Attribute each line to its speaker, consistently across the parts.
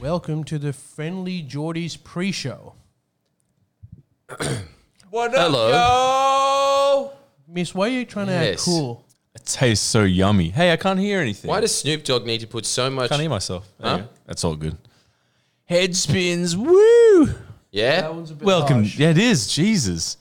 Speaker 1: Welcome to the Friendly Geordies pre show.
Speaker 2: What yo?
Speaker 1: Miss, why are you trying to act
Speaker 2: Yes.
Speaker 1: cool?
Speaker 3: It tastes so yummy. Hey, I can't hear anything.
Speaker 2: Why does Snoop Dogg need to put so much?
Speaker 3: can't hear myself? There you
Speaker 2: Huh?
Speaker 3: go. That's all good. Head spins. Woo!
Speaker 1: That
Speaker 2: Yeah,
Speaker 1: one's a bit
Speaker 3: Welcome.
Speaker 1: harsh.
Speaker 3: Yeah, it is. Jesus.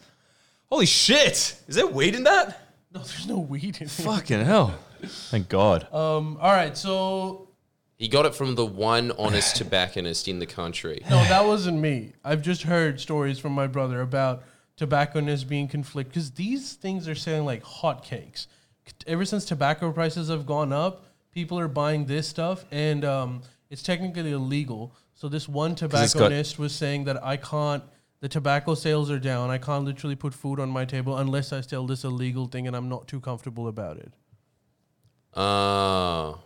Speaker 3: Holy shit. Is there weed in that?
Speaker 1: No, there's no weed in there.
Speaker 3: Fucking hell. Thank God.
Speaker 1: Um, all right, so
Speaker 2: he got it from the one honest tobacconist in the country.
Speaker 1: No, that wasn't me. I've just heard stories from my brother about tobacconists being conflict because these things are selling like hotcakes. Ever since tobacco prices have gone up, people are buying this stuff, and um, it's technically illegal. So this one
Speaker 3: it's got-
Speaker 1: tobacconist was saying that I can't. The tobacco sales are down. I can't literally put food on my table unless I sell this illegal thing, and I'm not too comfortable about it.
Speaker 2: Ah,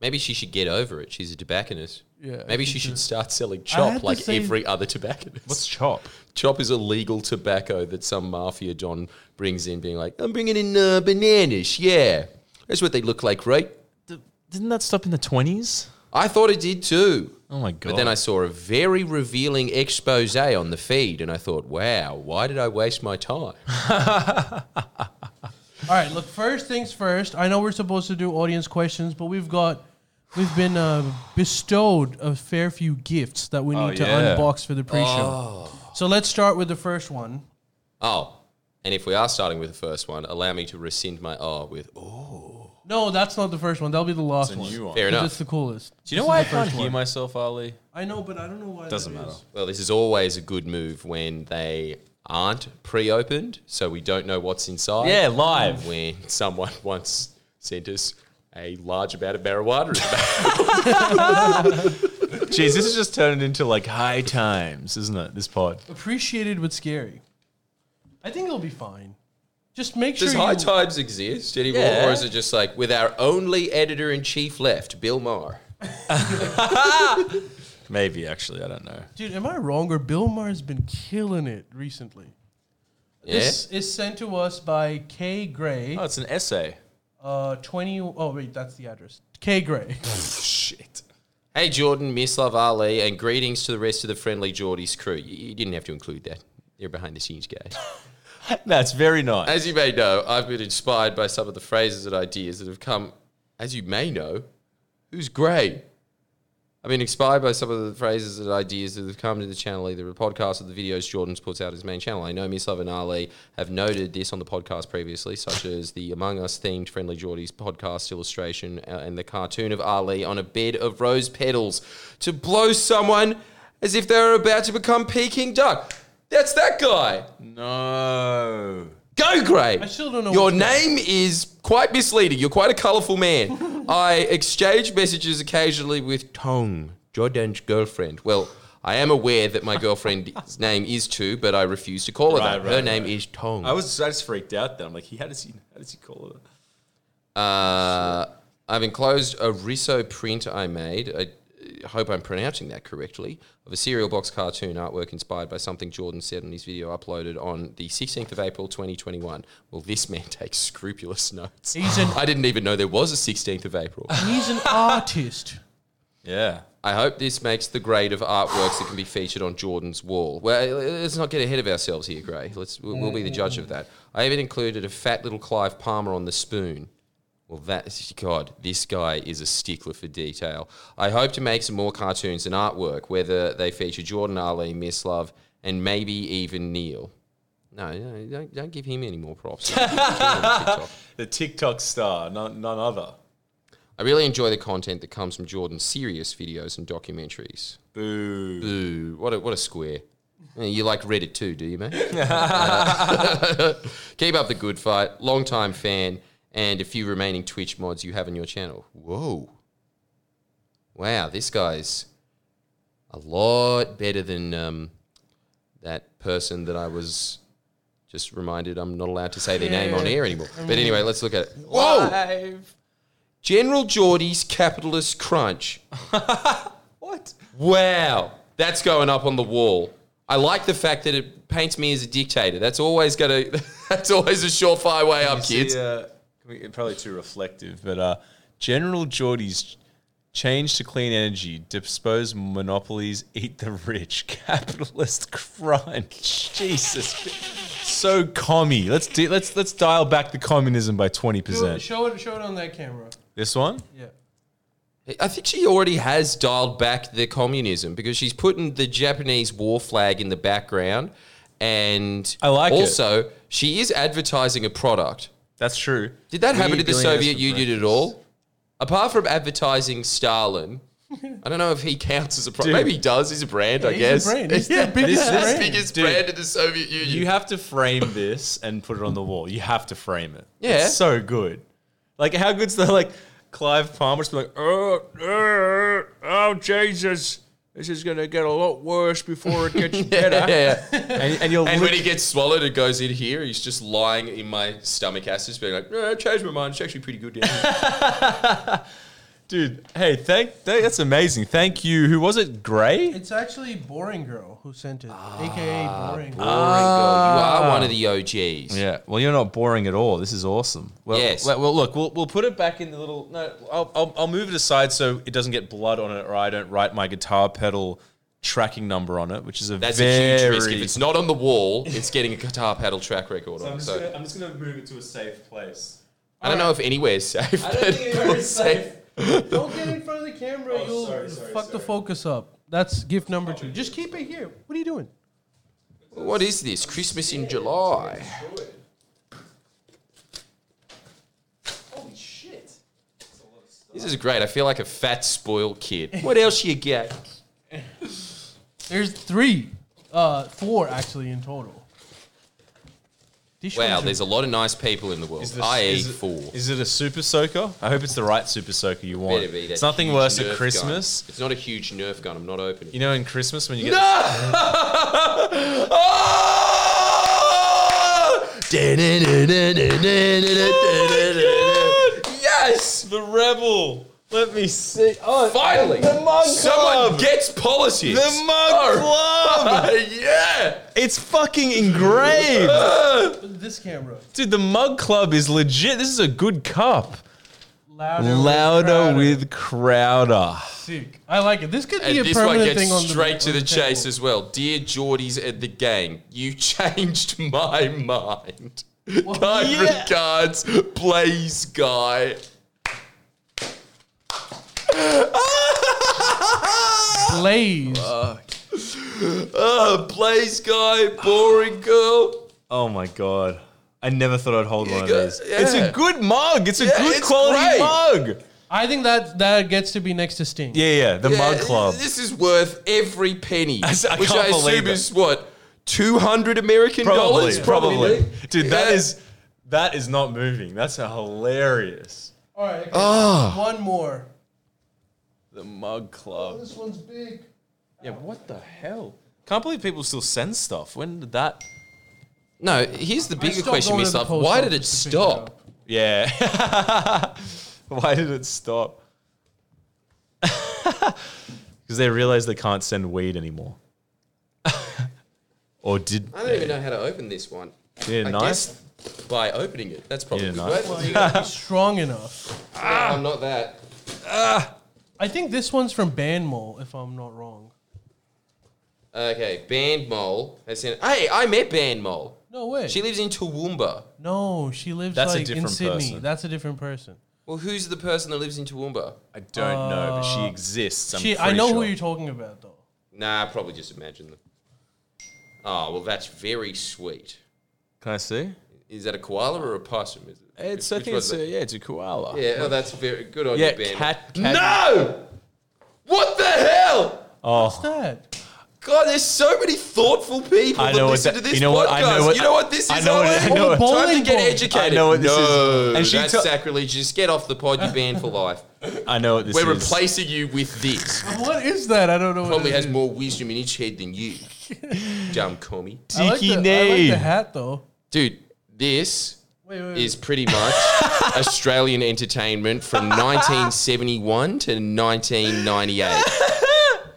Speaker 2: maybe she should get over it. She's a tobacconist.
Speaker 1: Yeah, I
Speaker 2: maybe she
Speaker 1: think
Speaker 2: should
Speaker 1: that-
Speaker 2: start selling
Speaker 1: had
Speaker 2: chop
Speaker 1: to
Speaker 2: like
Speaker 1: say-
Speaker 2: every other tobacconist.
Speaker 3: What's chop?
Speaker 2: Chop is illegal tobacco that some mafia don brings in, being like, "I'm bringing in uh, bananas." Yeah, that's what they look like, right?
Speaker 3: Didn't that stop in the 20s?
Speaker 2: I thought it did too.
Speaker 3: Oh my God.
Speaker 2: But then I saw a very revealing expose on the feed, and I thought, wow, why did I waste my time?
Speaker 1: All right, look, first things first. I know we're supposed to do audience questions, but we've got we've been uh, bestowed a fair few gifts that we need
Speaker 3: Oh,
Speaker 1: to
Speaker 3: yeah. Oh.
Speaker 1: unbox for the pre-show. So let's start with the first one.
Speaker 2: Oh, and if we are starting with the first one, allow me to rescind my R with, oh,
Speaker 1: No, that's not the first one. That'll be the last one.
Speaker 2: fair
Speaker 1: But That's
Speaker 2: enough.
Speaker 1: the coolest.
Speaker 3: Do you know
Speaker 1: This
Speaker 3: why I
Speaker 1: is the
Speaker 3: can't
Speaker 1: first
Speaker 3: hear
Speaker 1: one.
Speaker 3: myself, Ali?
Speaker 1: I know, but I don't know why. that
Speaker 3: Doesn't
Speaker 1: is.
Speaker 3: matter.
Speaker 2: Well, this is always a good move when they aren't pre opened, so we don't know what's inside.
Speaker 3: Yeah, live.
Speaker 2: When someone once sent us a large amount of marijuana in the bag.
Speaker 3: Jeez, this has just turned into like high times, isn't it? This pod.
Speaker 1: Appreciated but scary. I think it'll be fine. Just make
Speaker 2: Does
Speaker 1: sure.
Speaker 2: High
Speaker 1: you,
Speaker 2: Times exist anymore,
Speaker 3: Yeah.
Speaker 2: or is it just like with our only editor in chief left, Bill Maher?
Speaker 3: Maybe, actually. I don't know.
Speaker 1: Dude, am I wrong or Bill Maher's been killing it recently?
Speaker 2: Yeah.
Speaker 1: This is sent to us by Kay Gray.
Speaker 3: Oh, it's an essay.
Speaker 1: Uh, 20. Oh, wait, that's the address. K Gray.
Speaker 3: Shit.
Speaker 2: Hey Jordan, Mislav Ali, and greetings to the rest of the friendly Geordies crew. You, you didn't have to include that. You're behind the scenes, guys.
Speaker 3: That's very nice.
Speaker 2: As you may know, I've been inspired by some of the phrases and ideas that have come, as you may know, who's great. I've been inspired by some of the phrases and ideas that have come to the channel, either the podcast or the videos Jordan's puts out his main channel. I know Miss Love and Ali have noted this on the podcast previously, such as the Among Us themed Friendly Geordies podcast illustration uh, and the cartoon of Ali on a bed of rose petals to blow someone as if they were about to become Peking duck. That's that guy.
Speaker 3: No.
Speaker 2: Go Gray. I
Speaker 1: still don't know
Speaker 2: Your
Speaker 1: what's
Speaker 2: name is quite misleading. You're quite a colourful man. I exchange messages occasionally with Tong, Jordan's girlfriend. Well, I am aware that my girlfriend's name is too, but I refuse to call her
Speaker 3: Right,
Speaker 2: that.
Speaker 3: right,
Speaker 2: her
Speaker 3: right.
Speaker 2: name is Tong.
Speaker 3: I was I just freaked out then. I'm like, he how does he how does he call it?
Speaker 2: Uh, I've enclosed a riso print I made. I uh, hope I'm pronouncing that correctly. Of a cereal box cartoon artwork inspired by something Jordan said in his video uploaded on the 16th of April 2021. Well, this man takes scrupulous notes.
Speaker 1: He's an-
Speaker 2: I didn't even know there was a 16th of April.
Speaker 1: He's an artist.
Speaker 3: Yeah.
Speaker 2: I hope this makes the grade of artworks that can be featured on Jordan's wall. Well, uh, let's not get ahead of ourselves here, Gray. Let's we'll, we'll be the judge of that. I even included a fat little Clive Palmer on the spoon. Well, that's God. This guy is a stickler for detail. I hope to make some more cartoons and artwork, whether they feature Jordan, Ali, Miss Love, and maybe even Neil. No, no, don't, don't give him any more props.
Speaker 3: The TikTok star, none, none other.
Speaker 2: I really enjoy the content that comes from Jordan's serious videos and documentaries.
Speaker 3: Boo.
Speaker 2: Boo. What a, what a square. Yeah, You like Reddit too, do you, mate? keep up the good fight. Long time fan and a few remaining Twitch mods you have on your channel. Whoa. Wow, this guy's a lot better than um, that person that I was just reminded I'm not allowed to say their name on air anymore. But anyway, let's look at it. Whoa! General Geordie's Capitalist Crunch.
Speaker 3: What?
Speaker 2: Wow, that's going up on the wall. I like the fact that it paints me as a dictator. That's always gonna. That's always a surefire way up,
Speaker 3: You see,
Speaker 2: kids.
Speaker 3: uh, can we- probably too reflective, but uh, General Geordie's Change to clean energy, dispose monopolies, eat the rich, capitalist crunch. Jesus, so commie. Let's do, let's let's dial back the communism by twenty
Speaker 1: Do it-
Speaker 3: percent.
Speaker 1: Show it, show it on that camera.
Speaker 3: This one,
Speaker 1: Yeah.
Speaker 2: I think she already has dialed back the communism because she's putting the Japanese war flag in the background, and
Speaker 3: I like it.
Speaker 2: Also, she is advertising a product.
Speaker 3: that's true.
Speaker 2: Did that
Speaker 4: We
Speaker 2: happen
Speaker 4: need
Speaker 2: to the
Speaker 4: billionaires
Speaker 2: Soviet
Speaker 4: for
Speaker 2: Union at all? Apart from advertising Stalin, I don't know if he counts as a product.
Speaker 3: Dude.
Speaker 2: Maybe he does. He's a brand, I
Speaker 1: he's
Speaker 2: guess.
Speaker 1: the brand. He's the
Speaker 2: He's
Speaker 1: biggest
Speaker 2: the
Speaker 1: brand.
Speaker 2: biggest
Speaker 3: Dude.
Speaker 2: brand in the Soviet Union.
Speaker 3: You have to frame this and put it on the wall. You have to frame it.
Speaker 2: Yeah.
Speaker 3: It's so good. Like, how good's the, like, Clive Palmer just be like, oh, oh, oh, Jesus, this is going to get a lot worse before it gets
Speaker 2: yeah,
Speaker 3: better.
Speaker 2: yeah.
Speaker 3: And, and you'll
Speaker 2: And when
Speaker 3: look,
Speaker 2: he gets swallowed and goes in here, he's just lying in my stomach acid, just being like, no, I changed my mind. It's actually pretty good. Yeah.
Speaker 3: dude, hey, thank, thank, that's amazing. Thank you. Who was it? Gray?
Speaker 1: It's actually Boring Girl who sent it, aka Boring Girl.
Speaker 2: Boring girl. You are one of the OGs.
Speaker 3: Yeah. Well, you're not boring at all. This is awesome. Well,
Speaker 2: Yes.
Speaker 3: Well, well, look, we'll, we'll put it back in the little. No, I'll, I'll, I'll move it aside so it doesn't get blood on it or I don't write my guitar pedal tracking number on it, which is a
Speaker 2: That's
Speaker 3: very
Speaker 2: a huge risk. If it's not on the wall, it's getting a guitar pedal track record on. it. So
Speaker 3: I'm just gonna move it to a safe place.
Speaker 2: I don't know if anywhere is safe. I
Speaker 3: don't think anywhere is safe.
Speaker 1: Don't get in front of the camera. You'll
Speaker 3: sorry, sorry,
Speaker 1: fuck the
Speaker 3: sorry.
Speaker 1: focus up. That's gift number two. Just keep it here. What are you doing?
Speaker 2: What is this? Christmas in July.
Speaker 3: Holy shit!
Speaker 2: This is great. I feel like a fat, spoiled kid. What else you get?
Speaker 1: There's three, uh, four actually in total. These
Speaker 2: Wow,
Speaker 1: ones are-
Speaker 2: there's a lot of nice people in the world. I ate four.
Speaker 3: Is it a super soaker? I hope it's the right super soaker you want.
Speaker 2: Better be that
Speaker 3: It's nothing
Speaker 2: huge
Speaker 3: worse
Speaker 2: Nerf
Speaker 3: at
Speaker 2: gun.
Speaker 3: Christmas.
Speaker 2: It's not a huge Nerf gun. I'm not opening.
Speaker 3: You
Speaker 2: it.
Speaker 3: know, in Christmas when you get
Speaker 2: Yes!
Speaker 3: the rebel. Let me see. Oh,
Speaker 2: Finally!
Speaker 3: the mug
Speaker 2: someone
Speaker 3: club.
Speaker 2: gets politics!
Speaker 3: The mug club.
Speaker 2: yeah!
Speaker 3: It's fucking engraved,
Speaker 1: this camera.
Speaker 3: dude. The mug club is legit. This is a good cup.
Speaker 1: Louder, with
Speaker 3: Louder
Speaker 1: Crowder.
Speaker 3: with Crowder.
Speaker 1: sick. I like it. This could
Speaker 2: And
Speaker 1: be a
Speaker 2: this one
Speaker 1: permanent
Speaker 2: gets
Speaker 1: thing on the
Speaker 2: straight to
Speaker 1: on
Speaker 2: the,
Speaker 1: table.
Speaker 2: chase as well. Dear Geordies and the gang, you changed my mind. kind
Speaker 3: yeah.
Speaker 2: regards, Blaze Guy.
Speaker 1: Blaze.
Speaker 2: Uh, Blaze Guy, boring girl.
Speaker 3: Oh my god. I never thought I'd hold one of
Speaker 2: go-
Speaker 3: these. It's a
Speaker 2: yeah.
Speaker 3: good mug. It's a
Speaker 2: Yeah,
Speaker 3: good
Speaker 2: it's
Speaker 3: quality
Speaker 2: great.
Speaker 3: mug.
Speaker 1: I think that that gets to be next to Sting.
Speaker 3: Yeah, yeah. The mug
Speaker 2: Yeah,
Speaker 3: club.
Speaker 2: This is worth every penny,
Speaker 3: I s- I
Speaker 2: which
Speaker 3: can't
Speaker 2: I assume
Speaker 3: believe it.
Speaker 2: is what two hundred American
Speaker 3: Probably,
Speaker 2: dollars.
Speaker 3: probably. Dude, that
Speaker 2: Yeah.
Speaker 3: is that is not moving. That's a hilarious.
Speaker 1: All right. Okay.
Speaker 2: Ah.
Speaker 1: One more.
Speaker 3: The mug club.
Speaker 1: This one's big.
Speaker 3: Yeah, what the hell? Can't believe people still send stuff. When did that
Speaker 2: No, here's the bigger
Speaker 1: stopped
Speaker 2: question,
Speaker 1: going to
Speaker 2: Miss
Speaker 1: the
Speaker 2: Love.
Speaker 1: post
Speaker 2: Why did it
Speaker 1: office to pick it
Speaker 2: stop?
Speaker 1: up.
Speaker 3: Yeah. Why did it stop? Because they realized they can't send weed anymore. or did
Speaker 2: I don't even know how to open this one.
Speaker 3: yeah,
Speaker 2: I
Speaker 3: nice?
Speaker 2: guess by opening it. That's probably
Speaker 3: Yeah,
Speaker 2: good.
Speaker 3: nice.
Speaker 2: Wait,
Speaker 1: It's strong enough.
Speaker 3: Ah.
Speaker 2: I'm not that.
Speaker 1: I think this one's from Banmole, if I'm not wrong.
Speaker 2: Okay, Band Mole has sent. Hey, I met Band Mole.
Speaker 1: No way.
Speaker 2: She lives in Toowoomba.
Speaker 1: no, she lives
Speaker 3: That's a
Speaker 1: like in
Speaker 3: different
Speaker 1: Sydney.
Speaker 3: person.
Speaker 1: That's a different person.
Speaker 2: Well, who's the person that lives in Toowoomba?
Speaker 3: I don't know, but she exists. I'm
Speaker 1: Uh, She, I
Speaker 3: pretty
Speaker 1: know who
Speaker 3: sure.
Speaker 1: you're talking about though.
Speaker 2: Nah, probably just imagine them. Oh, well, that's very sweet.
Speaker 3: Can I see?
Speaker 2: Is that a koala or a possum? Is it?
Speaker 3: It's
Speaker 2: Which
Speaker 3: I think
Speaker 2: one's
Speaker 3: it's
Speaker 2: that?
Speaker 3: a, yeah, it's a koala.
Speaker 2: Yeah, oh, that's very good on
Speaker 3: Yeah,
Speaker 2: you, Ben.
Speaker 3: cat- cat-
Speaker 2: No! What the hell?
Speaker 3: Oh,
Speaker 1: What's that?
Speaker 2: God, there's so many thoughtful people
Speaker 3: I
Speaker 2: that
Speaker 3: know what
Speaker 2: listen
Speaker 3: that-
Speaker 2: to this
Speaker 3: you know
Speaker 2: podcast.
Speaker 3: what, I know what-
Speaker 2: you know what this is?
Speaker 3: I know what-
Speaker 2: Owen?
Speaker 3: I know what-
Speaker 2: Time to
Speaker 1: Bowling
Speaker 2: get
Speaker 1: ball.
Speaker 2: educated.
Speaker 3: I know what this
Speaker 2: no,
Speaker 3: is. And she
Speaker 2: that's
Speaker 3: tell-
Speaker 2: sacrilege. Just get off the pod. You're banned for life.
Speaker 3: I know what this
Speaker 2: We're
Speaker 3: is.
Speaker 2: replacing you with this.
Speaker 1: What is that? I don't know. What
Speaker 2: Probably
Speaker 1: it
Speaker 2: has
Speaker 1: is.
Speaker 2: more wisdom in each head than you, dumb commie.
Speaker 1: I like,
Speaker 3: Tiki
Speaker 1: the, I like
Speaker 3: name.
Speaker 1: the hat though.
Speaker 2: Dude, this
Speaker 1: Wait, wait, wait.
Speaker 2: is pretty much Australian entertainment from 1971 to 1998.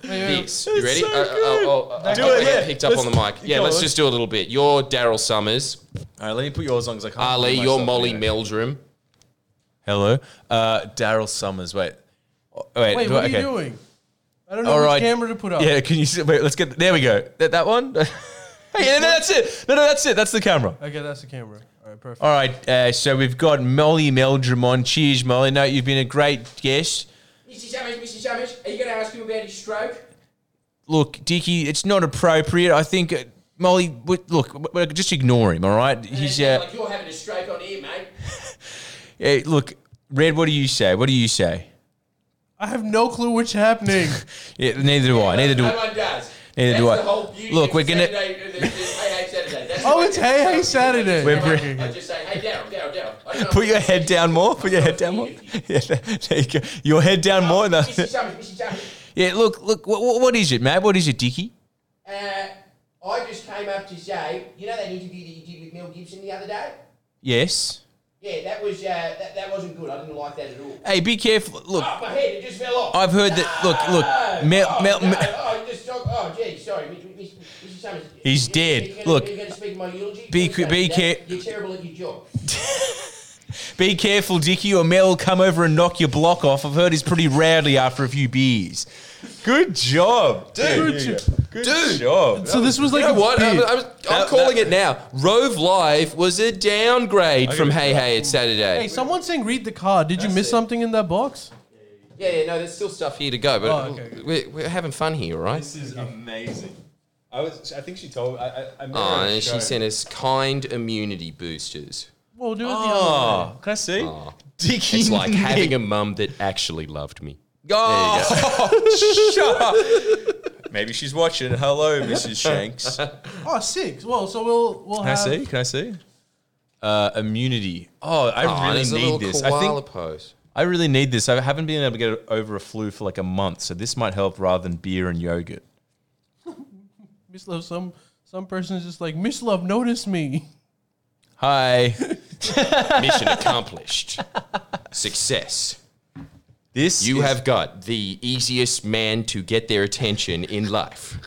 Speaker 2: This. You ready?
Speaker 3: so
Speaker 2: Uh, uh,
Speaker 3: good.
Speaker 2: oh, uh, I
Speaker 3: Do
Speaker 2: hope
Speaker 3: it,
Speaker 2: I got
Speaker 3: yeah.
Speaker 2: picked up
Speaker 3: Let's-
Speaker 2: on the mic. Yeah,
Speaker 3: go
Speaker 2: let's
Speaker 3: on.
Speaker 2: just do a little bit. You're Daryl Summers.
Speaker 3: All right, let me put yours on because I can't.
Speaker 2: Ali,
Speaker 3: put
Speaker 2: you're
Speaker 3: myself
Speaker 2: Molly
Speaker 3: in it.
Speaker 2: Meldrum.
Speaker 3: Hello, uh, Daryl Summers. Wait, Oh, Wait,
Speaker 1: Wait,
Speaker 3: do
Speaker 1: what
Speaker 3: I-
Speaker 1: are you
Speaker 3: okay.
Speaker 1: doing? I don't know
Speaker 3: All
Speaker 1: which
Speaker 3: right.
Speaker 1: camera to put up.
Speaker 3: Yeah, can you see? Wait, let's get there. We go. That, that one. hey, no, no, that's it. No, no, that's it. That's the camera.
Speaker 1: Okay, that's the camera. All right, perfect.
Speaker 3: All right. Uh, so we've got Molly Meldrum on. Cheers, Molly. No, you've been a great guest.
Speaker 4: Mr. Savage, Mr. Savage, are you going to ask him about his stroke?
Speaker 3: Look, Dickie, it's not appropriate. I think uh, Molly. w look, w- w- just ignore him. All right. He's
Speaker 4: Sounds
Speaker 3: uh,
Speaker 4: like you're having a stroke on here, mate.
Speaker 3: hey, look, Red. What do you say? What do you say?
Speaker 1: I have no clue what's happening.
Speaker 3: Yeah, neither do I. Neither do.
Speaker 4: No
Speaker 3: I.
Speaker 4: one does.
Speaker 3: Neither
Speaker 4: That's
Speaker 3: do I.
Speaker 4: the whole beauty
Speaker 3: Look,
Speaker 4: of
Speaker 3: we're gonna-
Speaker 4: Saturday, uh, the- the Hey Hey Saturday. That's
Speaker 1: oh,
Speaker 4: the-
Speaker 1: it's Hey Hey Saturday.
Speaker 3: We're
Speaker 1: Okay,
Speaker 3: br-
Speaker 1: okay,
Speaker 4: I
Speaker 1: okay.
Speaker 4: just say, hey, Daryl, Daryl, Daryl. I don't know-
Speaker 3: Put your head down more. Put your head down more. Yeah, there you go. Your head down more. No.
Speaker 4: Mr. Savage, Mr. Savage.
Speaker 3: Yeah, look, look. What, what is it, Matt? What is it, Dickie?
Speaker 4: Uh, I just came up to say, you know that interview that you did with Mel Gibson the other day?
Speaker 3: Yes.
Speaker 4: Yeah, that was uh, that, that wasn't good. I didn't like that at all.
Speaker 3: Hey, be careful. Look,
Speaker 4: Oh, my head, it just fell off.
Speaker 3: I've heard that. Look, look. Mel,
Speaker 4: oh,
Speaker 3: Mel,
Speaker 4: no,
Speaker 3: Mel-
Speaker 4: oh, just talk, oh, gee, sorry, Mr. Mr. Mr. Summers.
Speaker 3: He's
Speaker 4: you-
Speaker 3: dead.
Speaker 4: you're gonna-
Speaker 3: Look.
Speaker 4: you're going to speak my eulogy.
Speaker 3: Be
Speaker 4: Please
Speaker 3: ca-
Speaker 4: don't
Speaker 3: be
Speaker 4: do
Speaker 3: care-
Speaker 4: that. You're terrible at your job.
Speaker 3: be careful, Dickie, or Mel will come over and knock your block off. I've heard he's pretty rowdy after a few beers. Good job, dude.
Speaker 1: Dude.
Speaker 3: Good
Speaker 2: Dude.
Speaker 3: job.
Speaker 1: So this was like
Speaker 2: You know
Speaker 1: a
Speaker 2: what? I'm,
Speaker 1: bit.
Speaker 2: I'm, I'm calling it now. Rove Live was a downgrade from Hey Hey It's
Speaker 1: Hey,
Speaker 2: Saturday.
Speaker 1: someone's saying read the card. Did you miss
Speaker 2: it.
Speaker 1: something in that box?
Speaker 2: Yeah, yeah, no, there's still stuff here to go, but
Speaker 1: Oh, okay, okay.
Speaker 2: we're, we're having fun here, all right?
Speaker 3: is amazing. I was. I think she told. I. I, I
Speaker 2: Oh, and she sent us kind immunity boosters.
Speaker 1: Well, do it the other
Speaker 3: Oh,
Speaker 1: way.
Speaker 3: can I see? Dickie,
Speaker 2: It's like having
Speaker 3: Nick.
Speaker 2: a mum that actually loved me.
Speaker 3: Oh, shut up. Maybe she's watching. Hello, Mrs. Shanks.
Speaker 1: Oh, six. Well, so we'll we'll
Speaker 3: Can I
Speaker 1: have.
Speaker 3: see? Can I see? Uh, immunity. Oh, I
Speaker 2: Oh, and
Speaker 3: really
Speaker 2: there's a
Speaker 3: need
Speaker 2: little
Speaker 3: this.
Speaker 2: koala
Speaker 3: I think
Speaker 2: pose.
Speaker 3: I really need this. I haven't been able to get over a flu for like a month, so this might help rather than beer and yogurt.
Speaker 1: Miss Love, some some person's just like Miss Love, notice me.
Speaker 3: Hi.
Speaker 2: Mission accomplished. Success.
Speaker 3: This
Speaker 2: You
Speaker 3: is-
Speaker 2: have got the easiest man to get their attention in life.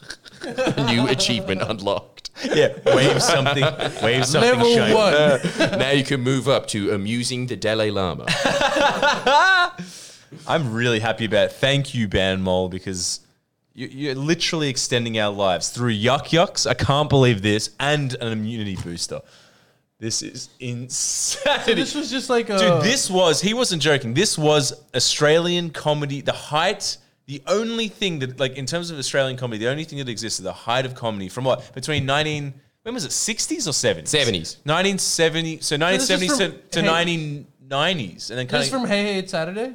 Speaker 2: New achievement unlocked.
Speaker 3: yeah. Wave something. Wave something.
Speaker 1: Level
Speaker 3: Shane.
Speaker 1: one.
Speaker 2: Now you can move up to amusing the Dalai Lama.
Speaker 3: I'm really happy about. Thank you, Ban Mole, because you, you're literally extending our lives through yuck yucks. I can't believe this, and an immunity booster. This is insanity.
Speaker 1: This was just like a.
Speaker 3: Dude, this was, he wasn't joking. This was Australian comedy, the height, the only thing that, like, in terms of Australian comedy, the only thing that existed, the height of comedy from what? Between 19, when was it, 60s or 70s?
Speaker 2: 70s.
Speaker 3: 1970, so 1970s
Speaker 1: from-
Speaker 3: to, to
Speaker 1: hey.
Speaker 3: 1990s. And then kind
Speaker 1: This
Speaker 3: of.
Speaker 1: from Hey Hey It's Saturday.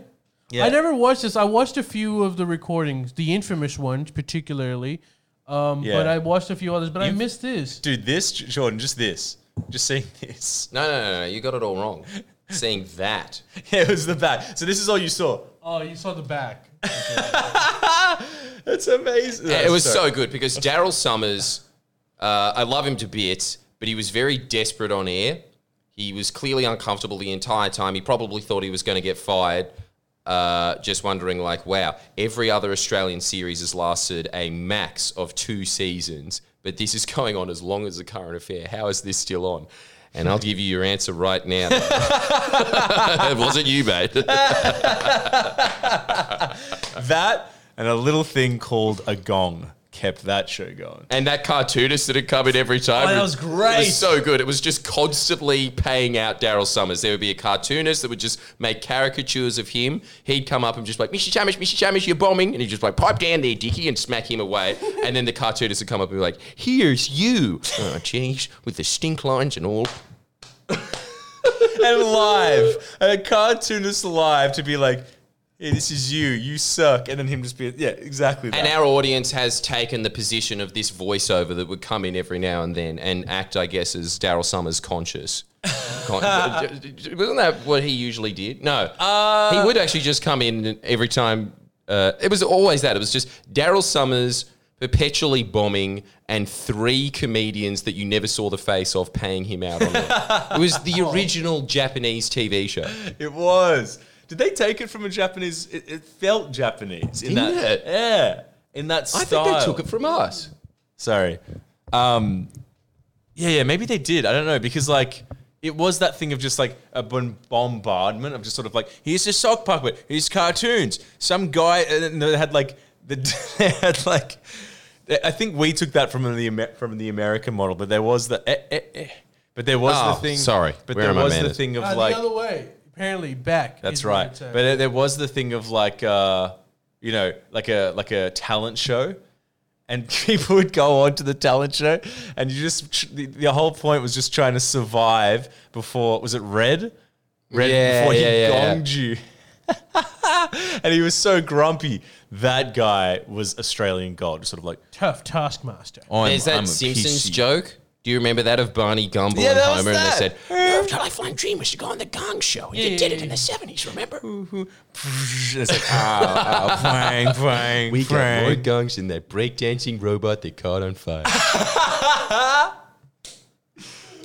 Speaker 3: Yeah.
Speaker 1: I never watched this. I watched a few of the recordings, the infamous ones particularly. Um,
Speaker 3: Yeah.
Speaker 1: But I watched a few others, but I missed this.
Speaker 3: Dude, this, J- Jordan, just this. Just seeing this.
Speaker 2: No, no, no, no, you got it all wrong. Saying that.
Speaker 3: Yeah, it was the back. So this is all you saw.
Speaker 1: Oh, you saw the back.
Speaker 3: That's amazing.
Speaker 2: it was so good because Daryl Summers, uh, I love him to bits, but he was very desperate on air. He was clearly uncomfortable the entire time. He probably thought he was going to get fired. Uh, just wondering, like, wow, every other Australian series has lasted a max of two seasons, but this is going on as long as the current affair. How is this still on? And I'll give you your answer right now. it wasn't you, mate.
Speaker 3: That and a little thing called a gong kept that show going.
Speaker 2: And that cartoonist that had come in every time.
Speaker 3: Oh, that was great.
Speaker 2: It was so good. It was just constantly paying out Daryl Summers. There would be a cartoonist that would just make caricatures of him. He'd come up and just like, Mr. Chamish, Mr. Chamish, you're bombing. And he'd just like, pipe down there, Dickie, and smack him away. and then the cartoonist would come up and be like, here's you. Oh, jeez, with the stink lines and all.
Speaker 3: and live, a cartoonist live to be like, "Hey, this is you. You suck," and then him just be, "Yeah, exactly." That.
Speaker 2: And our audience has taken the position of this voiceover that would come in every now and then and act, I guess, as Daryl Summers conscious. Con- Wasn't that what he usually did? No. he would actually just come in every time. Uh, it was always that. It was just Daryl Summers perpetually bombing and three comedians that you never saw the face of paying him out on it. it was the original Japanese TV show.
Speaker 3: it was. Did they take it from a Japanese? It, it felt Japanese in
Speaker 2: Didn't
Speaker 3: that.
Speaker 2: it?
Speaker 3: Yeah, in that
Speaker 2: I
Speaker 3: style.
Speaker 2: think they took it from us.
Speaker 3: Sorry. Um, yeah, yeah, maybe they did. I don't know because like it was that thing of just like a bon- bombardment of just sort of like here's the sock puppet, here's cartoons. Some guy uh, and then they had like the they had like I think we took that from the Amer- from the American model, but there was the eh, eh, eh. but there was
Speaker 2: Oh,
Speaker 3: the thing.
Speaker 2: sorry.
Speaker 3: but
Speaker 2: Where
Speaker 3: there
Speaker 2: are my
Speaker 3: was the
Speaker 2: manners?
Speaker 3: thing of
Speaker 1: Uh,
Speaker 3: like
Speaker 1: the other way. Apparently, back.
Speaker 3: that's
Speaker 1: is what
Speaker 3: right.
Speaker 1: it said.
Speaker 3: But there- there was the thing of like, uh, you know, like a like a talent show, and people would go on to the talent show, and you just the, the whole point was just trying to survive before was it red, red
Speaker 2: Yeah,
Speaker 3: before he
Speaker 2: yeah, yeah, yeah.
Speaker 3: gonged you, and he was so grumpy. That guy was Australian gold, sort of like
Speaker 1: tough taskmaster.
Speaker 3: I'm,
Speaker 2: There's that
Speaker 3: I'm a
Speaker 2: Simpsons
Speaker 3: PC.
Speaker 2: joke. Do you remember that of Barney Gumble
Speaker 3: Yeah,
Speaker 2: and
Speaker 3: that was
Speaker 2: Homer? And they
Speaker 3: that.
Speaker 2: said,
Speaker 4: Lifeline Dreamers should go on the Gong Show. and You did it in the 70s, remember?
Speaker 3: It's like, ah, ah, bang, bang,
Speaker 2: We got more
Speaker 3: bang.
Speaker 2: gungs than that breakdancing robot they caught on fire.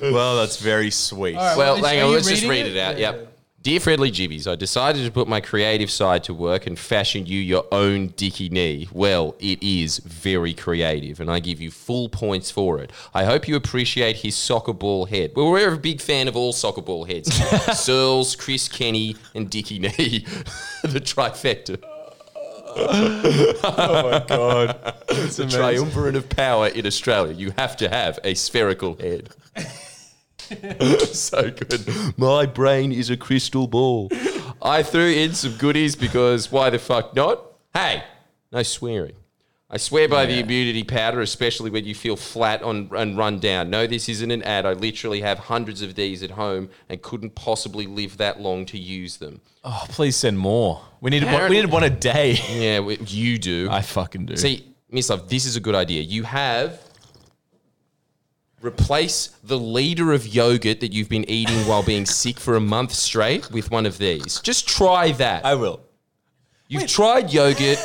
Speaker 3: Well, that's very sweet.
Speaker 1: right.
Speaker 2: well,
Speaker 1: Well,
Speaker 2: hang
Speaker 1: are
Speaker 2: on,
Speaker 1: you
Speaker 2: let's just
Speaker 1: reading
Speaker 2: read
Speaker 1: it?
Speaker 2: it, out.
Speaker 1: Yeah.
Speaker 2: Yep. Dear Friendly Jibbies, I decided to put my creative side to work and fashion you your own dicky knee. Well, it is very creative, and I give you full points for it. I hope you appreciate his soccer ball head. Well, we're a big fan of all soccer ball heads. Searles, Chris Kenny, and Dicky Knee. the trifecta.
Speaker 3: God, it's
Speaker 2: The
Speaker 3: amazing.
Speaker 2: triumvirate of power in Australia. You have to have a spherical head. so good. My brain is a crystal ball. I threw in some goodies because why the fuck not? Hey, no swearing. I swear by the immunity powder, especially when you feel flat on, and run down. No, this isn't an ad. I literally have hundreds of these at home and couldn't possibly live that long to use them.
Speaker 3: Oh, please send more. We need one, we need one a day.
Speaker 2: Yeah, we- you do.
Speaker 3: I fucking do.
Speaker 2: See, Miss Love, this is a good idea. You have replace the liter of yogurt that you've been eating while being sick for a month straight with one of these. Just try that.
Speaker 3: I will.
Speaker 2: you've tried yogurt,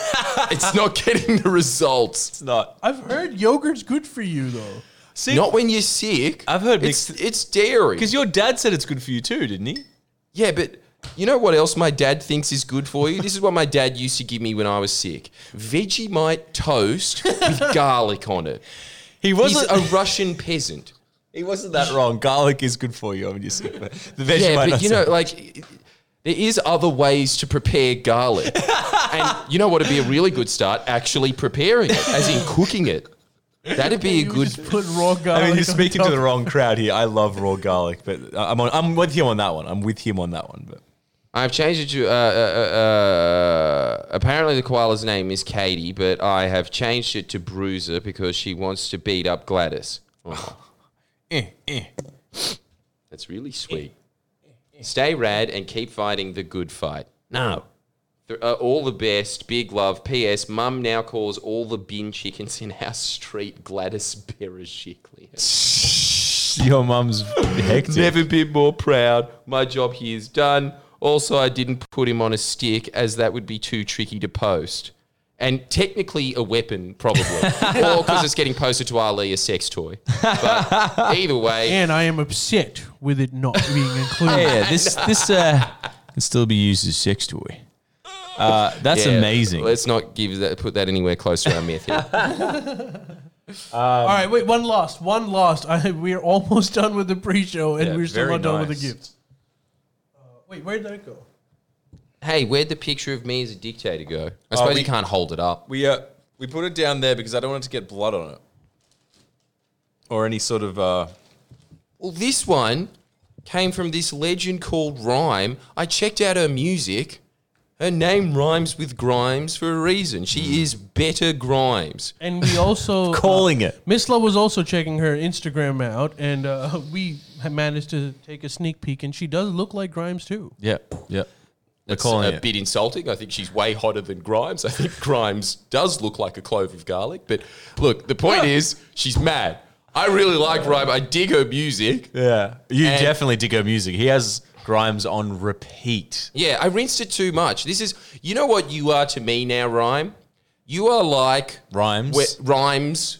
Speaker 2: it's not getting the results.
Speaker 3: It's not.
Speaker 1: I've heard yogurt's good for you though.
Speaker 3: See,
Speaker 2: Not when you're sick.
Speaker 3: I've heard
Speaker 2: it's
Speaker 3: mixed-
Speaker 2: it's dairy.
Speaker 3: because your dad said it's good for you too, didn't he?
Speaker 2: Yeah, but you know what else my dad thinks is good for you? This is what my dad used to give me when I was sick. Vegemite toast with garlic on it.
Speaker 3: He
Speaker 2: He's
Speaker 3: wasn't.
Speaker 2: a Russian peasant.
Speaker 3: he wasn't that wrong. Garlic is good for you. I mean, you see, but the Vegemite.
Speaker 2: Yeah,
Speaker 3: not
Speaker 2: but you
Speaker 3: so
Speaker 2: know,
Speaker 3: much.
Speaker 2: like there is other ways to prepare garlic, and you know what would be a really good start? Actually preparing it, as in cooking it. That'd be a
Speaker 1: You would
Speaker 2: good.
Speaker 1: just put raw garlic.
Speaker 3: I mean, you're
Speaker 1: on
Speaker 3: speaking
Speaker 1: top.
Speaker 3: to the wrong crowd here. I love raw garlic, but I'm on. I'm with him on that one. I'm with him on that one. But
Speaker 2: I've changed it to. Uh, uh, uh, uh, apparently, the koala's name is Katie, but I have changed it to Bruiser because she wants to beat up Gladys. Oh,
Speaker 3: eh, eh.
Speaker 2: that's really sweet. Stay rad and keep fighting the good fight.
Speaker 3: no.
Speaker 2: Th- uh, all the best. Big love. P.S. Mum now calls all the bin chickens in our street Gladys Berejiklian.
Speaker 3: Your mum's hectic.
Speaker 2: Never been more proud. My job here is done. Also, I didn't put him on a stick as that would be too tricky to post. And technically a weapon, probably. or because it's getting posted to Ali, a sex toy. But either way,
Speaker 1: And I am upset with it not being included.
Speaker 3: Yeah, this this uh, can still be used as sex toy. Uh, that's
Speaker 2: yeah,
Speaker 3: amazing.
Speaker 2: Let's not give that, put that anywhere close to our myth here.
Speaker 1: All right, wait, one last, one last. I, we're almost done with the pre-show, and
Speaker 3: Yeah,
Speaker 1: we're still
Speaker 3: very
Speaker 1: not done with the
Speaker 3: nice.
Speaker 1: gifts. Uh, wait, where did that go?
Speaker 2: hey, where'd the picture of me as a dictator go? I suppose
Speaker 3: Oh, we-
Speaker 2: you can't hold it up.
Speaker 3: We uh, we put it down there because I don't want it to get blood on it, or any sort of uh,
Speaker 2: Well, this one came from this legend called Rhyme. I checked out her music. Her name rhymes with Grimes for a reason. She is better Grimes.
Speaker 1: And we also uh,
Speaker 3: Calling it.
Speaker 1: Miss Love was also checking her Instagram out, and uh, we had managed to take a sneak peek, and she does look like Grimes too.
Speaker 3: yeah, yeah. They're
Speaker 2: It's a bit insulting. I think she's way hotter than Grimes. I think Grimes does look like a clove of garlic. But look, the point is, she's mad. I really like Rhyme. I dig her music.
Speaker 3: Yeah, you
Speaker 2: And-
Speaker 3: definitely dig her music. He has Grimes on repeat.
Speaker 2: Yeah, I rinsed it too much. This is, you know what you are to me now, Rhyme? You are like
Speaker 3: Rhymes.
Speaker 2: we- rhymes.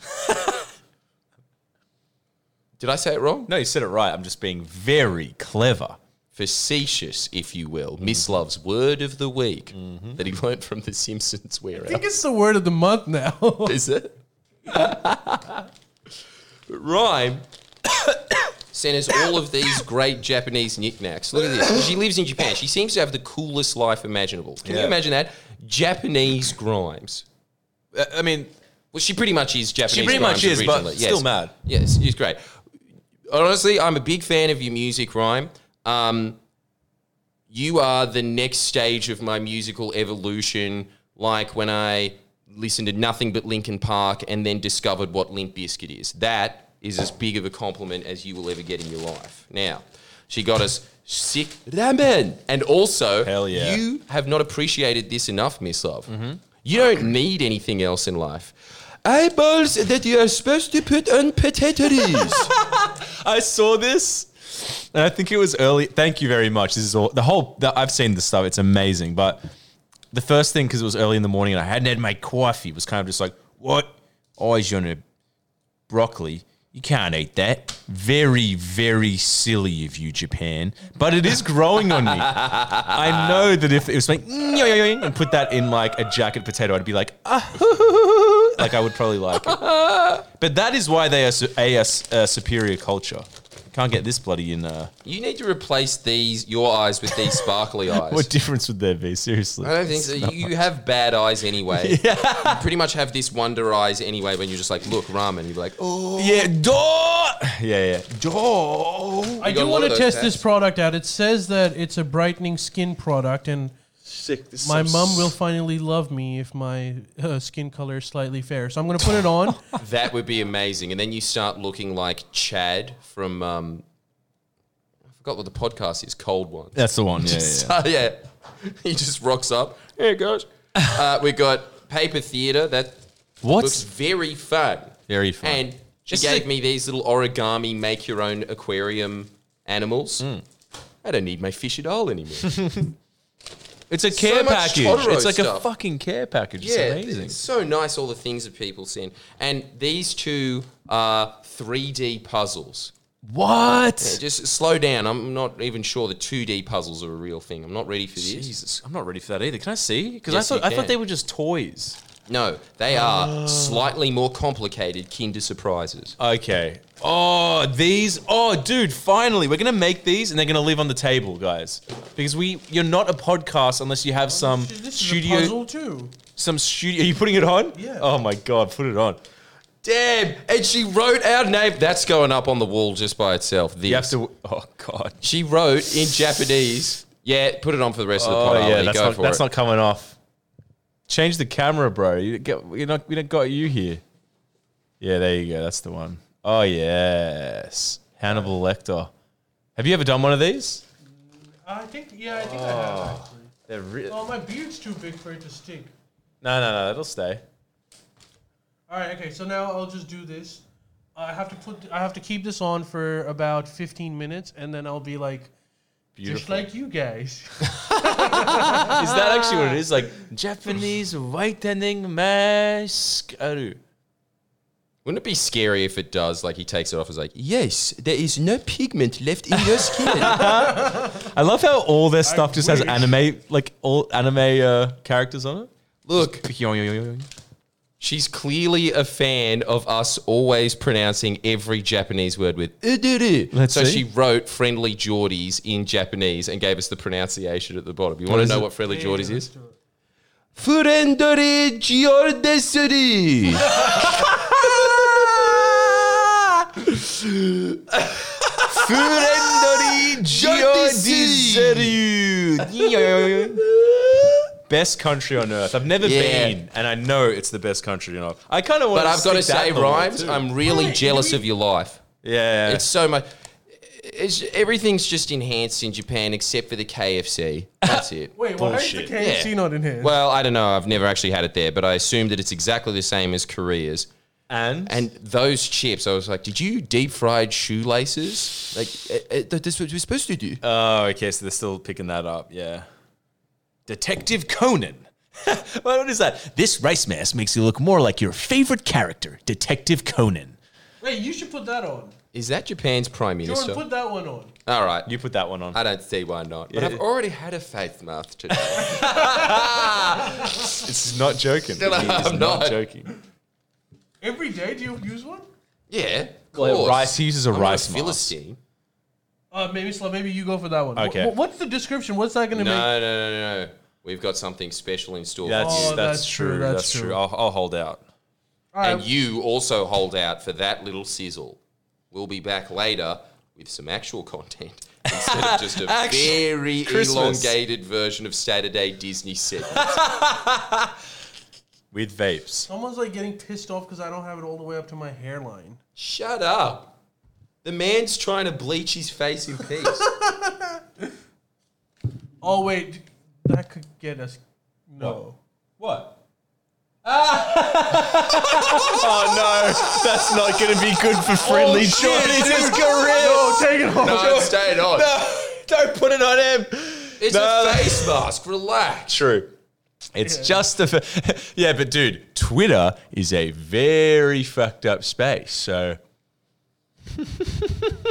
Speaker 2: Did I say it wrong?
Speaker 3: No, you said it right. I'm just being very clever.
Speaker 2: Facetious, if you will. Miss Love's word of the week that he learnt from The Simpsons
Speaker 1: I
Speaker 2: warehouse.
Speaker 1: think it's the word of the month now.
Speaker 2: Is it? But Rhyme sent us all of these great Japanese knickknacks. Look at this. She lives in Japan. She seems to have the coolest life imaginable. Can
Speaker 3: Yeah.
Speaker 2: you imagine that? Japanese Grimes.
Speaker 3: Uh, I mean,
Speaker 2: Well, she pretty much is Japanese.
Speaker 3: pretty much
Speaker 2: Grimes
Speaker 3: is, but
Speaker 2: originally.
Speaker 3: still mad.
Speaker 2: Yes, she's great. Honestly, I'm a big fan of your music, Rhyme. Um, you are the next stage of my musical evolution. Like when I listened to nothing but Linkin Park and then discovered what Limp Bizkit is. That is as big of a compliment as you will ever get in your life. Now, she got us sick ramen, and also,
Speaker 3: Hell yeah.
Speaker 2: you have not appreciated this enough, Miss Love. You don't need anything else in life. Eyeballs that you are supposed to put on potatoes.
Speaker 3: I saw this, and I think it was early. Thank you very much. This is all the whole. The, I've seen this stuff. It's amazing. But the first thing, because it was early in the morning and I hadn't had my coffee, was kind of just like, "What? Eyes on a broccoli? You can't eat that. Very, very silly of you, Japan. But it is growing on me. I know that if it was like and put that in like a jacket potato, I'd be like, ah, like I would probably like it. But that is why they are su- a, a s- a superior culture. Can't get this bloody in. Uh,
Speaker 2: you need to replace these your eyes with these sparkly eyes.
Speaker 3: what difference would there be? Seriously,
Speaker 2: I don't think so. You you have bad eyes anyway. You pretty much have this wonder eyes anyway when you're just like, look, ramen. You're like, oh.
Speaker 3: Yeah, door. Yeah, yeah, door.
Speaker 1: I do
Speaker 2: got one
Speaker 1: want
Speaker 2: of
Speaker 1: to
Speaker 2: those
Speaker 1: test this
Speaker 2: hats.
Speaker 1: product out. It says that it's a brightening skin product, and
Speaker 3: Sick. This
Speaker 1: my mum will finally love me if my uh, skin color is slightly fair. So I'm going to put it on.
Speaker 2: that would be amazing. And then you start looking like Chad from, um, I forgot what the podcast is, Cold One.
Speaker 3: That's the one. Yeah, yeah, yeah.
Speaker 2: So, yeah. He just rocks up. Hey, guys. Uh, we got Paper Theater. That looks
Speaker 3: What?
Speaker 2: very fun.
Speaker 3: Very fun.
Speaker 2: And she
Speaker 3: This is
Speaker 2: gave
Speaker 3: a-
Speaker 2: me these little origami make your own aquarium animals.
Speaker 3: Hmm.
Speaker 2: I don't need my fish at all anymore.
Speaker 3: It's a care
Speaker 2: much
Speaker 3: package.
Speaker 2: Totoro
Speaker 3: It's like
Speaker 2: stuff.
Speaker 3: a fucking care package. It's
Speaker 2: yeah,
Speaker 3: amazing.
Speaker 2: it's so nice all the things that people send. And these two are 3D puzzles.
Speaker 3: what?
Speaker 2: Just slow down. I'm not even sure the 2D puzzles are a real thing. I'm not ready for this.
Speaker 3: Jesus, I'm not ready for that either. Can I see? Because
Speaker 2: Yes,
Speaker 3: I thought
Speaker 2: you
Speaker 3: I thought
Speaker 2: can.
Speaker 3: they were just toys.
Speaker 2: No, they are slightly more complicated Kinder surprises.
Speaker 3: Okay. Oh, these. Oh, dude, finally. We're going to make these and they're going to live on the table, guys. Because we you're not a podcast unless you have
Speaker 2: Um,
Speaker 3: some
Speaker 1: Oh, this
Speaker 3: studio
Speaker 1: is a puzzle too.
Speaker 3: some studio. Are you putting it on?
Speaker 1: Yeah.
Speaker 3: Oh my god, put it on.
Speaker 2: Damn! And she wrote our name. That's going up on the wall just by itself. This.
Speaker 3: You have to Oh god.
Speaker 2: She wrote in Japanese. Yeah, put it on for the rest of the
Speaker 3: Oh
Speaker 2: pod.
Speaker 3: yeah,
Speaker 2: Ali.
Speaker 3: that's
Speaker 2: Go
Speaker 3: not
Speaker 2: for
Speaker 3: that's
Speaker 2: it.
Speaker 3: not coming off. Change the camera, bro. You get, you're not we don't got you here. Yeah, there you go. That's the one. Oh yes. Hannibal Lecter. Have you ever done one of these?
Speaker 1: I think yeah, I think I
Speaker 2: Oh.
Speaker 1: have. Actually.
Speaker 3: They're re- no,
Speaker 1: Oh, my beard's too big for it to stick.
Speaker 3: no, no. It'll stay.
Speaker 1: All right, okay. So now I'll just do this. I have to put. I have to keep this on for about 15 minutes, and then I'll be like, just
Speaker 3: Beautiful.
Speaker 1: like you guys.
Speaker 3: Is that actually what it is? Like Japanese whitening mask. Aru.
Speaker 2: Wouldn't it be scary if it does? Like he takes it off. Is like, yes, there is no pigment left in your skin.
Speaker 3: I love how all their stuff just has
Speaker 1: wish.
Speaker 3: anime, like all anime uh, characters on it.
Speaker 2: Look,
Speaker 3: It's
Speaker 2: she's clearly a fan of us always pronouncing every Japanese word with "uduru."
Speaker 3: Let's
Speaker 2: so
Speaker 3: see.
Speaker 2: she wrote "friendly Geordies" in Japanese and gave us the pronunciation at the bottom. You want to
Speaker 3: is
Speaker 2: know
Speaker 3: it?
Speaker 2: what "friendly Geordies" is? Friendly Giordessery. Friendly
Speaker 3: Best country on earth. I've never
Speaker 2: Yeah.
Speaker 3: been, and I know it's the best country on earth. I kind of want.
Speaker 2: But I've got to say, Rhymes,
Speaker 3: Yeah,
Speaker 2: I'm really
Speaker 1: Right,
Speaker 2: jealous
Speaker 1: we-
Speaker 2: of your life.
Speaker 3: yeah.
Speaker 2: It's so much. It's, everything's just enhanced in Japan except for the KFC. That's it.
Speaker 1: Wait, why is the
Speaker 3: Bullshit.
Speaker 1: KFC
Speaker 2: Yeah.
Speaker 1: not in here?
Speaker 2: Well, I don't know. I've never actually had it there, but I assume that it's exactly the same as Korea's.
Speaker 3: and
Speaker 2: And those chips, I was like, did you deep fried shoelaces? Like, eh, eh, that's what we're supposed to do.
Speaker 3: oh, okay. So they're still picking that up. Yeah. Detective Conan. what is that? This rice mask makes you look more like your favorite character, Detective Conan.
Speaker 1: Wait, you should put that on.
Speaker 2: Is that Japan's prime
Speaker 1: Jordan,
Speaker 2: minister?
Speaker 1: put that one on.
Speaker 2: All right.
Speaker 3: You put that one on.
Speaker 2: I don't see why not. But I've
Speaker 3: Yeah.
Speaker 2: already had a face mask today.
Speaker 3: It's not joking.
Speaker 2: Still,
Speaker 3: He is
Speaker 2: I'm not.
Speaker 3: joking.
Speaker 1: Every day, do you use one?
Speaker 2: yeah. of
Speaker 3: Well,
Speaker 2: course.
Speaker 3: rice. He uses a
Speaker 2: I'm not
Speaker 3: rice
Speaker 2: a
Speaker 3: mask.
Speaker 2: Philistine.
Speaker 1: Uh, maybe Slav, maybe you go for that one. Wh-
Speaker 3: Okay.
Speaker 1: wh- what's the description? What's that going to
Speaker 2: No,
Speaker 1: make?
Speaker 2: no, no, no, no. We've got something special in store. for
Speaker 3: That's,
Speaker 1: Oh,
Speaker 2: you.
Speaker 3: that's
Speaker 1: that's
Speaker 3: true.
Speaker 1: true,
Speaker 3: That's,
Speaker 1: that's
Speaker 3: true.
Speaker 1: true.
Speaker 3: I'll, I'll hold out.
Speaker 1: All
Speaker 2: and
Speaker 3: Um,
Speaker 1: right.
Speaker 2: you also hold out for that little sizzle. We'll be back later with some actual content instead of just a very
Speaker 3: Christmas.
Speaker 2: elongated version of Saturday Disney segment.
Speaker 3: With vapes.
Speaker 1: Someone's like getting pissed off because I don't have it all the way up to my hairline.
Speaker 2: Shut up. The man's trying to bleach his face in peace.
Speaker 1: Oh wait, that could get us. No.
Speaker 3: What? oh no, that's not going to be good for friendly Johnny's career.
Speaker 1: Take it off.
Speaker 2: no, it's staying on.
Speaker 3: Don't put it on him.
Speaker 2: It's
Speaker 3: No,
Speaker 2: a
Speaker 3: that-
Speaker 2: face mask. Relax.
Speaker 3: True. It's just the. F- yeah, but dude, Twitter is a very fucked up space. So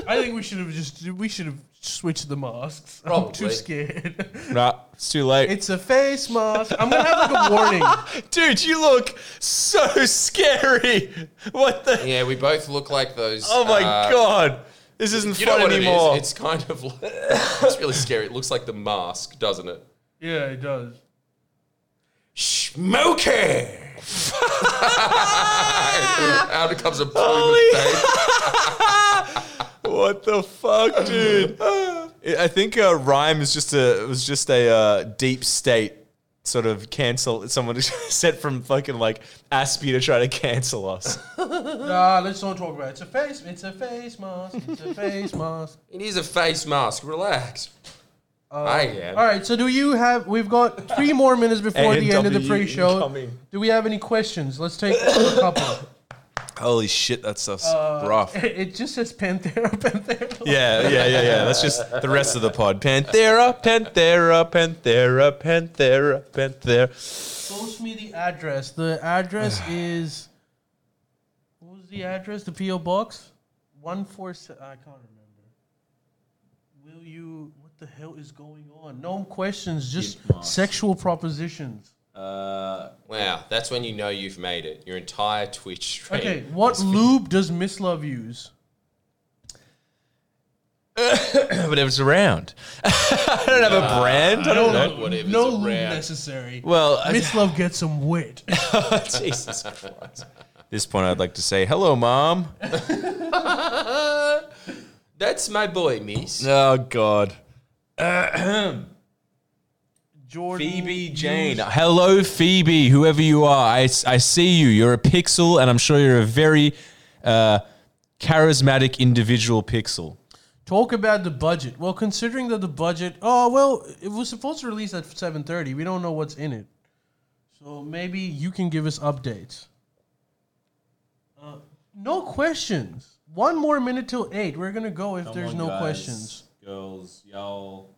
Speaker 1: I think we should have just we should have switched the masks. I'm too
Speaker 2: Probably.
Speaker 1: scared.
Speaker 3: nah, it's too late.
Speaker 1: it's a face mask. I'm gonna have like a warning.
Speaker 3: dude, you look so scary. What the?
Speaker 2: Yeah, we both look like those.
Speaker 3: Oh my
Speaker 2: uh,
Speaker 3: god, this isn't
Speaker 2: You know
Speaker 3: fun
Speaker 2: what
Speaker 3: anymore.
Speaker 2: it is? It's kind of like, it's really scary. It looks like the mask, doesn't it?
Speaker 1: Yeah, it does.
Speaker 2: Smoky! Out comes a plume
Speaker 3: Holy-
Speaker 2: of vape.
Speaker 3: What the fuck, dude? I think uh, rhyme is just a it was just a uh, deep state sort of cancel. Someone set from fucking like Aspie to try to cancel us.
Speaker 1: Ah, let's don't talk about it. It's a face. It's a face mask. It's a face mask.
Speaker 2: It is a face mask. Relax. I am.
Speaker 1: Uh, All right. So do you have? We've got three more minutes before the end of the
Speaker 3: NW
Speaker 1: pre-show.
Speaker 3: incoming.
Speaker 1: Do we have any questions? Let's take a couple.
Speaker 3: Holy shit, that stuff's rough.
Speaker 1: It just says Panthera, Panthera.
Speaker 3: Yeah, yeah, yeah, yeah. That's just the rest of the pod. Panthera, Panthera, Panthera, Panthera, Panthera.
Speaker 1: Post me the address. The address is. What was the address? The PO box. One four. Se- I can't remember. Will you? What the hell is going on? No questions. Just sexual propositions.
Speaker 2: Wow, that's when you know you've made it. Your entire Twitch stream.
Speaker 1: Okay. What lube does Miss Love use?
Speaker 3: Whatever's around. I don't have a brand. I don't know.
Speaker 2: Whatever's
Speaker 1: no lube
Speaker 2: around.
Speaker 1: necessary.
Speaker 3: Well, I-
Speaker 1: Miss Love gets some wit.
Speaker 3: Jesus Christ. At this point, I'd like to say, hello, mom.
Speaker 2: That's my boy, Miss.
Speaker 3: Oh, God.
Speaker 1: Jordan.
Speaker 3: Phoebe Jane. Hello, Phoebe, whoever you are. I, I see you. You're a pixel, and I'm sure you're a very uh, charismatic individual pixel.
Speaker 1: Talk about the budget. Well, considering that the budget, oh well, it was supposed to release at seven thirty. We don't know what's in it, so maybe you can give us updates. Uh, no questions. One more minute till eight. We're gonna go if there's no questions.
Speaker 3: Girls, y'all.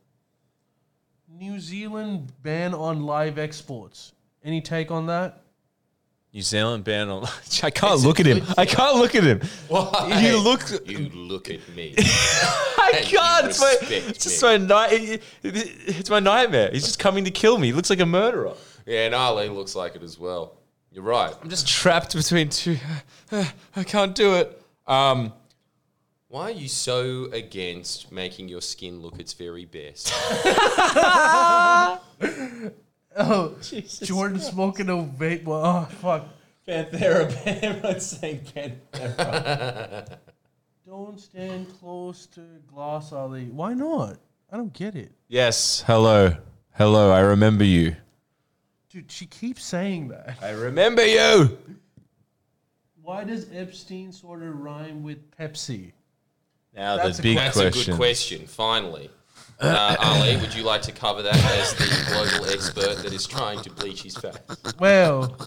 Speaker 1: New Zealand ban on live exports. Any take on that?
Speaker 3: New Zealand ban on. I can't look at him. I can't look at him.
Speaker 2: Why?
Speaker 3: You look.
Speaker 2: You look at me.
Speaker 3: I can't. It's my,
Speaker 2: respect
Speaker 3: it's just
Speaker 2: me.
Speaker 3: my night. It's my nightmare. He's just coming to kill me. He looks like a murderer.
Speaker 2: yeah, and Arlene looks like it as well. You're right.
Speaker 3: I'm just trapped between two. I can't do it. Um.
Speaker 2: Why are you so against making your skin look its very best?
Speaker 1: Oh, Jordan smoking a vape. Well, oh fuck.
Speaker 3: Panthera, everyone's saying Panthera.
Speaker 1: Don't stand close to Glass Alley. Why not? I don't get it.
Speaker 3: Yes, hello. Hello, I remember you.
Speaker 1: Dude, she keeps saying that.
Speaker 3: I remember you!
Speaker 1: Why does Epstein sort of rhyme with Pepsi?
Speaker 3: Now
Speaker 1: That's a
Speaker 3: the big
Speaker 2: That's a
Speaker 3: question.
Speaker 2: good question. Finally, uh, Ali, would you like to cover that as the global expert that is trying to bleach his face?
Speaker 1: Well,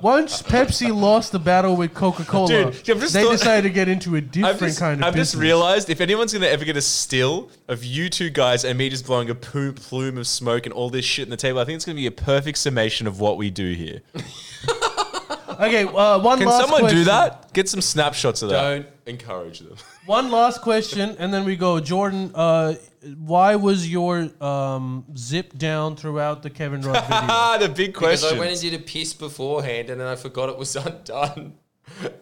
Speaker 1: once Pepsi lost the battle with Coca Cola,
Speaker 3: Dude, I've just
Speaker 1: they
Speaker 3: thought-
Speaker 1: decided to get into a different
Speaker 3: I've just,
Speaker 1: kind of
Speaker 3: I've
Speaker 1: business.
Speaker 3: just realized if anyone's gonna ever get a still of you two guys and me just blowing a poo- plume of smoke and all this shit on the table, I think it's gonna be a perfect summation of what we do here.
Speaker 1: okay, uh, one
Speaker 3: Can
Speaker 1: last
Speaker 3: someone
Speaker 1: question.
Speaker 3: do that? Get some snapshots of that.
Speaker 2: Don't encourage them.
Speaker 1: One last question, and then we go. Jordan, uh, why was your um, zip down throughout the Kevin Rudd video?
Speaker 3: Ah, the big
Speaker 2: Because
Speaker 3: question.
Speaker 2: I went and did a piss beforehand, and then I forgot it was undone,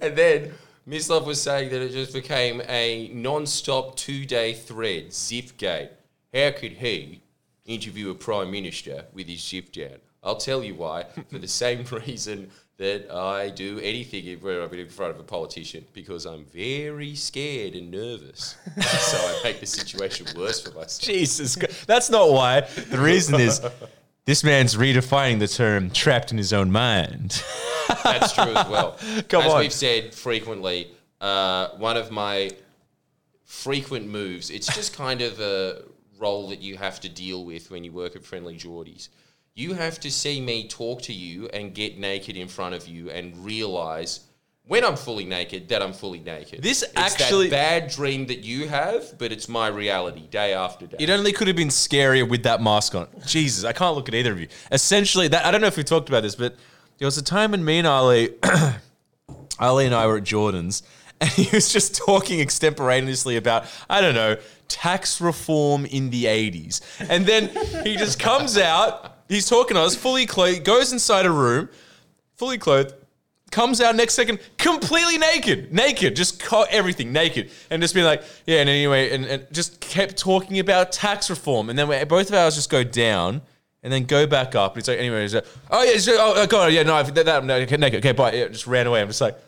Speaker 2: and then Mislav was saying that it just became a non-stop two-day thread, Zipgate. How could he interview a prime minister with his zip down? I'll tell you why. for the same reason that I do anything if- where I'm in front of a politician, because I'm very scared and nervous. so I make the situation worse for myself.
Speaker 3: Jesus, Christ. that's not why. The reason is this man's redefining the term "trapped in his own mind."
Speaker 2: That's true as well.
Speaker 3: Come
Speaker 2: as
Speaker 3: on.
Speaker 2: we've said frequently, uh, one of my frequent moves, it's just kind of a role that you have to deal with when you work at Friendly Geordies. You have to see me talk to you and get naked in front of you and realize when I'm fully naked that I'm fully naked.
Speaker 3: This
Speaker 2: It's
Speaker 3: actually-
Speaker 2: that bad dream that you have, but it's my reality day after day.
Speaker 3: It only could have been scarier with that mask on. Jesus, I can't look at either of you. Essentially, that I don't know if we talked about this, but there was a time when me and Ali, Ali and I were at Jordan's, and he was just talking extemporaneously about I don't know tax reform in the eighties, and then he just comes out. He's talking to us, fully clothed, goes inside a room, fully clothed, comes out next second completely naked, naked, just co- everything naked, and just being like, yeah. And anyway, and, and just kept talking about tax reform, and then we, both of ours just go down. And then go back up. And it's like, anyway, it's like, oh yeah, so, oh god, yeah, no, I- that, that, no, okay, naked, okay, bye. Yeah, just ran away. I'm just like,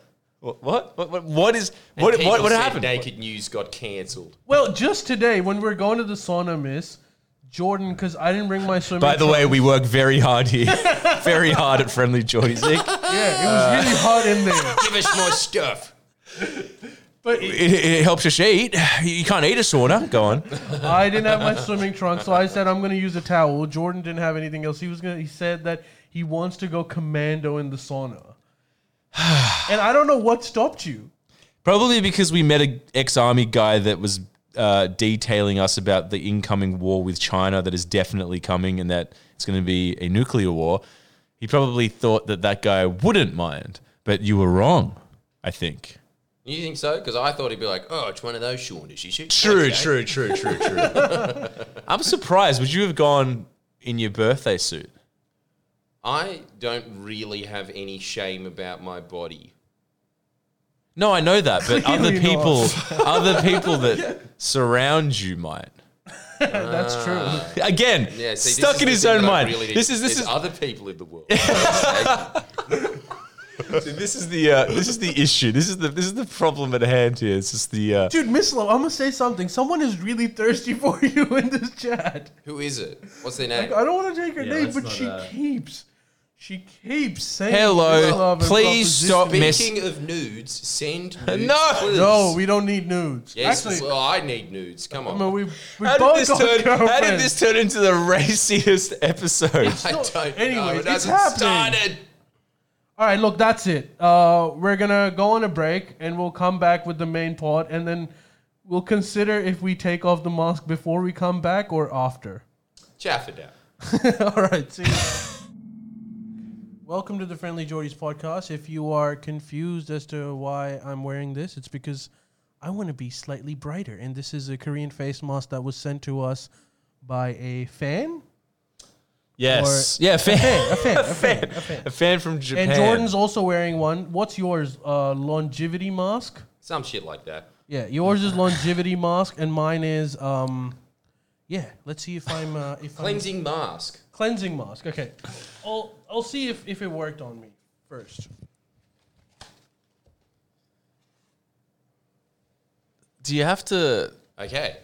Speaker 3: wha- what, what, what, what is, what,
Speaker 2: People
Speaker 3: what, what
Speaker 2: said
Speaker 3: happened?
Speaker 2: Naked news got cancelled.
Speaker 1: Well, just today when we are going to the sauna, Miss Jordan, because I didn't bring my swimming.
Speaker 3: By the
Speaker 1: trunks-
Speaker 3: way, we work very hard here, very hard at Friendly Geordie's. Nick.
Speaker 1: yeah, it was really hot in there.
Speaker 2: Give us more stuff.
Speaker 1: But
Speaker 3: It, it helps us eat. You can't eat a sauna. Go on.
Speaker 1: I didn't have my swimming trunks, so I said I'm gonna use a towel. Jordan didn't have anything else. He was gonna. He said that he wants to go commando in the sauna, and I don't know what stopped you.
Speaker 3: Probably because we met an ex army guy that was uh, detailing us about the incoming war with China that is definitely coming and that it's going to be a nuclear war. He probably thought that that guy wouldn't mind, but you were wrong, I think.
Speaker 2: You think so? Because I thought he'd be like, oh, it's one of those Shaunas. You should. Okay.
Speaker 3: true, true, true, true. I'm surprised. Would you have gone in your birthday suit?
Speaker 2: I don't really have any shame about my body.
Speaker 3: No, I know that, but other
Speaker 1: Clearly not.
Speaker 3: people, other people that surround you might.
Speaker 1: That's true.
Speaker 3: Again,
Speaker 2: Yeah, see, this
Speaker 3: stuck
Speaker 2: is
Speaker 3: in
Speaker 2: the
Speaker 3: his
Speaker 2: thing
Speaker 3: own
Speaker 2: that I
Speaker 3: mind.
Speaker 2: really-
Speaker 3: this is this
Speaker 2: there's
Speaker 3: is
Speaker 2: other people in the world. That's
Speaker 3: this is the uh, this is the issue. This is the this is the problem at hand here. It's just the uh,
Speaker 1: Dude, Miss Love, I'm gonna say something. Someone is really thirsty for you in this chat.
Speaker 2: Who is it? What's their name?
Speaker 1: I don't want to take her name,
Speaker 3: let's
Speaker 1: but
Speaker 3: not,
Speaker 1: she
Speaker 3: uh,
Speaker 1: keeps, she keeps saying, Miss
Speaker 3: hello.
Speaker 1: Love and
Speaker 3: Please stop,
Speaker 1: proposition.
Speaker 3: Miss.
Speaker 2: Speaking of nudes, send nudes.
Speaker 3: No.
Speaker 2: please.
Speaker 1: No, we don't need nudes.
Speaker 2: Yes,
Speaker 1: Actually,
Speaker 2: well, I need nudes. Come on.
Speaker 1: I mean, we, we
Speaker 3: How
Speaker 1: both
Speaker 3: did, this
Speaker 1: got
Speaker 3: turn, how did
Speaker 1: girlfriends.
Speaker 3: this turn into the raciest episode?
Speaker 2: I
Speaker 1: No,
Speaker 2: don't know.
Speaker 1: anyways,
Speaker 2: It
Speaker 1: it's
Speaker 2: hasn't
Speaker 1: happening.
Speaker 2: started.
Speaker 1: All right, look, that's it. Uh, we're gonna go on a break, and we'll come back with the main pod, and then we'll consider if we take off the mask before we come back or after.
Speaker 2: Chaff it down.
Speaker 1: All right, see. you. Welcome to the Friendly Geordies podcast. If you are confused as to why I'm wearing this, it's because I want to be slightly brighter, and this is a Korean face mask that was sent to us by a fan.
Speaker 3: yes, yeah, a fan,
Speaker 1: A fan, a fan, a fan.
Speaker 3: a fan from Japan.
Speaker 1: And Jordan's also wearing one. What's yours? Uh, longevity mask.
Speaker 2: Some shit like that.
Speaker 1: Yeah, yours is longevity mask, and mine is um, yeah. Let's see if I'm uh, if I'm
Speaker 2: Cleansing mask.
Speaker 1: cleansing mask. Okay, I'll I'll see if if it worked on me first.
Speaker 3: Do you have to?
Speaker 2: Okay.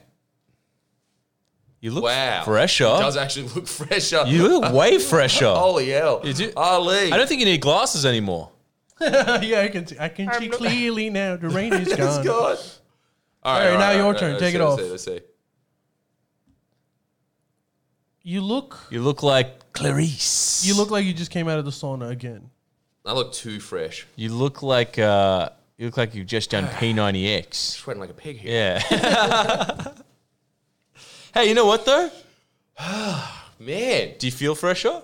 Speaker 3: You look
Speaker 2: Wow. It
Speaker 3: fresher.
Speaker 2: does actually look fresher.
Speaker 3: You look way fresher.
Speaker 2: Holy hell.
Speaker 3: You do-
Speaker 2: Ali.
Speaker 3: I don't think you need glasses anymore.
Speaker 1: yeah, I can see I can see clearly now. The rain is
Speaker 2: It's
Speaker 1: gone.
Speaker 2: good. All
Speaker 1: right, now your turn. Take it off.
Speaker 2: Let's see. Let's see.
Speaker 1: You look
Speaker 3: You look like Clarice.
Speaker 1: you look like you just came out of the sauna again.
Speaker 2: I look too fresh.
Speaker 3: You look like uh, you look like you've just done P90X.
Speaker 2: Sweating like a pig here.
Speaker 3: Yeah. hey, you know what though?
Speaker 2: Man,
Speaker 3: Do you feel fresher?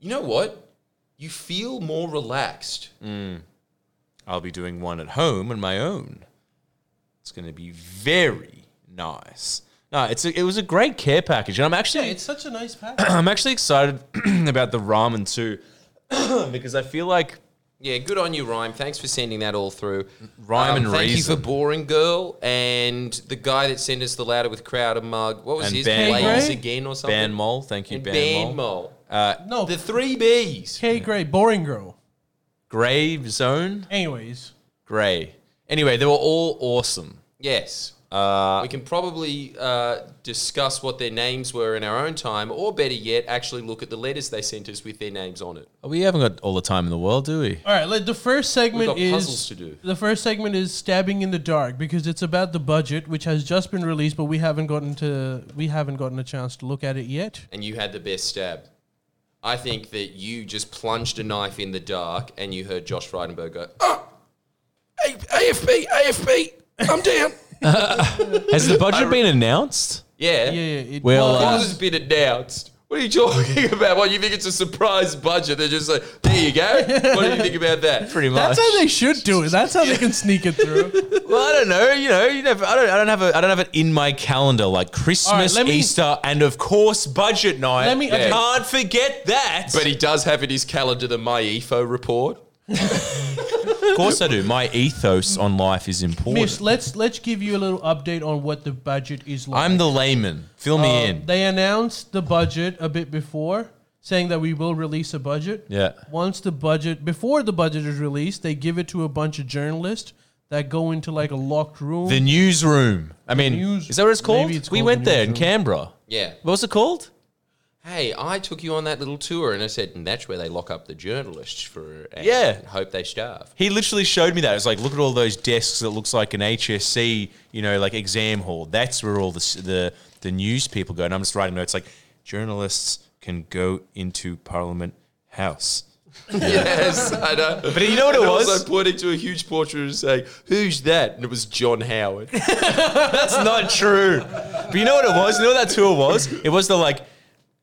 Speaker 2: you know what? You feel more relaxed.
Speaker 3: I'll be doing one at home on my own. It's going to be very nice. No, it's a, it was a great care package, and I'm actually
Speaker 1: It's such a nice pack.
Speaker 3: I'm actually excited about the ramen too, because I feel like
Speaker 2: Yeah, good on you, Rhyme. Thanks for sending that all through. Um,
Speaker 3: Rhyme and
Speaker 2: thank
Speaker 3: reason.
Speaker 2: you for Boring Girl and the guy that sent us the Louder with Crowd a mug. What was
Speaker 3: And
Speaker 2: his
Speaker 3: Ban
Speaker 2: name? Blaze
Speaker 1: Gray?
Speaker 2: again or something?
Speaker 3: Ban Mole, thank you,
Speaker 2: And
Speaker 3: Ban,
Speaker 2: Ban
Speaker 3: Mole.
Speaker 2: Mole.
Speaker 3: Uh,
Speaker 1: No,
Speaker 2: The three B's.
Speaker 1: K Great, boring girl.
Speaker 3: Grave Zone,
Speaker 1: Anyways,
Speaker 3: Grey. Anyway, they were all awesome.
Speaker 2: Yes. we can probably uh, discuss what their names were in our own time, or better yet, actually look at the letters they sent us with their names on it.
Speaker 3: We haven't got all the time in the world, do we?
Speaker 1: all right. Let, the first segment
Speaker 2: got
Speaker 1: is
Speaker 2: puzzles to do.
Speaker 1: the first segment is stabbing in the dark because it's about the budget, which has just been released, but we haven't gotten to we haven't gotten a chance to look at it yet.
Speaker 2: And you had the best stab. I think that you just plunged a knife in the dark and you heard Josh Frydenberg go, oh, A- AFB, AFB, I'm down.
Speaker 3: Has the budget been announced?
Speaker 2: yeah.
Speaker 1: Yeah, yeah. It,
Speaker 3: Well,
Speaker 2: It
Speaker 3: uh,
Speaker 2: was a bit announced. What are you talking about? What, you think it's a surprise budget? They're just like, there you go. What do you think about that?
Speaker 3: Pretty much.
Speaker 1: that's how they should do it. That's how they can sneak it through.
Speaker 3: well, I don't know. You know, you never, I don't. I don't have. A, I don't have it in my calendar like Christmas,
Speaker 1: let me-
Speaker 3: Easter, and of course budget night.
Speaker 1: Let me-
Speaker 3: I
Speaker 1: okay.
Speaker 3: can't forget that.
Speaker 2: But he does have in his calendar the MyEFO report.
Speaker 3: of course I do. My ethos on life is important.
Speaker 1: Miss, let's let's give you a little update on what the budget is like.
Speaker 3: I'm the layman. Fill me
Speaker 1: Uh,
Speaker 3: in.
Speaker 1: They announced the budget a bit before, saying that we will release a budget.
Speaker 3: Yeah.
Speaker 1: Once the budget, before the budget is released, they give it to a bunch of journalists that go into like a locked room.
Speaker 3: the newsroom. I mean,
Speaker 1: news-
Speaker 3: is that what it's called?
Speaker 1: maybe it's
Speaker 3: we
Speaker 1: called
Speaker 3: went
Speaker 1: the
Speaker 3: there in
Speaker 1: newsroom.
Speaker 3: Canberra.
Speaker 2: Yeah.
Speaker 3: What was it called?
Speaker 2: Hey, I took you on that little tour and I said, and that's where they lock up the journalists for and
Speaker 3: Yeah.
Speaker 2: hope they starve.
Speaker 3: He literally showed me that. It's like, look at all those desks that looks like an HSC, you know, like exam hall. That's where all the s- the, the news people go. And I'm just writing notes like, journalists can go into Parliament House.
Speaker 2: yes, I know. But
Speaker 3: you know what it was?
Speaker 2: Also pointing to a huge portrait and saying, "Who's that?" And it was John Howard.
Speaker 3: That's not true. But you know what it was? You know what that tour was? It was the like,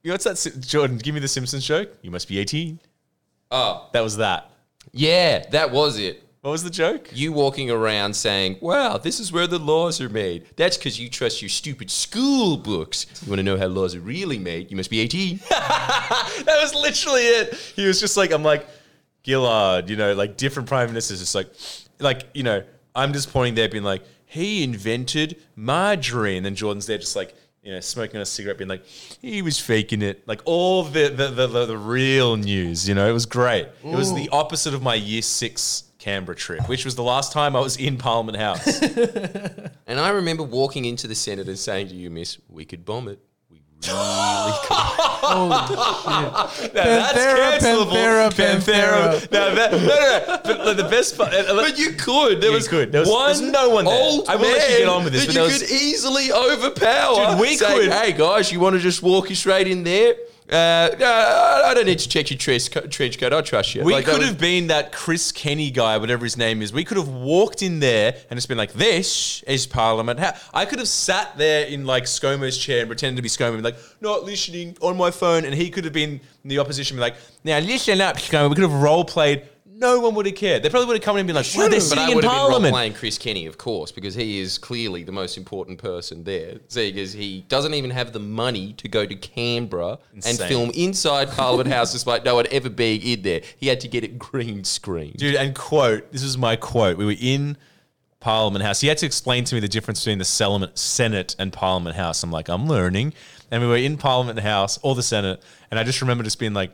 Speaker 3: you know, what's that? Sim- Jordan, give me the Simpsons joke. You must be 18.
Speaker 2: Oh.
Speaker 3: That was that.
Speaker 2: yeah, that was it.
Speaker 3: What was the joke?
Speaker 2: You walking around saying, "Wow, this is where the laws are made." That's because you trust your stupid school books. You want to know how laws are really made? You must be eighteen.
Speaker 3: that was literally it. He was just like, I'm like, Gillard, you know, like different prime ministers, just like, like, you know, I'm just pointing there being like, he invented margarine. And then Jordan's there just like, you know, smoking a cigarette, being like, he was faking it. Like all the the, the, the, the real news, you know, it was great. It was the opposite of my year six Canberra trip, which was the last time I was in Parliament House.
Speaker 2: and I remember walking into the Senate and saying to you, "Miss, we could bomb it." We
Speaker 3: Now,
Speaker 1: Panthera,
Speaker 3: that's cancelable.
Speaker 1: Panthera, Panthera.
Speaker 3: Now that, no, no, no. But the best part.
Speaker 2: But you could. There
Speaker 3: You
Speaker 2: was
Speaker 3: could. There was-
Speaker 2: one.
Speaker 3: there was no one there.
Speaker 2: Old
Speaker 3: I will let you
Speaker 2: man
Speaker 3: get on with this,
Speaker 2: That
Speaker 3: but
Speaker 2: you
Speaker 3: there was-
Speaker 2: could easily overpower.
Speaker 3: Dude, we
Speaker 2: saying,
Speaker 3: could.
Speaker 2: Hey guys, you want to just walk you straight in there? Uh, no, I don't need to check your trench coat. Trench coat. I trust you.
Speaker 3: We
Speaker 2: Like, that
Speaker 3: could
Speaker 2: was-
Speaker 3: have been that Chris Kenny guy, whatever his name is. We could have walked in there and just been like, "This is Parliament." House." I could have sat there in like ScoMo's chair and pretended to be ScoMo, and be like, "Not listening on my phone," and he could have been in the opposition, be like, "Now listen up, ScoMo." We could have role played. No one would have cared. They probably would have come in and been like, "Wow, they're
Speaker 2: But I
Speaker 3: sitting in
Speaker 2: would have been role
Speaker 3: Parliament."
Speaker 2: playing Chris Kenny, of course, because he is clearly the most important person there. Seeing as he doesn't even have the money to go to Canberra
Speaker 3: Insane.
Speaker 2: and film inside Parliament House, despite no one ever being in there. He had to get it green screened.
Speaker 3: Dude, and quote, this is my quote. We were in Parliament House. He had to explain to me the difference between the Sel- Senate and Parliament House. I'm like, I'm learning. And we were in Parliament House or the Senate. And I just remember just being like,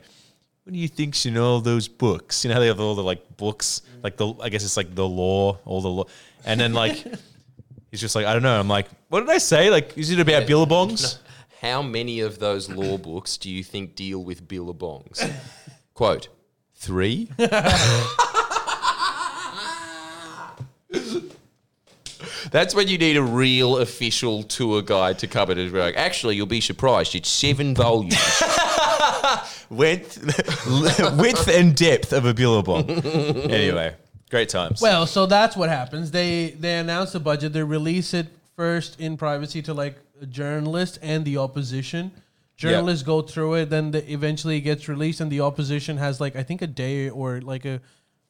Speaker 3: what do you think's in all those books? You know how they have all the like books, like the, I guess it's like the law, all the law. And then like, he's just like, I don't know. I'm like, what did I say? Like, is it about billabongs?
Speaker 2: How many of those law books do you think deal with billabongs? Quote, three? That's when you need a real official tour guide to come in and be like, actually, you'll be surprised. It's seven volumes.
Speaker 3: Width, width and depth of a billabong. anyway, great times.
Speaker 1: Well, so that's what happens. They they announce the budget. They release it first in privacy to like journalists and the opposition. Journalists go through it, then the, eventually it gets released, and the opposition has like I think a day or like a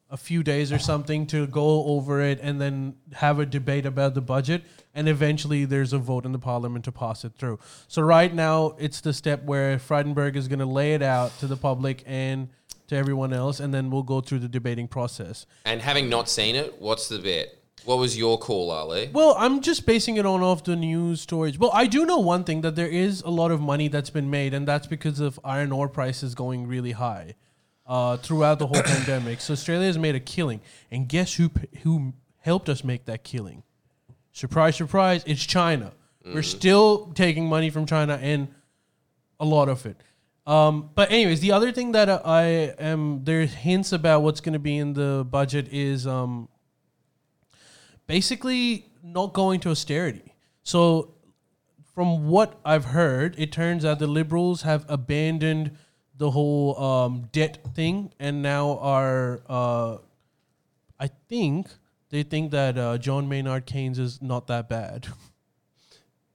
Speaker 1: a few days or something to go over it and then have a debate about the budget. And eventually there's a vote in the parliament to pass it through. So right now it's the step where Frydenberg is going to lay it out to the public and to everyone else, and then we'll go through the debating process.
Speaker 2: And having not seen it, what's the bet? What was your call, Ali?
Speaker 1: Well, I'm just basing it on off the news stories. Well, I do know one thing that there is a lot of money that's been made, and that's because of iron ore prices going really high uh, throughout the whole pandemic. So Australia's made a killing, and guess who p- who helped us make that killing? Surprise, surprise! It's China. We're still taking money from China, and a lot of it. Um, but anyways, the other thing that I am there's hints about what's going to be in the budget is um, basically not going to austerity. So, from what I've heard, it turns out the Liberals have abandoned the whole um, debt thing and now are, uh, I think, they think that uh, John Maynard Keynes is not that bad.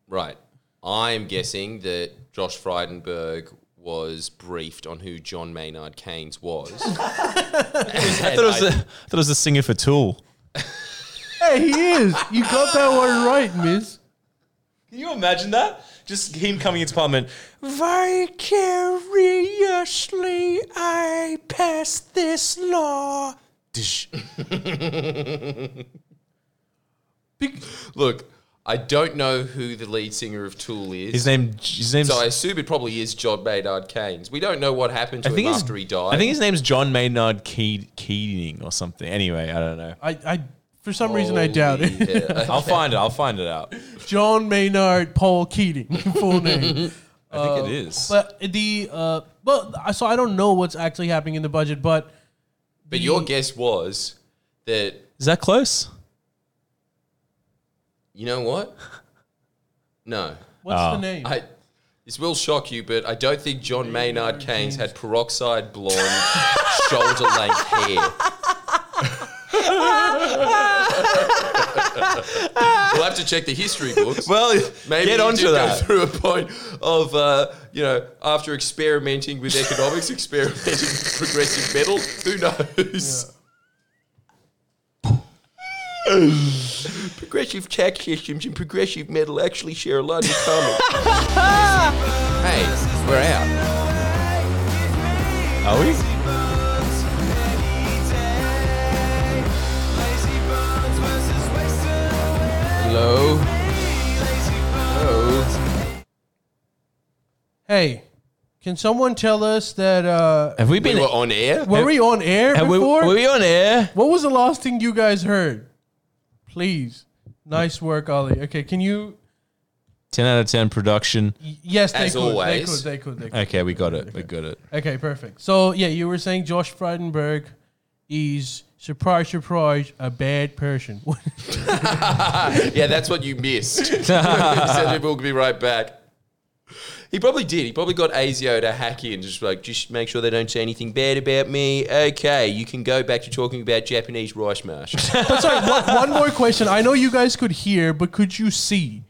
Speaker 2: Right. I'm guessing that Josh Frydenberg was briefed on who John Maynard Keynes was.
Speaker 3: I thought, it was a, I thought it was a singer for Tool.
Speaker 1: hey, he is. You got that one right, miss.
Speaker 3: Can you imagine that? Just him coming into Parliament. Vicariously, I pass this law. Dish.
Speaker 2: Look, I don't know who the lead singer of Tool is.
Speaker 3: His name. His name's.
Speaker 2: so I assume it probably is John Maynard Keynes. We don't know what happened to him
Speaker 3: his-
Speaker 2: after he died.
Speaker 3: I think his name's John Maynard Ke- Keating or something. Anyway, I don't know.
Speaker 1: I, I, for some reason, I doubt it.
Speaker 2: Holy hell.
Speaker 3: I'll find it. I'll find it out.
Speaker 1: John Maynard Paul Keating, full name.
Speaker 3: I think it is.
Speaker 1: But the uh, well, so I don't know what's actually happening in the budget, but
Speaker 2: But your guess was that
Speaker 3: is that close?
Speaker 2: you know what? No,
Speaker 1: what's
Speaker 3: Ah.
Speaker 1: the name?
Speaker 2: I. This will shock you, but I don't think John Maynard Keynes had peroxide blonde, shoulder length hair. we'll have to check the history books.
Speaker 3: Well,
Speaker 2: Maybe
Speaker 3: get
Speaker 2: he
Speaker 3: onto
Speaker 2: did Go
Speaker 3: that.
Speaker 2: through a point of uh, you know after experimenting with economics, experimenting with progressive metal. Who
Speaker 1: Uh,
Speaker 2: knows? progressive tax systems and progressive metal actually share a lot in common. hey, we're out.
Speaker 3: Are we?
Speaker 2: Hello. Hello.
Speaker 1: hey, can someone tell us that? Uh,
Speaker 3: Have we
Speaker 2: We
Speaker 3: been?
Speaker 2: were on air.
Speaker 1: were we on air
Speaker 3: have we,
Speaker 1: before?
Speaker 3: were we on air?
Speaker 1: what was the last thing you guys heard? Please, nice work, Ollie. Okay, can you?
Speaker 3: Ten out of ten production.
Speaker 1: y- Yes, they
Speaker 2: As
Speaker 1: could,
Speaker 2: always.
Speaker 1: They could. They could. They could.
Speaker 3: Okay, we got it. We got it.
Speaker 1: Okay, perfect. So yeah, you were saying Josh Frydenberg is surprise, surprise, a bad person.
Speaker 2: Yeah, that's what you missed. he said we'll be right back. He probably did. He probably got ASIO to hack in, just like, just make sure they don't say anything bad about me. Okay, you can go back to talking about Japanese rice mash.
Speaker 1: But sorry, one, one more question. I know you guys could hear, but could you see?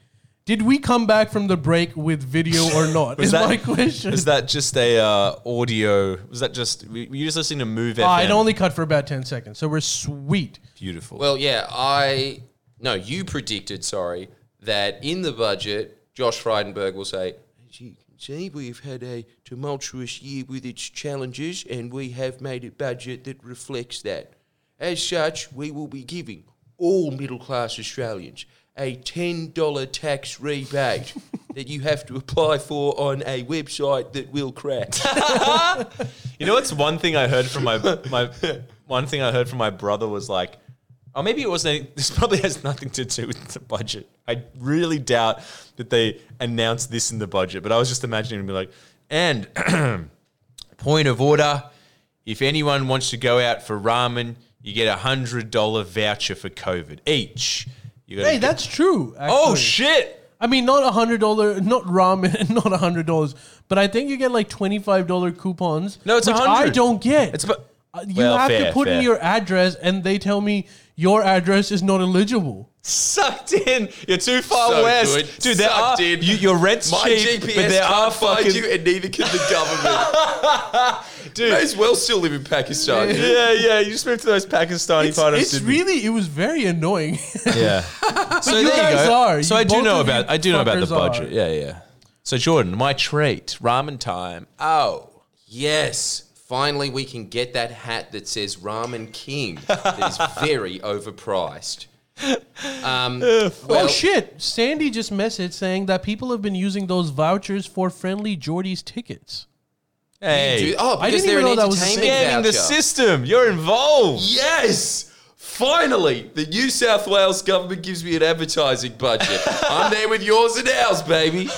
Speaker 1: Did we come back from the break with video or not? is
Speaker 3: that-
Speaker 1: my question.
Speaker 3: Is that just a uh, audio? Was that just were you just listening to Move
Speaker 1: Ah,
Speaker 3: FM?
Speaker 1: it only cut for about 10 seconds, so we're sweet.
Speaker 3: Beautiful.
Speaker 2: well, yeah, I. No, you predicted, sorry, that in the budget, Josh Frydenberg will say, as you can see, we've had a tumultuous year with its challenges, and we have made a budget that reflects that. As such, we will be giving all middle class Australians a $10 tax rebate that you have to apply for on a website that will crash.
Speaker 3: you know what's one thing I heard from my my one thing I heard from my brother was like, oh maybe it wasn't. This probably has nothing to do with the budget. I really doubt that they announced this in the budget. But I was just imagining him be like, and point of order, if anyone wants to go out for ramen, you get a hundred dollar voucher for COVID each. You gotta
Speaker 1: Hey,
Speaker 3: get-
Speaker 1: that's true. Actually.
Speaker 3: oh shit.
Speaker 1: I mean, not a hundred dollar, not ramen, not a hundred dollars, but I think you get like twenty five dollar coupons.
Speaker 3: No, it's
Speaker 1: which I
Speaker 3: 100.
Speaker 1: don't get.
Speaker 3: It's about
Speaker 1: Uh, you
Speaker 3: Well,
Speaker 1: have to
Speaker 3: fair,
Speaker 1: put in
Speaker 3: fair.
Speaker 1: your address, and they tell me your address is not eligible.
Speaker 3: sucked in. You're too far
Speaker 2: So
Speaker 3: west,
Speaker 2: good.
Speaker 3: dude. There
Speaker 2: Sucked
Speaker 3: are,
Speaker 2: in.
Speaker 3: You, your rent's
Speaker 2: My
Speaker 3: cheap,
Speaker 2: GPS
Speaker 3: but there
Speaker 2: can't
Speaker 3: are
Speaker 2: find
Speaker 3: fucking
Speaker 2: you, and neither can the government. Dude, may as well still live in Pakistan.
Speaker 3: yeah, yeah. You just moved to those Pakistani
Speaker 1: It's,
Speaker 3: part of
Speaker 1: it's
Speaker 3: Sydney.
Speaker 1: really, it was very annoying.
Speaker 3: yeah. so
Speaker 1: you
Speaker 3: there you
Speaker 1: guys
Speaker 3: go.
Speaker 1: are.
Speaker 3: So
Speaker 1: You
Speaker 3: I do
Speaker 1: both
Speaker 3: know
Speaker 1: of you
Speaker 3: about I do know about the
Speaker 1: fuckers are.
Speaker 3: budget. Yeah, yeah. So Jordan, my treat, ramen time.
Speaker 2: Oh, yes. Finally, we can get that hat that says Ramen King that is very overpriced. Um, well,
Speaker 1: oh shit! Sandy just messaged saying that people have been using those vouchers for friendly Geordie's tickets.
Speaker 3: Hey,
Speaker 2: dude- oh,
Speaker 1: I
Speaker 2: because
Speaker 1: didn't
Speaker 2: they're
Speaker 1: even
Speaker 2: an
Speaker 1: know that was a
Speaker 2: entertainment
Speaker 3: scamming the
Speaker 2: voucher.
Speaker 3: system. You're involved.
Speaker 2: Yes! Finally, the New South Wales government gives me an advertising budget. I'm there with yours and ours, baby.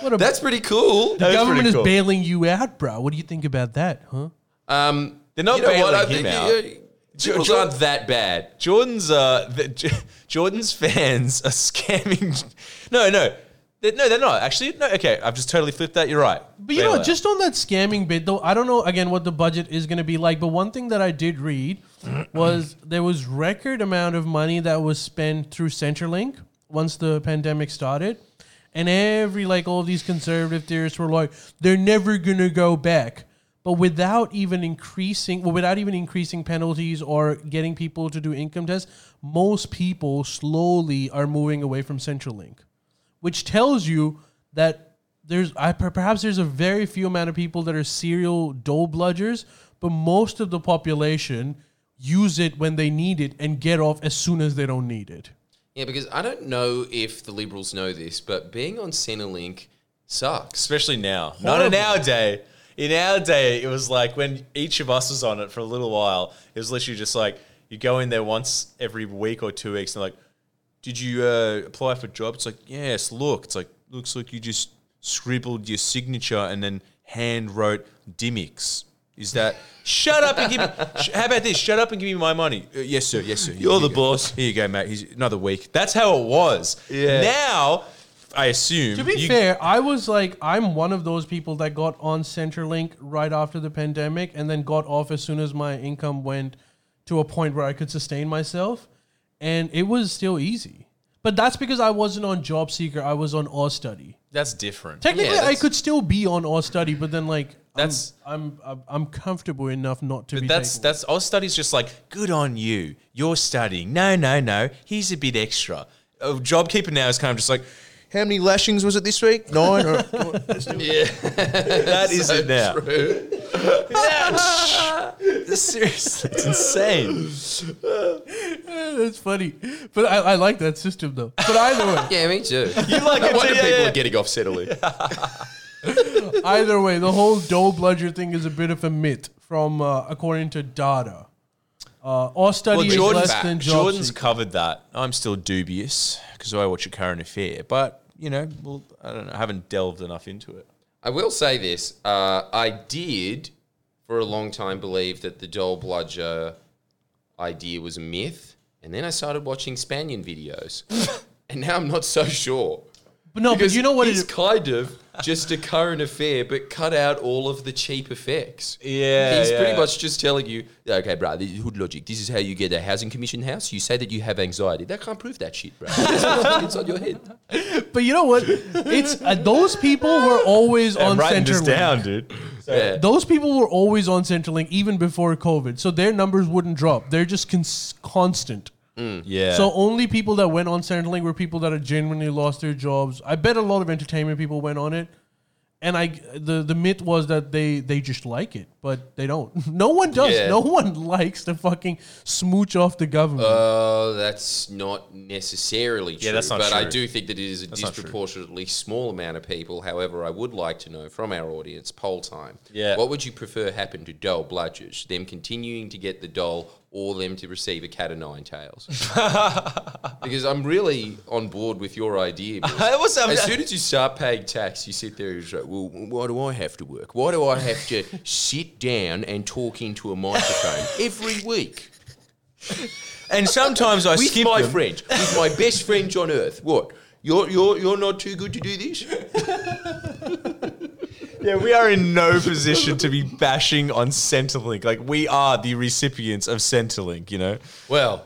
Speaker 1: What a
Speaker 2: That's pretty cool.
Speaker 1: the
Speaker 3: That's
Speaker 1: government
Speaker 3: pretty
Speaker 1: is
Speaker 3: cool.
Speaker 1: bailing you out, bro. What do you think about that, huh?
Speaker 2: Um,
Speaker 3: They're not
Speaker 2: you know what,
Speaker 3: bailing
Speaker 2: I
Speaker 3: him
Speaker 2: think-
Speaker 3: out.
Speaker 2: you- you- People's
Speaker 3: George-
Speaker 2: aren't that bad.
Speaker 3: Jordan's uh, the, J- Jordan's fans are scamming. No, no, They- no, they're not actually. No, okay, I've just totally flipped that. You're right.
Speaker 1: But you
Speaker 3: Bail
Speaker 1: know,
Speaker 3: out.
Speaker 1: just on that scamming bit though, I don't know again what the budget is going to be like. But one thing that I did read was there was record amount of money that was spent through Centrelink once the pandemic started, and every like all these conservative theorists were like, they're never going to go back. But without even increasing, well, without even increasing penalties or getting people to do income tests, most people slowly are moving away from Centrelink which tells you that there's I, per- perhaps there's a very few amount of people that are serial dole bludgers, but most of the population use it when they need it and get off as soon as they don't need it.
Speaker 2: Yeah, because I don't know if the Liberals know this, but being on Centrelink sucks.
Speaker 3: especially now. Not in our day. In our day, it was like when each of us was on it for a little while. It was literally just like you go in there once every week or two weeks, and they're like, "Did you uh, apply for a job?" It's like, "Yes." Look, it's like looks like you just scribbled your signature and then hand wrote Dimmicks. Is that shut up and give me? sh- How about this? Shut up and give me my money. "Uh, yes, sir. Yes, sir. You're the boss. Here you go, mate. Here's another week. That's how it was.
Speaker 2: Yeah.
Speaker 3: Now, I assume.
Speaker 1: To be
Speaker 3: you-
Speaker 1: fair, I was like, I'm one of those people that got on Centrelink right after the pandemic and then got off as soon as my income went to a point where I could sustain myself. And it was still easy. But that's because I wasn't on Job Seeker, I was on All Study.
Speaker 3: that's different.
Speaker 1: Technically,
Speaker 2: Yeah,
Speaker 1: I
Speaker 2: that's-
Speaker 1: could still be on or study, but then like
Speaker 3: That's-
Speaker 1: I'm I'm, I'm, I'm comfortable enough not to be.
Speaker 3: That's
Speaker 1: taken.
Speaker 3: that's all studies just like good on you. You're studying. No, no, no. He's a bit extra. Uh, JobKeeper now is kind of just like how many lashings was it this week? Nine. Or,
Speaker 2: Yeah,
Speaker 3: that is it now.
Speaker 2: true.
Speaker 3: Seriously, it's insane.
Speaker 1: Eh, that's funny, but I, I like that system though. But either way,
Speaker 2: Yeah, me too.
Speaker 3: You like
Speaker 2: No
Speaker 3: it?
Speaker 2: wonder
Speaker 3: too, yeah,
Speaker 2: people
Speaker 3: yeah.
Speaker 2: are getting off Centrelink.
Speaker 1: either way, the whole dole bludger thing is a bit of a myth from uh, according to data. Uh, or study
Speaker 3: Well,
Speaker 1: is
Speaker 3: Jordan's,
Speaker 1: less than job
Speaker 3: Jordan's
Speaker 1: seeker.
Speaker 3: covered that. I'm still dubious because I watch a current affair, but you know, well, I don't know. I haven't delved enough into it.
Speaker 2: I will say this. Uh, I did, for a long time, believe that the Dole Bludger idea was a myth. And then I started watching Spanian videos. and now I'm not so sure.
Speaker 1: But no, but
Speaker 2: Because
Speaker 1: you know what? It
Speaker 2: It's
Speaker 1: is?
Speaker 2: kind of just a current affair, but cut out all of the cheap effects.
Speaker 3: Yeah,
Speaker 2: He's pretty
Speaker 3: yeah.
Speaker 2: much just telling you, okay, bro, this is hood logic. This is how you get a housing commission house. You say that you have anxiety. That can't prove that shit, bro. It's inside your head.
Speaker 1: But you know what? It's uh, those people were always on
Speaker 3: I'm writing this
Speaker 1: Centrelink.
Speaker 3: down, dude.
Speaker 2: Yeah.
Speaker 1: Those people were always on Centrelink even before COVID, so their numbers wouldn't drop. They're just cons- constant.
Speaker 3: Yeah.
Speaker 1: So only people that went on Centrelink were people that had genuinely lost their jobs. I bet a lot of entertainment people went on it, and I the the myth was that they they just like it, but they don't. No one does.
Speaker 2: Yeah.
Speaker 1: No one likes to fucking smooch off the government.
Speaker 2: Uh, that's not necessarily true.
Speaker 3: that's not
Speaker 2: but I
Speaker 3: true.
Speaker 2: do think that it is a
Speaker 3: not true.
Speaker 2: disproportionately small amount of people. However, I would like to know from our audience poll time.
Speaker 3: Yeah.
Speaker 2: What would you prefer happen to Dole Bludgers? Them continuing to get the dole or them to receive a cat of nine tails? because I'm really on board with your idea. Bill.
Speaker 3: I was- I'm-
Speaker 2: as soon as you start paying tax, you sit there and you're like, well, why do I have to work? Why do I have to sit down and talk into a microphone every week?
Speaker 3: and sometimes I
Speaker 2: with
Speaker 3: skip
Speaker 2: my
Speaker 3: them.
Speaker 2: friend, with my best friend on earth. What? You're, you're, you're not too good to do this?
Speaker 3: Yeah, we are in no position to be bashing on Centrelink. Like we are the recipients of Centrelink, you know.
Speaker 2: Well,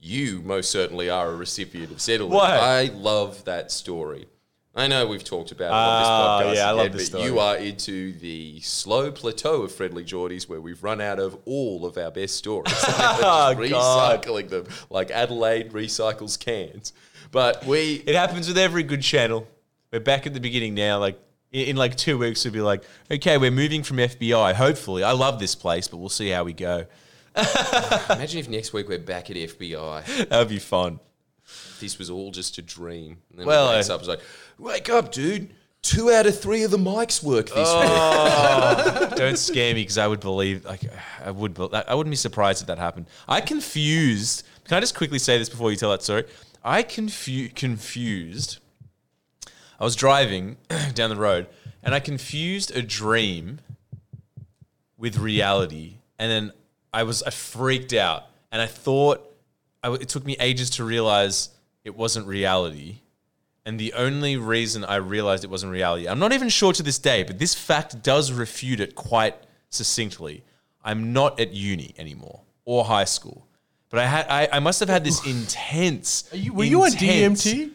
Speaker 2: you most certainly are a recipient of settlement.
Speaker 3: What?
Speaker 2: I love that story. I know we've talked about it
Speaker 3: Ah,
Speaker 2: on this podcast.
Speaker 3: yeah, I
Speaker 2: again,
Speaker 3: love this
Speaker 2: but
Speaker 3: story.
Speaker 2: You are into the slow plateau of Friendly Geordies where we've run out of all of our best stories.
Speaker 3: Oh,
Speaker 2: We're
Speaker 3: God.
Speaker 2: just recycling them like Adelaide recycles cans. But we
Speaker 3: It happens with every good channel. We're back at the beginning now, like In, in like two weeks, we'll be like, okay, we're moving from FBI. Hopefully, I love this place, but we'll see how we go.
Speaker 2: Imagine if next week we're back at FBI.
Speaker 3: That'd be fun.
Speaker 2: This was all just a dream. And then
Speaker 3: Well,
Speaker 2: well, wakes
Speaker 3: I-
Speaker 2: up, it's like, wake up, dude. Two out of three of the mics work this
Speaker 3: Oh.
Speaker 2: week.
Speaker 3: Don't scare me because I would believe, like, I would, be- I wouldn't be surprised if that happened. I confused. Can I just quickly say this before you tell that story? I confu- confused. I was driving down the road and I confused a dream with reality, and then I was I freaked out and I thought I w it took me ages to realize it wasn't reality. And the only reason I realized it wasn't reality, I'm not even sure to this day, but this fact does refute it quite succinctly. I'm not at uni anymore or high school. But I had I, I must have had this intense.
Speaker 1: Are you- were you on
Speaker 3: intense-
Speaker 1: DMT?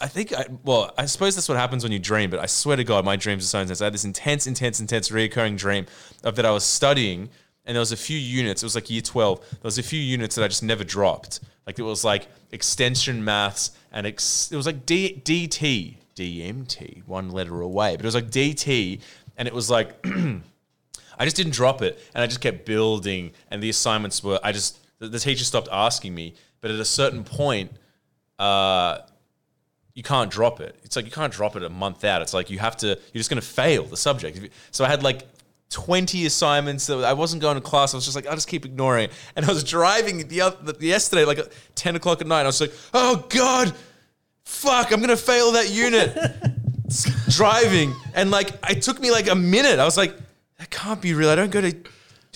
Speaker 3: I think I well, I suppose that's what happens when you dream, but I swear to God, my dreams are so intense. I had this intense, intense, intense reoccurring dream of that I was studying and there was a few units, it was like year 12, there was a few units that I just never dropped. Like it was like extension maths and ex, it was like D, DT, DMT, one letter away, but it was like DT and it was like I just didn't drop it, and I just kept building. And the assignments were, I just the, the teacher stopped asking me. But at a certain point, uh, you can't drop it. It's like you can't drop it a month out. It's like you have to. You're just going to fail the subject. If you- So I had like. 20 assignments that I wasn't going to class. I was just like, I'll just keep ignoring it. And I was driving the other, yesterday, like at 10 o'clock at night. I was like, oh God, fuck, I'm going to fail that unit driving and like it took me like a minute i was like that can't be real i don't go to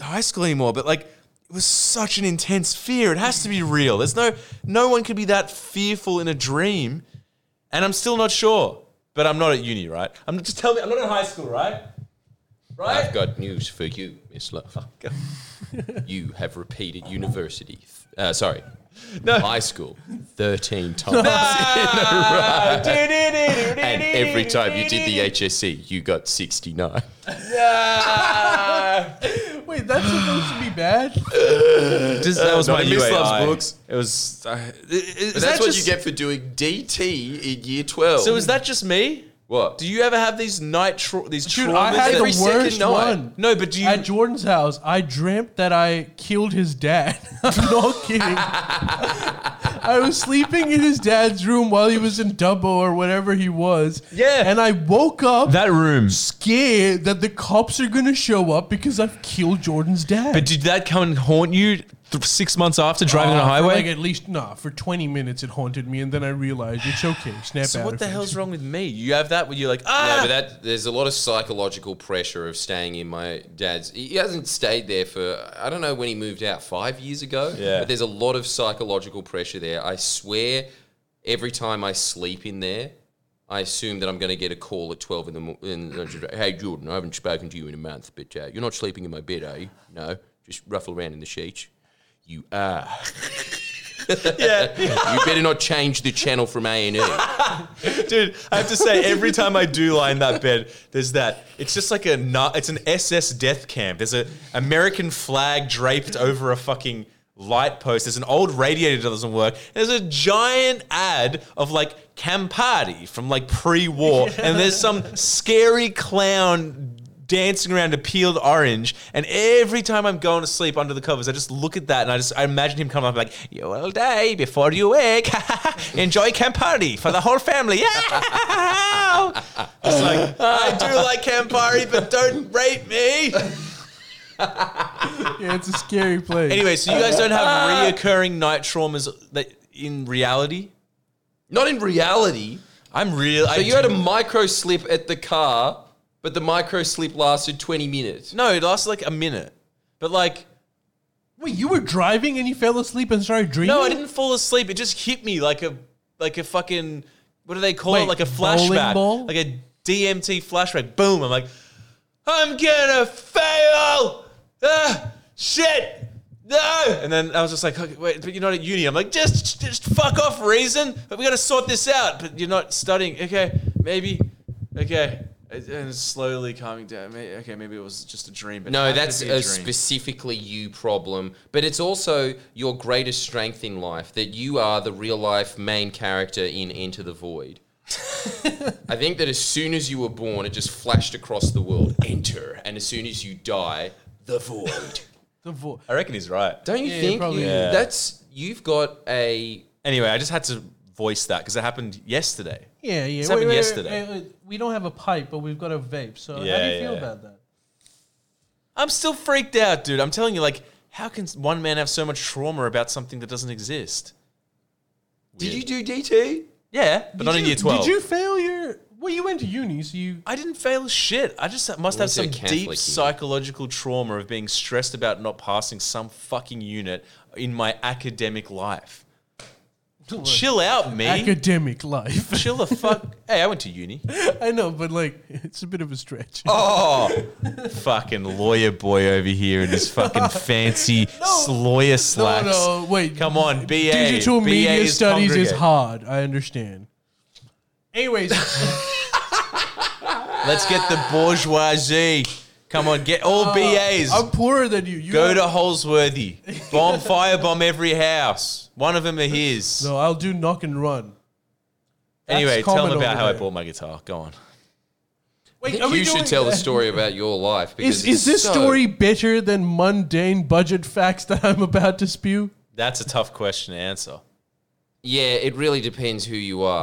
Speaker 3: high school anymore but like it was such an intense fear it has to be real there's no no one could be that fearful in a dream and i'm still not sure but i'm not at uni right i'm just tell me i'm not in high school right
Speaker 2: I've
Speaker 3: right
Speaker 2: got news for you, Miss
Speaker 3: Oh,
Speaker 2: Love. you have repeated university. Uh, sorry,
Speaker 3: No.
Speaker 2: high school 13 times. And every time you did the HSC, you got 69.
Speaker 1: Wait, that's supposed to be bad.
Speaker 3: Just- that was
Speaker 2: Uh, Not
Speaker 3: my
Speaker 2: in Miss
Speaker 3: UAI.
Speaker 2: Love's books.
Speaker 3: It was. Uh, is
Speaker 2: But
Speaker 3: that
Speaker 2: that's what
Speaker 3: just-
Speaker 2: you get for doing DT in year 12.
Speaker 3: So is that just me?
Speaker 2: What?
Speaker 3: Do you ever have these night tra- these
Speaker 1: Dude,
Speaker 3: traumas?
Speaker 1: I had
Speaker 2: Every
Speaker 1: the
Speaker 2: second
Speaker 1: worst
Speaker 2: night.
Speaker 1: one.
Speaker 3: no, but do you?
Speaker 1: At Jordan's house, I dreamt that I killed his dad. I'm not kidding. I was sleeping in his dad's room while he was in Dubbo or whatever he was.
Speaker 3: Yeah.
Speaker 1: And I woke up
Speaker 3: that room.
Speaker 1: scared that the cops are going to show up because I've killed Jordan's dad.
Speaker 3: But did that come and haunt you th- six months after driving on a
Speaker 1: Uh, for
Speaker 3: highway?
Speaker 1: Like at least, nah, for 20 minutes it haunted me. And then I realized it's okay. Snap
Speaker 3: so
Speaker 1: out
Speaker 3: what
Speaker 1: of
Speaker 3: the
Speaker 1: it.
Speaker 3: hell's wrong with me? You have that where you're like, ah,
Speaker 2: No, but that there's a lot of psychological pressure of staying in my dad's. He hasn't stayed there for I don't know when he moved out five years ago.
Speaker 3: Yeah.
Speaker 2: But there's a lot of psychological pressure there. I swear, every time I sleep in there, I assume that I'm going to get a call at twelve in the morning. Hey Jordan, I haven't spoken to you in a month, but uh, you're not sleeping in my bed, are you? No, just ruffle around in the sheets. You are.
Speaker 3: yeah,
Speaker 2: you better not change the channel from A and E.
Speaker 3: dude. I have to say, every time I do lie in that bed, there's that. It's just like a na- it's an SS death camp. There's a American flag draped over a fucking light post. There's an old radiator that doesn't work. There's a giant ad of like Campari from like pre-war, and there's some scary clown dancing around a peeled orange. And every time I'm going to sleep under the covers, I just look at that and I just I imagine him coming up like, "You will die before you wake. Enjoy Campari for the whole family." Yeah. It's like I do like Campari, but don't rape me.
Speaker 1: Yeah, it's a scary place.
Speaker 3: Anyway, so you guys don't have reoccurring night traumas that in reality.
Speaker 2: Not in reality.
Speaker 3: I'm real.
Speaker 2: So you had a micro slip at the car, but the micro slip lasted 20 minutes.
Speaker 3: no. It lasts like a minute, but like.
Speaker 1: Wait, you were driving and you fell asleep and started dreaming?
Speaker 3: No, I didn't fall asleep. It just hit me like a like a fucking what do they call it?
Speaker 1: Wait,
Speaker 3: Like a
Speaker 1: bowling
Speaker 3: flashback,
Speaker 1: ball?
Speaker 3: like a DMT flashback. Boom! I'm like, I'm gonna fail. Ah, shit. No, and then I was just like, okay, wait, but you're not at uni. I'm like, just, just fuck off, reason. But we gotta sort this out. But you're not studying. Okay, maybe. Okay, and it's slowly calming down. May- Okay, maybe it was just a dream. But it
Speaker 2: No,
Speaker 3: had to
Speaker 2: that's
Speaker 3: be
Speaker 2: a
Speaker 3: dream.
Speaker 2: specifically you problem, but it's also your greatest strength in life that you are the real life main character in Enter the Void. I think that as soon as you were born, it just flashed across the world. Enter, and as soon as you die, the void.
Speaker 1: The vo-
Speaker 3: I reckon he's right.
Speaker 2: Don't you
Speaker 1: Yeah,
Speaker 2: think
Speaker 1: probably.
Speaker 2: you-
Speaker 3: Yeah.
Speaker 2: that's you've got a
Speaker 3: Anyway, I just had to voice that because it happened yesterday.
Speaker 1: yeah, yeah.
Speaker 3: happened
Speaker 1: wait,
Speaker 3: yesterday.
Speaker 1: wait, wait. we don't have a pipe, but we've got a vape. So how do
Speaker 3: Yeah,
Speaker 1: you feel
Speaker 3: yeah.
Speaker 1: about that?
Speaker 3: I'm still freaked out, dude. I'm telling you, like, how can one man have so much trauma about something that doesn't exist?
Speaker 2: Did
Speaker 3: Weird.
Speaker 2: you do DT?
Speaker 3: Yeah, but not
Speaker 1: did
Speaker 3: in
Speaker 1: you,
Speaker 3: year twelve.
Speaker 1: Did you fail your? Well, you went to uni, so you.
Speaker 3: I didn't fail shit. I just must have
Speaker 2: went to a
Speaker 3: some
Speaker 2: Catholic
Speaker 3: deep
Speaker 2: unit.
Speaker 3: psychological trauma of being stressed about not passing some fucking unit in my academic life. Chill out, me.
Speaker 1: Academic life.
Speaker 3: Chill the fuck. hey, I went to uni.
Speaker 1: I know, but like, it's a bit of a stretch.
Speaker 3: Oh, fucking lawyer boy over here in his fucking fancy lawyer
Speaker 1: no,
Speaker 3: slacks.
Speaker 1: no, wait.
Speaker 3: Come on, BA.
Speaker 1: Digital
Speaker 3: BA
Speaker 1: media
Speaker 3: is
Speaker 1: studies is
Speaker 3: congregate.
Speaker 1: hard. I understand. Anyways,
Speaker 3: Let's get the bourgeoisie. Come on, get all BAs.
Speaker 1: Oh, I'm poorer than you. you
Speaker 3: Go
Speaker 1: have-
Speaker 3: to Holsworthy. Bomb, firebomb every house. One of them are his.
Speaker 1: No, I'll do knock and run. That's
Speaker 3: anyway, tell
Speaker 1: common
Speaker 3: them about
Speaker 1: over
Speaker 3: how I
Speaker 1: there.
Speaker 3: bought my guitar. Go on.
Speaker 2: I
Speaker 1: Wait,
Speaker 2: think you should tell the story about your life. Because
Speaker 1: Is, is
Speaker 2: it's
Speaker 1: this
Speaker 2: so-
Speaker 1: story better than mundane budget facts that I'm about to spew?
Speaker 3: That's a tough question to answer.
Speaker 2: Yeah, it really depends who you are.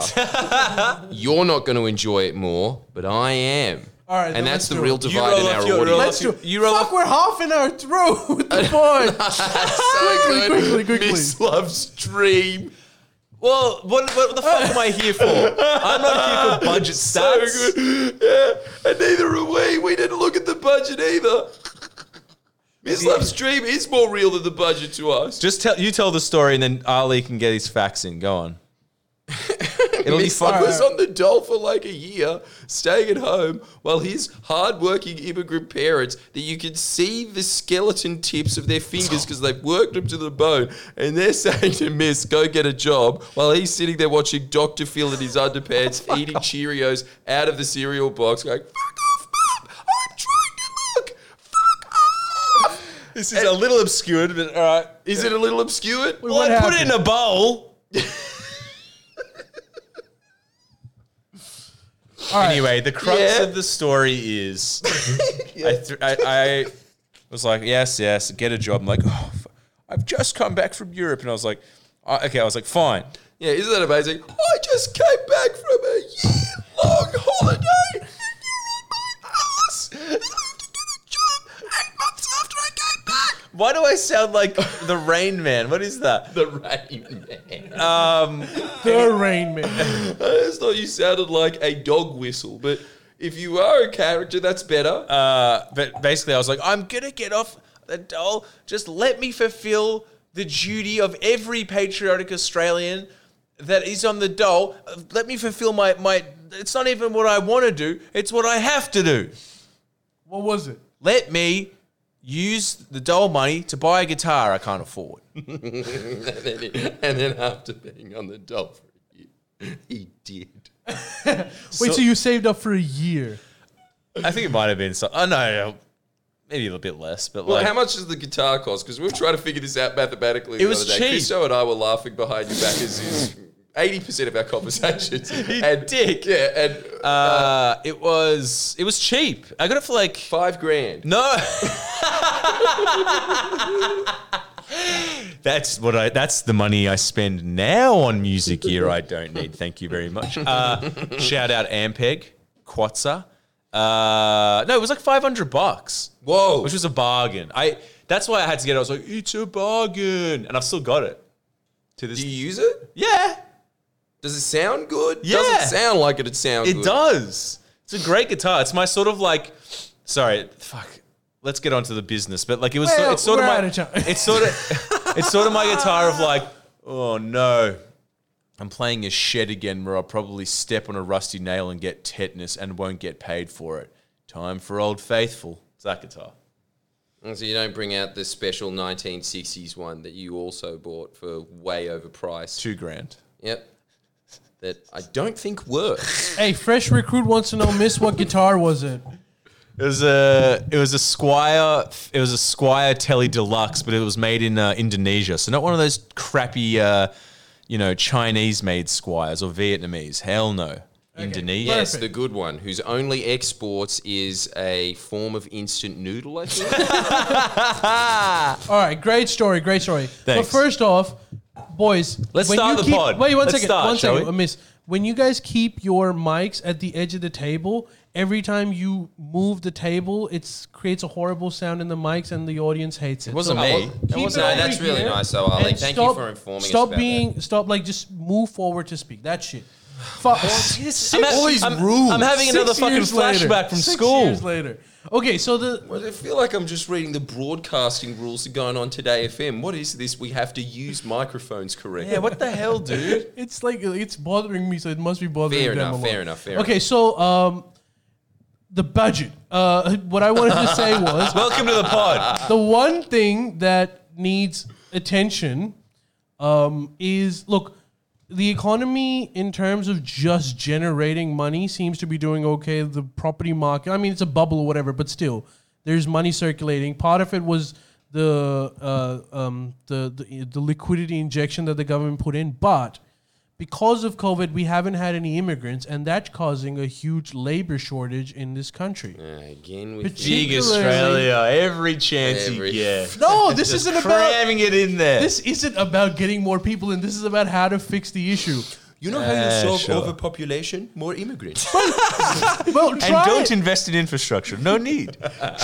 Speaker 2: You're not going to enjoy it more, but I am.
Speaker 1: All right, then
Speaker 2: and
Speaker 1: let's
Speaker 2: that's the
Speaker 1: do
Speaker 2: real
Speaker 1: it.
Speaker 2: divide in
Speaker 3: roll
Speaker 2: our
Speaker 3: off your- roll
Speaker 2: audience.
Speaker 1: Let's
Speaker 3: you-
Speaker 1: do it.
Speaker 3: you roll
Speaker 1: Fuck,
Speaker 3: off-
Speaker 1: we're half an hour through with the board.
Speaker 2: So
Speaker 1: Quickly,
Speaker 2: good.
Speaker 1: quickly, quickly.
Speaker 2: Miss Love's dream.
Speaker 3: Well, what, what the fuck am I here for? I'm not here for budget stats.
Speaker 2: Yeah, and neither are we. We didn't look at the budget either. Miss Love's dream is more real than the budget to us.
Speaker 3: Just tell you tell the story, and then Ali can get his facts in. Go on. It'll be
Speaker 2: Miss Love
Speaker 3: fun.
Speaker 2: was on the dole for like a year, staying at home, while his hard-working immigrant parents, that you can see the skeleton tips of their fingers because they've worked them to the bone, and they're saying to Miss, go get a job, while he's sitting there watching Dr. Phil in his underpants, eating Cheerios out of the cereal box, going, fuck off, mum! I'm trying to look! Fuck off!
Speaker 3: This is a little obscured, but all right.
Speaker 2: Is it a little obscured?
Speaker 3: Well,
Speaker 1: What
Speaker 3: I put it in a bowl.
Speaker 1: All right.
Speaker 3: Anyway, the crux
Speaker 2: Yeah.
Speaker 3: of the story is I, th- I, I was like, yes, yes, get a job. I'm like, oh, f- I've just come back from Europe. And I was like, uh, okay, I was like, fine.
Speaker 2: Yeah, isn't that amazing? I just came back from a year-long holiday. and you're on my ass. And I have to get a job eight months after I came back.
Speaker 3: Why do I sound like the Rain Man? What is that?
Speaker 2: The rain man.
Speaker 1: the Rain Man.
Speaker 2: I just thought Uh, you sounded like a dog whistle, but if you are a character, that's better.
Speaker 3: Uh, but basically, I was like, I'm gonna get off the dole. Just let me fulfill the duty of every patriotic Australian that is on the dole. Let me fulfill my my. It's not even what I want to do. It's what I have to do.
Speaker 1: What was it?
Speaker 3: Let me use the dole money to buy a guitar I can't afford.
Speaker 2: and, then and then after being on the dole for a year, he did.
Speaker 1: Wait,
Speaker 3: So-
Speaker 1: so you saved up for a year?
Speaker 3: I think it might have been. So, oh no, maybe a little bit less. But
Speaker 2: Well, how much does the guitar cost? Because we were trying to figure this out mathematically.
Speaker 3: It
Speaker 2: the
Speaker 3: was
Speaker 2: other day.
Speaker 3: cheap.
Speaker 2: Christo and I were laughing behind your back. As is eighty percent of our conversations. and
Speaker 3: dick.
Speaker 2: Yeah, and
Speaker 3: Uh, it was it was cheap. I got it for like
Speaker 2: five grand.
Speaker 3: No. that's what I. That's the money I spend now on music gear. I don't need. Thank you very much. Uh, shout out Ampeg, Quatsa. Uh, no, it was like five hundred bucks,
Speaker 2: Whoa!
Speaker 3: which was a bargain. I. That's why I had to get it. I was like, it's a bargain, and I've still got it. To this.
Speaker 2: Do you use it?
Speaker 3: yeah,
Speaker 2: Does it sound good?
Speaker 3: Yeah.
Speaker 2: Doesn't sound like it. It sounds.
Speaker 3: it
Speaker 2: good.
Speaker 3: does. It's a great guitar. It's my sort of like. Sorry, fuck. Let's get onto the business, but like it was. so-
Speaker 1: Well,
Speaker 3: it's sort of
Speaker 1: we're
Speaker 3: my.
Speaker 1: out of time.
Speaker 3: it's sort of it's sort of my guitar of like, oh no, I'm playing a shed again where I'll probably step on a rusty nail and get tetanus and won't get paid for it. Time for Old Faithful. It's that guitar.
Speaker 2: And So you don't bring out the special 1960s one that you also bought for way overpriced.
Speaker 3: Two grand.
Speaker 2: Yep. That I don't think works.
Speaker 1: Hey, fresh recruit wants to know, Miss, what guitar was it?
Speaker 3: It was a it was a Squire it was a Squire Telly Deluxe, but it was made in uh, Indonesia, so not one of those crappy, uh, you know, Chinese made Squires or Vietnamese. Hell no. Indonesia.
Speaker 2: Yes,
Speaker 1: Perfect.
Speaker 2: the good one, whose only exports is a form of instant noodle, I think.
Speaker 1: All right, great story, great story. But
Speaker 3: Thanks.
Speaker 1: first off, boys,
Speaker 3: Let's
Speaker 1: when
Speaker 3: start
Speaker 1: you
Speaker 3: the
Speaker 1: keep-
Speaker 3: pod.
Speaker 1: Wait one
Speaker 3: Let's
Speaker 1: second,
Speaker 3: start,
Speaker 1: one
Speaker 3: shall
Speaker 1: second,
Speaker 3: we?
Speaker 1: uh, miss. When you guys keep your mics at the edge of the table, every time you move the table, it creates a horrible sound in the mics, and the audience hates it. It
Speaker 2: wasn't me. It wasn't- No, that's really nice, though, Ali. Thank you for informing us
Speaker 1: Stop
Speaker 2: about
Speaker 1: being, stop like just move forward to speak. That shit. Fuck.
Speaker 3: I'm, ha-
Speaker 1: all
Speaker 2: these
Speaker 3: I'm-
Speaker 2: rules.
Speaker 3: I'm having
Speaker 1: Six
Speaker 3: another fucking
Speaker 1: years later.
Speaker 3: flashback from
Speaker 1: Six
Speaker 3: school.
Speaker 1: years later. Okay, so the
Speaker 2: Well, I feel like I'm just reading the broadcasting rules that are going on today FM. What is this? We have to use microphones correctly.
Speaker 3: Yeah, what the hell, dude?
Speaker 1: It's like it's bothering me, so it must be bothering
Speaker 2: Fair
Speaker 1: them
Speaker 2: enough,
Speaker 1: a lot.
Speaker 2: fair enough, fair
Speaker 1: okay, so um, the budget. Uh, what I wanted to say was
Speaker 3: Welcome to the pod.
Speaker 1: the one thing that needs attention um, is look, the economy in terms of just generating money seems to be doing okay. The property market, I mean, it's a bubble or whatever, but still, there's money circulating. Part of it was the uh, um, the, the the liquidity injection that the government put in, but because of COVID, we haven't had any immigrants, and that's causing a huge labor shortage in this country.
Speaker 2: Uh, again, with
Speaker 1: But
Speaker 2: you.
Speaker 1: you-
Speaker 3: Big Australia, every chance
Speaker 2: Every-
Speaker 3: you get.
Speaker 1: No, this
Speaker 3: Just
Speaker 1: isn't about
Speaker 3: cramming it in there.
Speaker 1: this isn't about getting more people in. This is about how to fix the issue.
Speaker 2: You know how
Speaker 3: Yeah,
Speaker 2: you solve
Speaker 3: sure.
Speaker 2: overpopulation? More immigrants.
Speaker 1: Well,
Speaker 3: and
Speaker 1: try,
Speaker 3: don't invest in infrastructure. No need.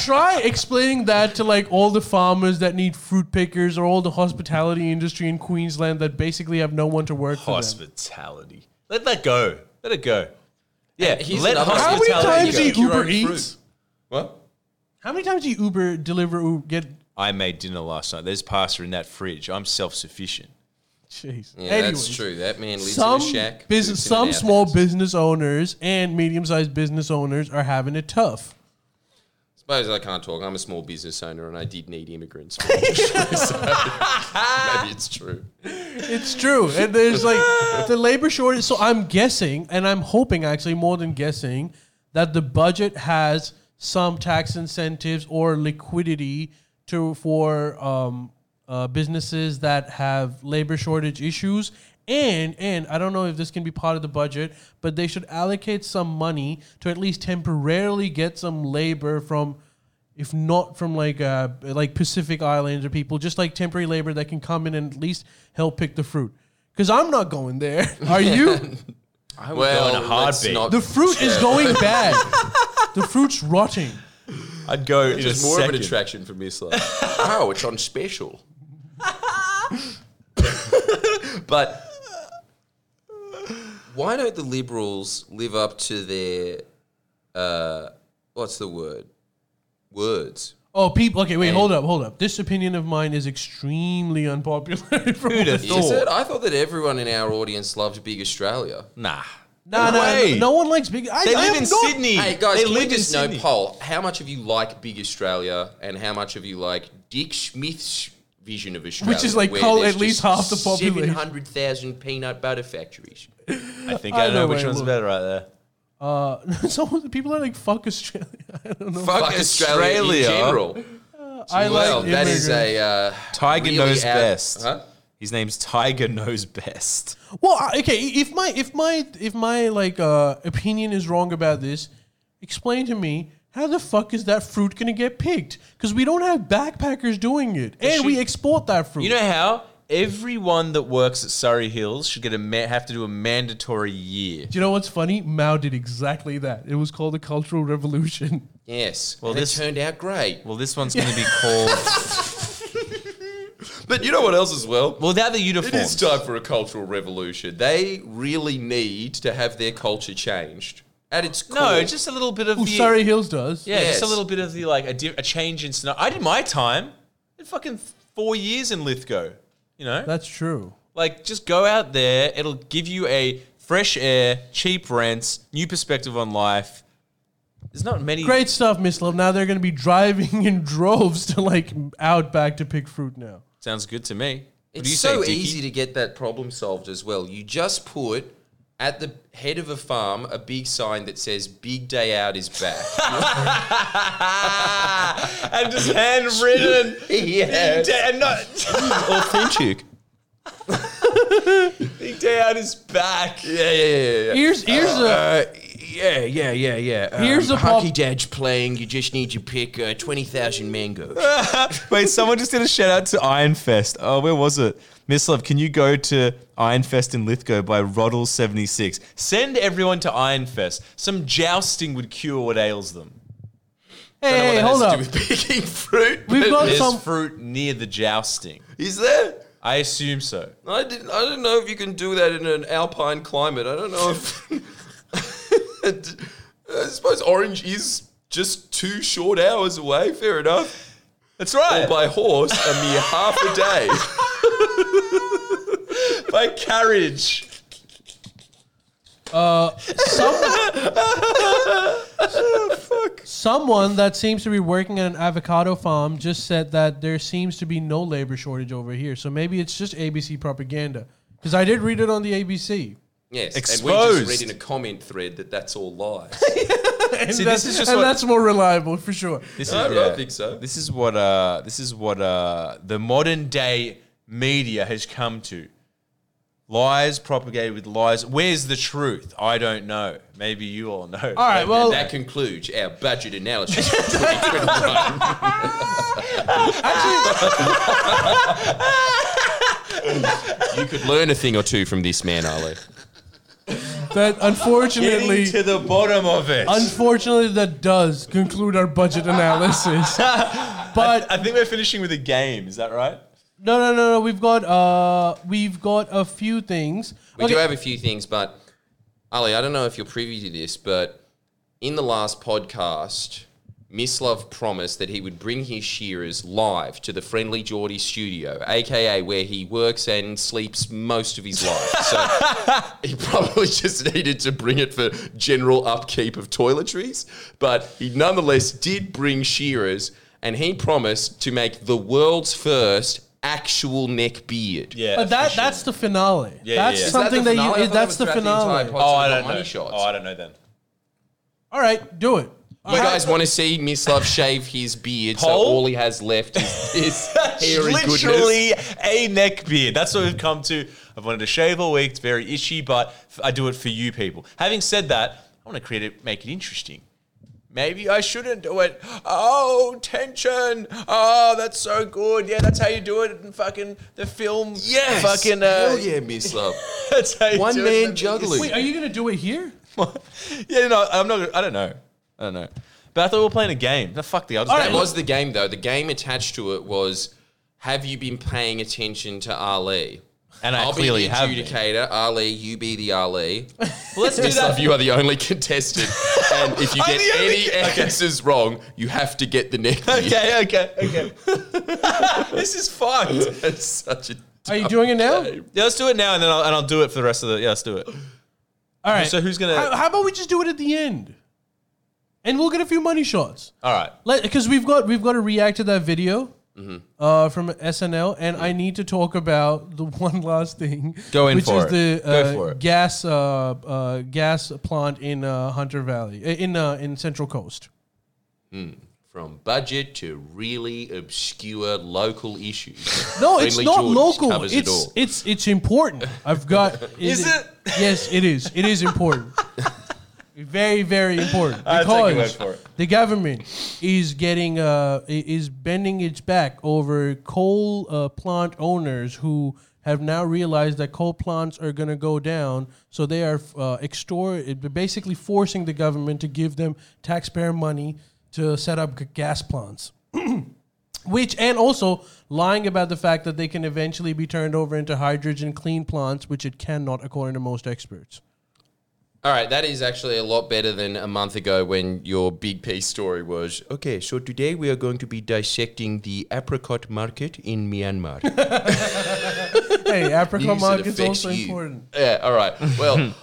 Speaker 1: try explaining that to like all the farmers that need fruit pickers or all the hospitality industry in Queensland that basically have no one to work for them.
Speaker 3: Hospitality. Let that go. Let it go. Yeah.
Speaker 2: here's
Speaker 3: let
Speaker 2: another one.
Speaker 1: How many
Speaker 2: Hospitality
Speaker 1: times do
Speaker 2: industry.
Speaker 1: you
Speaker 2: Your
Speaker 1: Uber
Speaker 2: own fruit.
Speaker 1: Eats?
Speaker 2: what?
Speaker 1: How many times do you Uber deliver Uber, get?
Speaker 3: I made dinner last night. There's pasta in that fridge. I'm self sufficient.
Speaker 1: Jeez.
Speaker 2: Yeah,
Speaker 1: Anyways,
Speaker 2: that's true. That man lives
Speaker 1: Some
Speaker 2: in a shack.
Speaker 1: business,
Speaker 2: lives in
Speaker 1: some
Speaker 2: an
Speaker 1: small
Speaker 2: outhouse.
Speaker 1: business owners and medium-sized business owners are having it tough.
Speaker 2: Suppose I can't talk. I'm a small business owner, and I did need immigrants. So, maybe it's true.
Speaker 1: It's true. And there's like the labor shortage. So I'm guessing, and I'm hoping actually more than guessing, that the budget has some tax incentives or liquidity to for um, uh, businesses that have labor shortage issues. And and I don't know if this can be part of the budget, but they should allocate some money to at least temporarily get some labor from if not from like uh, like Pacific Islands or people, just like temporary labor that can come in and at least help pick the fruit. Because I'm not going there. Are you?
Speaker 2: I well,
Speaker 3: go on a hard
Speaker 2: let's
Speaker 3: beat.
Speaker 2: not-
Speaker 1: the fruit is going bad. The fruit's rotting.
Speaker 3: I'd go in
Speaker 2: Just
Speaker 3: a
Speaker 2: more
Speaker 3: second.
Speaker 2: of an attraction for me. Like, oh, it's on special. but why don't the liberals live up to their uh, what's the word? Words.
Speaker 1: Oh, people. Okay, wait, hold up, hold up. This opinion of mine is extremely unpopular. from
Speaker 3: Who'd have
Speaker 1: what-
Speaker 2: Is
Speaker 3: Thought.
Speaker 2: it? I thought that everyone in our audience loved Big Australia.
Speaker 3: Nah.
Speaker 1: Nah, nah,
Speaker 3: way.
Speaker 1: no one likes big. I,
Speaker 3: They
Speaker 1: I
Speaker 3: live
Speaker 1: am
Speaker 3: in
Speaker 1: not-
Speaker 3: Sydney.
Speaker 2: Hey guys,
Speaker 3: they
Speaker 2: can
Speaker 3: live
Speaker 2: we just
Speaker 3: in
Speaker 2: know
Speaker 3: Sydney.
Speaker 2: poll? How much of you like Big Australia, and how much of you like Dick Smith's vision of Australia,
Speaker 1: is like
Speaker 2: where
Speaker 1: cull
Speaker 2: there's
Speaker 1: at least half
Speaker 2: just
Speaker 1: the population.
Speaker 2: Seven hundred thousand peanut butter factories.
Speaker 3: I think
Speaker 1: I
Speaker 3: I, know
Speaker 1: know
Speaker 3: which
Speaker 1: where I
Speaker 3: one's
Speaker 1: live.
Speaker 3: better right there.
Speaker 1: Uh, some of the people are like fuck Australia. I don't know.
Speaker 2: Fuck Australia,
Speaker 3: Australia.
Speaker 2: in general.
Speaker 1: I
Speaker 2: well,
Speaker 1: like
Speaker 2: that is
Speaker 1: immigrants.
Speaker 2: a uh,
Speaker 3: Tiger
Speaker 2: really
Speaker 3: knows
Speaker 2: out-
Speaker 3: best.
Speaker 2: Huh?
Speaker 3: His name's Tiger Knows Best.
Speaker 1: Well, I- okay. If my if my if my like uh, opinion is wrong about this, explain to me how the fuck is that fruit gonna get picked? Because we don't have backpackers doing it, and we
Speaker 3: should-
Speaker 1: export that fruit.
Speaker 3: You know how everyone that works at Surrey Hills should get a ma- have to do a mandatory year.
Speaker 1: Do you know what's funny? Mao did exactly that. It was called the Cultural Revolution.
Speaker 2: Yes.
Speaker 3: Well,
Speaker 2: Well, this
Speaker 3: this-
Speaker 2: turned out great.
Speaker 3: Well, this one's going to be called.
Speaker 2: But you know what else as well?
Speaker 3: Well, they're the uniforms.
Speaker 2: It is time for a cultural revolution. They really need to have their culture changed. At its core,
Speaker 3: No, just a little bit of
Speaker 1: Oh,
Speaker 3: the.
Speaker 1: Surrey Hills does.
Speaker 3: Yeah, just a
Speaker 2: Yes.
Speaker 3: little bit of the like a, di- a change in scenario. I did my time. in fucking four years in Lithgow. You know,
Speaker 1: that's true.
Speaker 3: like just go out there. It'll give you a fresh air, cheap rents, new perspective on life. There's not many.
Speaker 1: Great stuff, Miss Love. Now they're gonna be driving in droves to like out back to pick fruit now.
Speaker 3: Sounds good to me. What do
Speaker 2: It's
Speaker 3: you
Speaker 2: so
Speaker 3: say, Dickie?
Speaker 2: easy to get that problem solved as well. You just put at the head of a farm a big sign that says "Big Day Out is back."
Speaker 3: and just handwritten.
Speaker 2: yeah.
Speaker 3: and not
Speaker 2: Authentic.
Speaker 3: Big Dad is back.
Speaker 2: Yeah, yeah, yeah, yeah.
Speaker 1: Here's- here's
Speaker 2: uh,
Speaker 1: a-
Speaker 2: uh, yeah, yeah, yeah, yeah. Um,
Speaker 1: Here's a pop-
Speaker 2: hunky dadge playing. You just need to pick uh, twenty thousand mangoes.
Speaker 3: Wait, someone just did a shout out to Iron Fest. Oh, where was it? Miss Love, can you go to Iron Fest in Lithgow by Roddle76? Send everyone to Iron Fest. Some jousting would cure what ails them.
Speaker 2: I
Speaker 1: Hey,
Speaker 2: don't know what that
Speaker 1: hold
Speaker 2: has
Speaker 1: up.
Speaker 2: To do with picking fruit.
Speaker 1: We've
Speaker 2: but
Speaker 1: got
Speaker 3: There's
Speaker 1: some-
Speaker 3: fruit near the jousting.
Speaker 2: Is there?
Speaker 3: I assume so.
Speaker 2: I didn't. I don't know if you can do that in an alpine climate. I don't know if. I suppose orange is just two short hours away. Fair enough.
Speaker 3: That's right.
Speaker 2: Or by horse, a mere half a day.
Speaker 3: by carriage. Oh,
Speaker 1: Someone that seems to be working at an avocado farm just said that there seems to be no labor shortage over here. So maybe it's just ABC propaganda. Because I did read it on the ABC.
Speaker 2: Yes, and we just
Speaker 3: Exposed.
Speaker 2: read in a comment thread that that's all lies.
Speaker 1: And,
Speaker 3: See,
Speaker 1: that's,
Speaker 3: this is just
Speaker 1: and
Speaker 3: what-
Speaker 1: that's more reliable for sure.
Speaker 3: This
Speaker 2: I don't think so.
Speaker 3: This is what uh, this is what uh, the modern day media has come to. Lies propagated with lies. Where's the truth? I don't know. Maybe you all know.
Speaker 1: All right, well,
Speaker 2: that concludes our budget analysis. you could learn a thing or two from this man, Ali.
Speaker 1: that unfortunately,
Speaker 3: Getting to the bottom of it.
Speaker 1: unfortunately, that does conclude our budget analysis. But
Speaker 3: I think we're finishing with a game. Is that right?
Speaker 1: no, no, no, no. We've got uh, we've got a few things.
Speaker 2: We do have a few things, but Ali, I don't know if you're privy to this, but in the last podcast, Miss Love promised that he would bring his shearers live to the Friendly Geordie studio, aka where he works and sleeps most of his life. So he probably just needed to bring it for general upkeep of toiletries, but he nonetheless did bring shearers and he promised to make the world's first actual neck beard.
Speaker 3: Yeah.
Speaker 1: but that that's the finale.
Speaker 3: yeah,
Speaker 1: that's
Speaker 3: yeah. Is that
Speaker 1: something that, you. that's the finale.
Speaker 3: oh, I don't know. Oh, I don't know then.
Speaker 1: All right, do it.
Speaker 2: You guys want to see Miss Love shave his beard
Speaker 3: Poll?
Speaker 2: so all he has left is this hairy goodness?
Speaker 3: Literally a neck beard. That's what we've come to. I've wanted to shave all week. It's very itchy, but f- I do it for you people. Having said that, I want to create it, make it interesting. Maybe I shouldn't do it. Oh, tension. Oh, that's so good. Yeah, that's how you do it in fucking the film.
Speaker 2: Yes!
Speaker 3: Fucking, uh,
Speaker 2: Hell yeah, Miss Love.
Speaker 3: that's how you
Speaker 2: One
Speaker 3: do it
Speaker 2: man
Speaker 3: in the-
Speaker 2: juggling.
Speaker 1: Wait, are you gonna do it here?
Speaker 3: yeah, no, I'm not, I don't know. I don't know. But I thought we were playing a game. No, fuck the other
Speaker 2: That was the game, though. The game attached to it was have you been paying attention to Ali?
Speaker 3: And I
Speaker 2: I'll
Speaker 3: clearly
Speaker 2: be the
Speaker 3: have been.
Speaker 2: adjudicator. Ali, you be the Ali.
Speaker 3: Let's do
Speaker 2: Miss Love,
Speaker 3: that.
Speaker 2: you are the only contestant. and if you
Speaker 3: I'm
Speaker 2: get
Speaker 3: the only
Speaker 2: any answers wrong, you have to get the neck beard.
Speaker 3: Okay, okay, okay. this is fucked.
Speaker 2: That's such a.
Speaker 1: Are you doing it now?
Speaker 3: Yeah, let's do it now, and then I'll, and I'll do it for the rest of the. Yeah, let's do it.
Speaker 1: All right.
Speaker 3: So who's gonna-
Speaker 1: How, how about we just do it at the end, and we'll get a few money shots.
Speaker 3: All right.
Speaker 1: Let because we've got we've got to react to that video
Speaker 3: Mm-hmm.
Speaker 1: uh, from SNL, and I need to talk about the one last thing.
Speaker 3: Go in
Speaker 1: which
Speaker 3: for
Speaker 1: is
Speaker 3: it.
Speaker 1: the uh,
Speaker 3: Go for it.
Speaker 1: gas uh, uh, gas plant in uh, Hunter Valley uh, in uh, in Central Coast.
Speaker 2: From budget to really obscure local issues.
Speaker 1: No, it's
Speaker 2: Friendly
Speaker 1: not
Speaker 2: George
Speaker 1: local.
Speaker 2: covers
Speaker 1: It's
Speaker 2: it
Speaker 1: it's,
Speaker 2: all.
Speaker 1: it's important. I've got.
Speaker 3: Is it?
Speaker 1: Yes, it is. It is important. very very important
Speaker 3: I'll take your
Speaker 1: because
Speaker 3: word for it.
Speaker 1: the government is getting uh i- is bending its back over coal uh, plant owners who have now realized that coal plants are going to go down so they are uh, extort basically forcing the government to give them taxpayer money to set up g- gas plants which and also lying about the fact that they can eventually be turned over into hydrogen clean plants which it cannot according to most experts
Speaker 2: All right, that is actually a lot better than a month ago when your big piece story was okay, so today we are going to be dissecting the apricot market in Myanmar.
Speaker 1: hey apricot
Speaker 2: News that
Speaker 1: market's
Speaker 2: affects
Speaker 1: also
Speaker 2: you.
Speaker 1: important
Speaker 2: Yeah, all right. Well,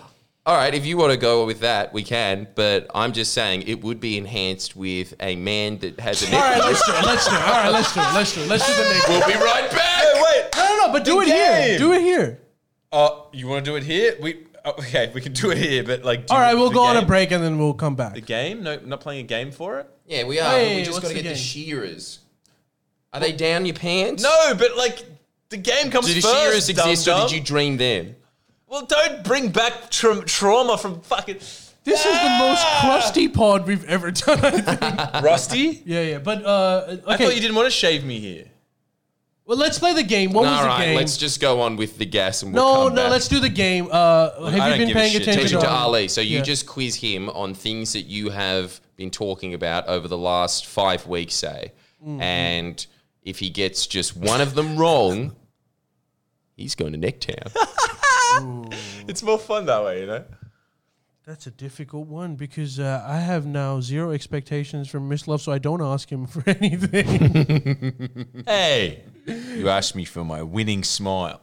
Speaker 2: all right, if you want to go with that, we can, but I'm just saying it would be enhanced with a man that has a
Speaker 1: All
Speaker 2: neck.
Speaker 1: right, let's do it. Let's do it. All right, let's do it. Let's do it. Let's do the next.
Speaker 2: We'll be right back.
Speaker 3: Wait.
Speaker 1: No, no, no, but do it
Speaker 3: The
Speaker 1: here.
Speaker 3: game.
Speaker 1: Do it here.
Speaker 3: Oh, you want to do it here? We oh, okay. We can do it here, but like. do
Speaker 1: All right, we'll
Speaker 3: the
Speaker 1: go on a
Speaker 3: game-
Speaker 1: break and then we'll come back.
Speaker 3: The game? No, not playing a game for it.
Speaker 2: Yeah, we are.
Speaker 1: Hey,
Speaker 2: we just
Speaker 1: what's
Speaker 2: got to
Speaker 1: the
Speaker 2: get the
Speaker 1: game?
Speaker 2: shearers. Are they down your pants?
Speaker 3: No, but like, The game comes
Speaker 2: Did the
Speaker 3: first.
Speaker 2: Shearers exist or
Speaker 3: dum-dum.
Speaker 2: did you dream them?
Speaker 3: Well, don't bring back tra- trauma from fucking. Ah!
Speaker 1: This is the most crusty pod we've ever done. I think.
Speaker 3: Rusty.
Speaker 1: yeah, yeah. But uh,
Speaker 3: I thought
Speaker 1: okay.
Speaker 3: you didn't want to shave me here.
Speaker 1: well, let's play the game. What was
Speaker 2: All
Speaker 1: the
Speaker 2: right,
Speaker 1: game?
Speaker 2: let's just go on with the gas and we'll
Speaker 1: no,
Speaker 2: come
Speaker 1: no.
Speaker 2: back.
Speaker 1: Let's do the game. Uh, have
Speaker 3: don't
Speaker 1: you been
Speaker 3: give a
Speaker 1: paying
Speaker 3: shit.
Speaker 1: attention
Speaker 2: Attention
Speaker 1: to
Speaker 2: to Ali. So you
Speaker 1: Yeah.
Speaker 2: just quiz him on things that you have been talking about over the last five weeks, say.
Speaker 1: Mm-hmm.
Speaker 2: And if he gets just one of them wrong, he's going to Necktown.
Speaker 3: It's more fun that way, you know.
Speaker 1: That's a difficult one because uh, I have now zero expectations from Miss Love, so I don't ask him for anything.
Speaker 3: Hey, you asked me for my winning smile.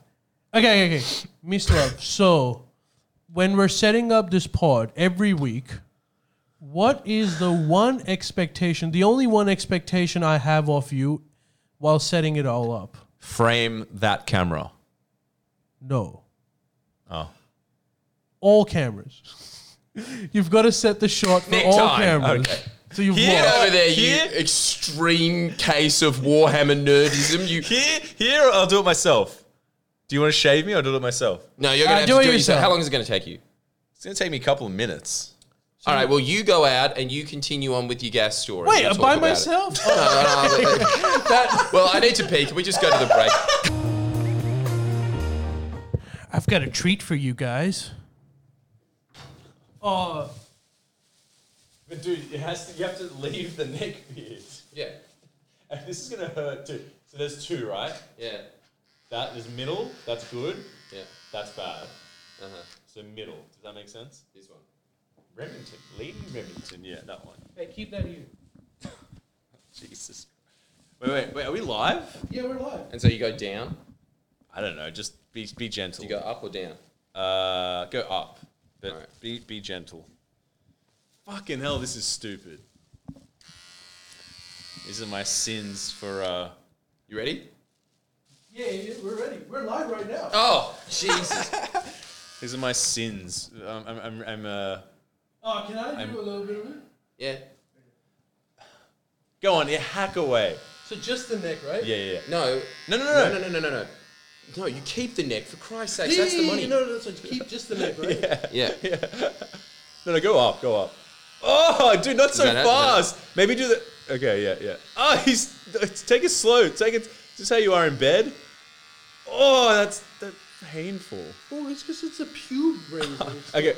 Speaker 1: Okay, okay, okay. Miss Love, so when we're setting up this pod every week, what is the one expectation, the only one expectation I have of you while setting it all up?
Speaker 3: Frame that camera.
Speaker 1: No.
Speaker 3: Oh.
Speaker 1: All cameras. You've got to set the shot for
Speaker 2: Next
Speaker 1: all
Speaker 2: time.
Speaker 1: cameras.
Speaker 3: Okay.
Speaker 1: So you've
Speaker 3: Here-
Speaker 1: won.
Speaker 2: Over there,
Speaker 3: Here-
Speaker 2: you extreme case of Warhammer nerdism. You
Speaker 3: Here, here, I'll do it myself. Do you want to shave me or do it myself?
Speaker 2: no, you're
Speaker 1: Uh,
Speaker 2: gonna have
Speaker 1: do
Speaker 2: to
Speaker 1: it
Speaker 2: do it yourself.
Speaker 1: yourself.
Speaker 2: How long is it gonna take you?
Speaker 3: It's gonna take me a couple of minutes.
Speaker 2: All right, well, you go out and you continue on with your gas story.
Speaker 1: Wait,
Speaker 2: We'll
Speaker 1: uh,
Speaker 2: talk
Speaker 1: by
Speaker 2: about it.
Speaker 1: myself?
Speaker 2: No, no, no, no, that, well, I need to pee. Can we just go to the break?
Speaker 1: I've got a treat for you guys. Oh,
Speaker 3: But dude, it has to. You have to leave the neck beard,
Speaker 2: Yeah,
Speaker 3: and this is gonna hurt too. So there's two, right?
Speaker 2: yeah,
Speaker 3: That is middle. That's good.
Speaker 2: yeah.
Speaker 3: That's bad.
Speaker 2: Uh huh.
Speaker 3: So middle. Does that make sense?
Speaker 2: This one.
Speaker 3: Remington, Lady Remington. Yeah, that one.
Speaker 1: hey, keep that here.
Speaker 3: Jesus. Wait, wait, wait. Are we live?
Speaker 1: Yeah, we're live.
Speaker 2: And so you go down.
Speaker 3: I don't know. Just be be gentle.
Speaker 2: You go up or down.
Speaker 3: Uh, go up, but
Speaker 2: Alright.
Speaker 3: be be gentle. Fucking hell, this is stupid. These are my sins for uh.
Speaker 2: You ready?
Speaker 1: Yeah, yeah, we're ready. We're live right now.
Speaker 2: Oh, Jesus.
Speaker 3: These are my sins. Um, I'm I'm I'm uh.
Speaker 1: Oh, can I do
Speaker 3: I'm-
Speaker 1: a little bit of it?
Speaker 2: yeah.
Speaker 3: Go on, yeah, hack away.
Speaker 1: So just the neck, right?
Speaker 3: Yeah, yeah. yeah.
Speaker 2: No.
Speaker 3: No, no,
Speaker 2: No,
Speaker 3: no,
Speaker 2: no, no, no, no, no. No, you keep the neck for Christ's sake. That's the money.
Speaker 1: No, no, no, so keep just the neck, right?
Speaker 2: Yeah.
Speaker 3: No, no, go up, go up. Oh, dude, not so
Speaker 2: No, no, no.
Speaker 3: fast. Maybe do the. Okay, yeah, yeah. Oh, he's. Take it slow. Take it. Just how you are in bed. Oh, that's that's painful.
Speaker 1: Oh, it's because it's a pube razor.
Speaker 3: Okay.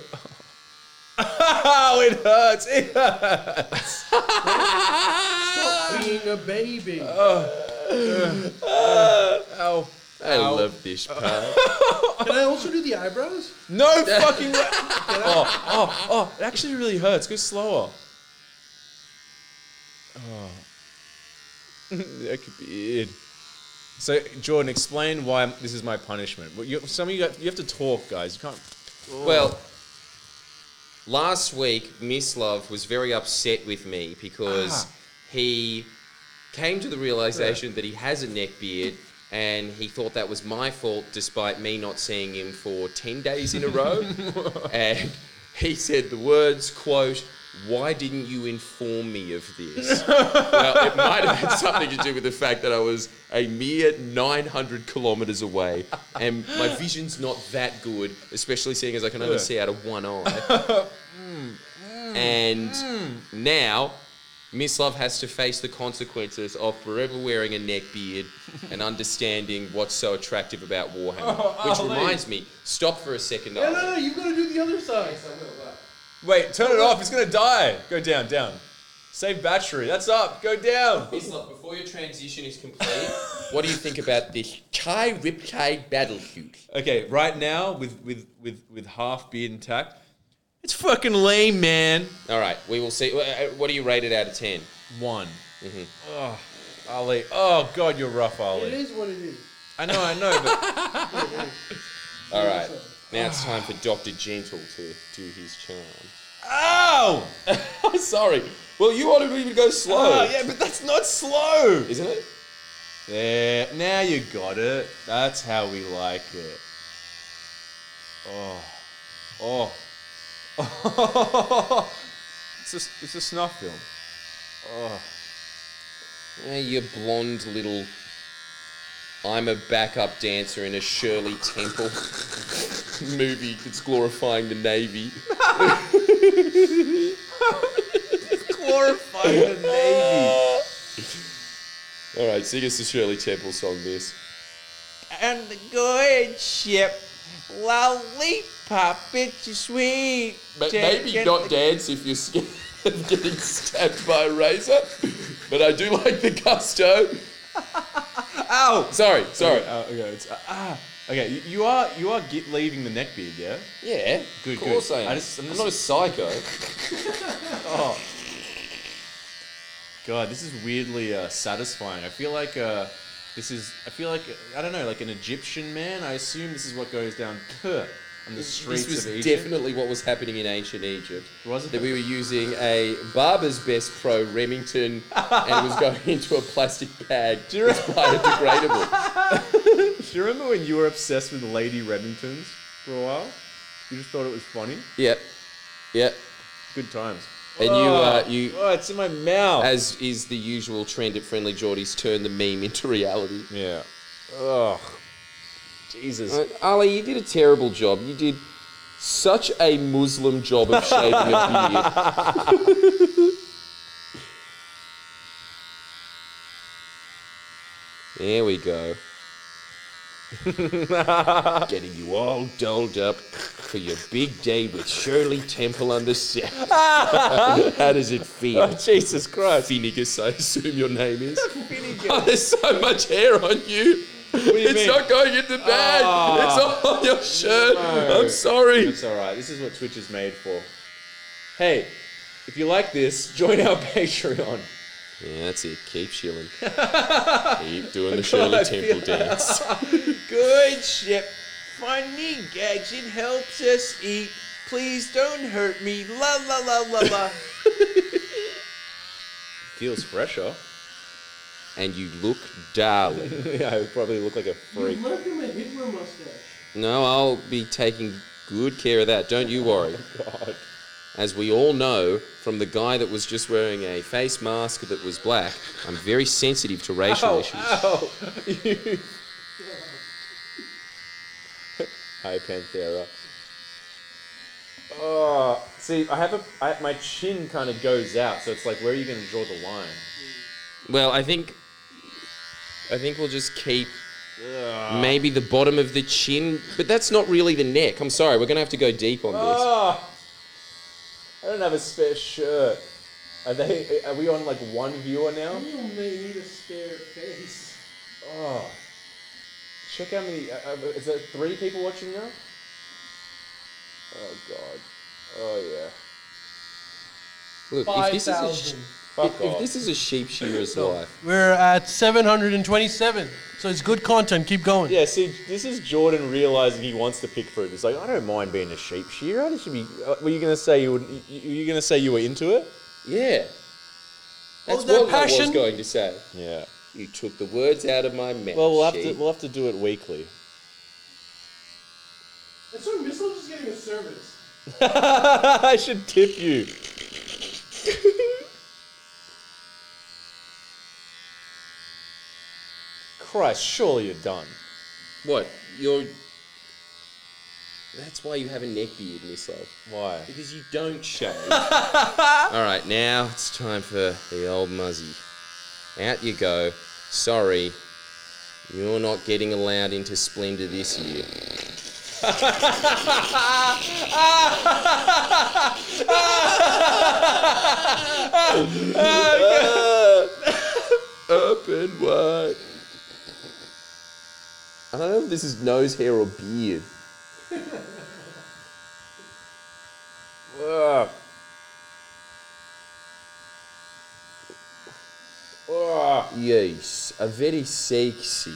Speaker 3: it hurts. It hurts.
Speaker 1: Being a baby.
Speaker 2: Oh.
Speaker 3: Ow.
Speaker 2: I love this part.
Speaker 1: can I also do the eyebrows?
Speaker 3: No fucking way. oh, oh, oh, it actually really hurts. Go slower. Oh. that could be it. So, Jordan, explain why I'm- this is my punishment. Well, you, some of you, got, you have to talk, guys. You can't.
Speaker 2: Well, last week, Miss Love was very upset with me because
Speaker 3: Ah.
Speaker 2: he came to the realization that he has a neck beard and he thought that was my fault despite me not seeing him for 10 days in a row. and he said the words, quote, why didn't you inform me of this? well, it might have had something to do with the fact that I was a mere 900 kilometers away and my vision's not that good, especially seeing as I can only
Speaker 3: Yeah.
Speaker 2: see out of one eye. and now, Miss Love has to face the consequences of forever wearing a neck beard and understanding what's so attractive about Warhammer. which
Speaker 3: Oh, Ali.
Speaker 2: reminds me, stop for a second.
Speaker 1: No,
Speaker 2: Ali.
Speaker 1: no, no, you've got to do the other side.
Speaker 3: Wait, turn it off. It's going to die. Go down, down. Save battery. That's up. Go down.
Speaker 2: Miss Love, before your transition is complete, what do you think about this Kai Riptide battle suit?
Speaker 3: Okay, right now with with with with half beard intact, it's fucking lame, man.
Speaker 2: All right, we will see. Uh, What do you rate it out of 10?
Speaker 3: One. Oh, Ali. Oh God, you're rough,
Speaker 1: It
Speaker 3: Ali.
Speaker 1: is what it is.
Speaker 3: I know, I know, but
Speaker 2: All right, now it's time for Dr. Gentle to do his charm.
Speaker 3: ow!
Speaker 2: Sorry. Well, you wanted me to go slow,
Speaker 3: Oh, yeah, but that's not slow.
Speaker 2: isn't it?
Speaker 3: There, now you got it. That's how we like it. Oh, oh. it's a it's a snuff film.
Speaker 2: Eh, Ah, you blonde little. I'm a backup dancer in a Shirley Temple movie that's glorifying the Navy. glorifying the Navy. All right, sing us the Shirley Temple song, miss.
Speaker 5: and the good ship. Lollipop, it's your sweet.
Speaker 2: But
Speaker 5: Take
Speaker 2: maybe
Speaker 5: it-
Speaker 2: not dance if you're scared of getting stabbed by a razor. But I do like the gusto.
Speaker 3: Ow!
Speaker 2: Sorry, sorry.
Speaker 3: Uh, okay, it's uh, ah. Okay, you, you are you are ge- leaving the neck beard, yeah?
Speaker 2: Yeah,
Speaker 3: Good,
Speaker 2: Of course
Speaker 3: good.
Speaker 2: I am.
Speaker 3: I
Speaker 2: I
Speaker 3: just- I'm
Speaker 2: am
Speaker 3: just-
Speaker 2: not a psycho.
Speaker 3: God, this is weirdly uh, satisfying. I feel like uh, this is. I feel like I don't know, like an Egyptian man. I assume this is what goes down on the streets
Speaker 2: This was
Speaker 3: of Egypt.
Speaker 2: definitely what was happening in ancient Egypt.
Speaker 3: Was it?
Speaker 2: That we were using a Barber's Best Pro Remington and it was going into a plastic bag. It's biodegradable.
Speaker 3: Do you remember when you were obsessed with Lady Remingtons for a while? You just thought it was funny.
Speaker 2: Yep, yep.
Speaker 3: Good times.
Speaker 2: And you, uh, you,
Speaker 3: Oh, it's in my mouth.
Speaker 2: as is the usual trend at Friendly Geordies, turn the meme into reality.
Speaker 3: yeah. Ugh. Jesus.
Speaker 2: Uh, Ali, you did a terrible job. You did such a Muslim job of shaving a beard. there we go. Getting you all dolled up for your big day with Shirley Temple on the set. How does it feel?
Speaker 3: Oh, Jesus Christ.
Speaker 2: Finnegas, I assume your name is. Oh, there's so much hair on you.
Speaker 3: you
Speaker 2: it's
Speaker 3: mean? Oh,
Speaker 2: not going in the bag. It's all on your shirt. I'm sorry.
Speaker 3: It's alright. This is what Twitch is made for. Hey, if you like this, join our Patreon.
Speaker 2: Yeah, that's it. Keep chilling. Keep doing the Shirley
Speaker 3: God, I
Speaker 2: Temple dance.
Speaker 5: Good ship. Funny gags, it helps us eat. Please don't hurt me. La la la la la.
Speaker 3: Feels fresher.
Speaker 2: And you look darling.
Speaker 3: yeah, I probably look like a freak.
Speaker 1: Look at my Hitler mustache.
Speaker 2: No, I'll be taking good care of that. Don't you worry.
Speaker 3: God.
Speaker 2: As we all know from the guy that was just wearing a face mask that was black, I'm very sensitive to racial
Speaker 3: Ow,
Speaker 2: issues.
Speaker 3: ow. oh. Hi, Panthera. Oh, see, I have a I, my chin kind of goes out, so it's like, where are you going to draw the line?
Speaker 2: Well, I think I think we'll just keep
Speaker 3: Ugh.
Speaker 2: maybe the bottom of the chin, but that's not really the neck. I'm sorry, we're gonna have to go deep on this.
Speaker 3: Ah, I don't have a spare shirt. Are they? Are we on like one viewer now?
Speaker 1: You may need a spare face.
Speaker 3: Oh, check how many. Uh, uh, is there three people watching now? Oh god. Oh yeah.
Speaker 2: Look, if this, is a, sh-
Speaker 3: Fuck
Speaker 2: if,
Speaker 3: off.
Speaker 2: if this is a sheep shearer's life,
Speaker 1: We're at 727, so it's good content. Keep going.
Speaker 3: Yeah, see, this is Jordan realizing he wants to pick fruit. It's like I don't mind being a sheep shearer. This should be. Uh, were you gonna say you would? y- y- Were you gonna say you were into it?
Speaker 2: yeah, that's
Speaker 1: that
Speaker 2: what I was
Speaker 1: passion.
Speaker 2: going to say.
Speaker 3: Yeah.
Speaker 2: You took the words out of my mouth.
Speaker 3: Well, we'll have to
Speaker 2: sheep.
Speaker 3: we'll have to do it weekly.
Speaker 1: That's what Missile's just getting a service.
Speaker 3: I should tip you. Christ, surely you're done.
Speaker 2: What you're. That's why you have a neck beard, Miss Love.
Speaker 3: Why?
Speaker 2: Because you don't shave. All right, now it's time for the old muzzy. Out you go. Sorry, you're not getting allowed into Splendor this year. Up and wide. I don't know if this is nose hair or beard.
Speaker 3: Ugh. Ugh.
Speaker 2: E Yes, a very sexy.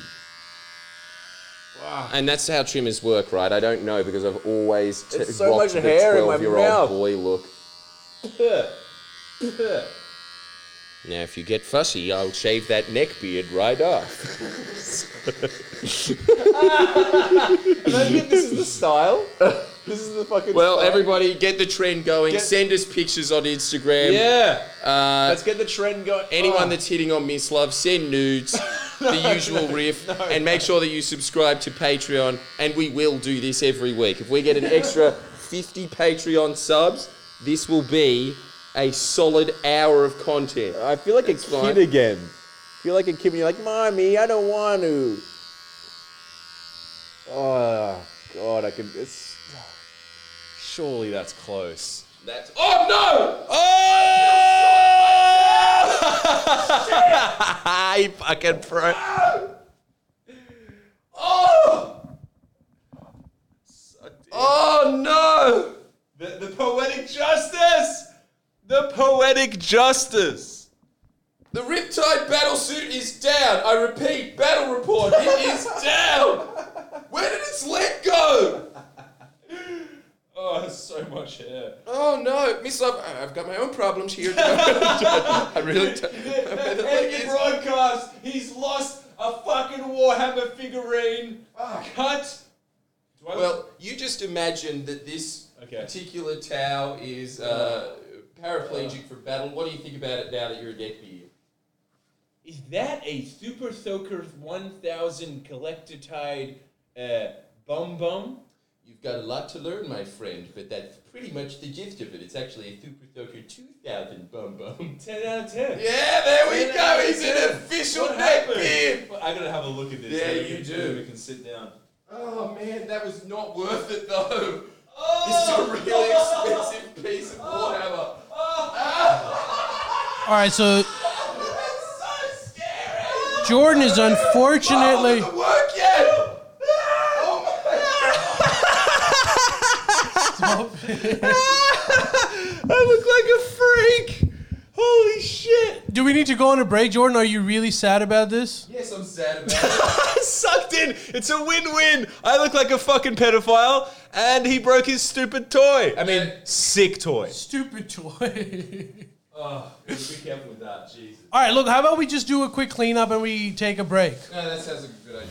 Speaker 3: Wow.
Speaker 2: And that's how trimmers work, right? I don't know because I've always t-
Speaker 3: It's so
Speaker 2: rocked the
Speaker 3: much hair in my
Speaker 2: 12 year
Speaker 3: mouth.
Speaker 2: old boy look. Now, if you get fussy, I'll shave that neck beard right off.
Speaker 3: Imagine if this is the style. This is the fucking.
Speaker 2: Well,
Speaker 3: start.
Speaker 2: everybody, get the trend going.
Speaker 3: Get-
Speaker 2: Send us pictures on Instagram.
Speaker 3: Yeah.
Speaker 2: Uh,
Speaker 3: Let's get the trend going.
Speaker 2: anyone
Speaker 3: Oh.
Speaker 2: that's hitting on Miss Love, send nudes, the usual riff, and make sure that you subscribe to Patreon. And we will do this every week. If we get an extra 50 Patreon subs, this will be a solid hour of content.
Speaker 3: I feel like a
Speaker 2: It's fine.
Speaker 3: kid again. I feel like a kid when you're like, "Mommy, I don't want to." Oh God, I can. It's surely that's close.
Speaker 2: That's oh no!
Speaker 3: Oh! he fucking pro.
Speaker 2: Oh no!
Speaker 3: The, the poetic justice. The poetic justice.
Speaker 2: The Riptide battle suit is down. I repeat, battle report. It is down. Where did its leg go?
Speaker 3: Oh, so much hair.
Speaker 2: Oh no, Miss Love, I- I've got my own problems here. I really don't. Where the leg is.
Speaker 3: broadcast. He's lost a fucking Warhammer figurine. Cut.
Speaker 2: Well, you just imagine that this
Speaker 3: Okay.
Speaker 2: particular Tau is uh, paraplegic for battle. What do you think about it now that you're a deputy?
Speaker 5: Is that a Super Soakers 1000 Collectitide uh, bum bum?
Speaker 2: You've got a lot to learn, my friend, but that's pretty much the gist of it. It's actually a Super Soaker 2000 bum bum.
Speaker 5: 10 out of 10.
Speaker 2: Yeah, there we
Speaker 5: Yeah,
Speaker 2: go.
Speaker 5: yeah,
Speaker 2: He's
Speaker 5: yeah.
Speaker 2: an official
Speaker 5: What
Speaker 2: neckbeard.
Speaker 3: Well, I gotta have a look at this.
Speaker 2: Yeah,
Speaker 3: so we
Speaker 2: you
Speaker 3: can-
Speaker 2: do.
Speaker 3: We can sit down.
Speaker 2: Oh man, that was not worth it though. This is a really expensive piece of Warhammer.
Speaker 1: All right, so Jordan is unfortunately.
Speaker 2: Doesn't work yet. Oh my
Speaker 3: I look like a freak. Holy shit!
Speaker 1: Do we need to go on a break, Jordan? Are you really sad about this?
Speaker 2: Yes, I'm sad about it.
Speaker 3: I sucked in. It's a win-win. I look like a fucking pedophile, and he broke his stupid toy. I mean, sick toy.
Speaker 1: Stupid toy.
Speaker 3: Oh, be careful with that, Jesus.
Speaker 1: All right, look, how about we just do a quick cleanup and we take a break?
Speaker 2: No, that sounds like a good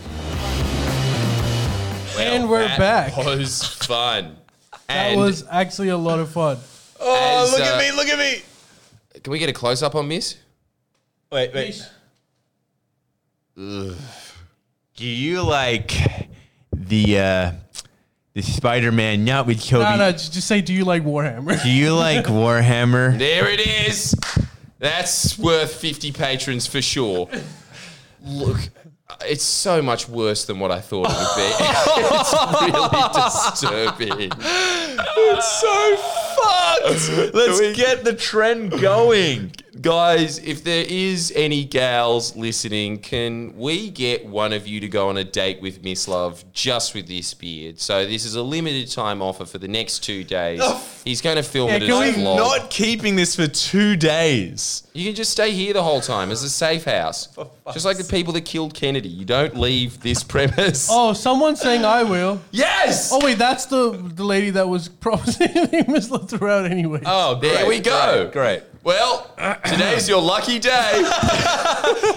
Speaker 2: idea.
Speaker 1: and we're back.
Speaker 2: was fun.
Speaker 1: That was actually a lot of fun.
Speaker 3: Oh,
Speaker 2: As,
Speaker 3: look
Speaker 2: uh,
Speaker 3: at me! Look at me!
Speaker 2: Can we get a close up on this?
Speaker 3: Wait, wait. Do you like the uh, the Spider-Man? Not with Kobe.
Speaker 1: No, no, just, just say, do you like Warhammer?
Speaker 3: Do you like Warhammer?
Speaker 2: There it is. That's worth 50 patrons for sure. Look, it's so much worse than what I thought it would be. it's really disturbing.
Speaker 3: so fucked. Let's get the trend going.
Speaker 2: Guys, if there is any gals listening, can we get one of you to go on a date with Miss Love just with this beard? So this is a limited time offer for the next two days. He's going to film it as
Speaker 1: can we
Speaker 2: a
Speaker 3: I'm
Speaker 2: vlog.
Speaker 3: not keeping this for two days.
Speaker 2: You can just stay here the whole time as a safe house. Just like the people that killed Kennedy. You don't leave this premise.
Speaker 1: oh, someone's saying I will.
Speaker 2: yes!
Speaker 1: Oh, wait, that's the, the lady that was promising Miss Lutz around anyway.
Speaker 3: Oh,
Speaker 2: there we go.
Speaker 3: Great.
Speaker 2: Well, today's your lucky day.
Speaker 3: Th- th-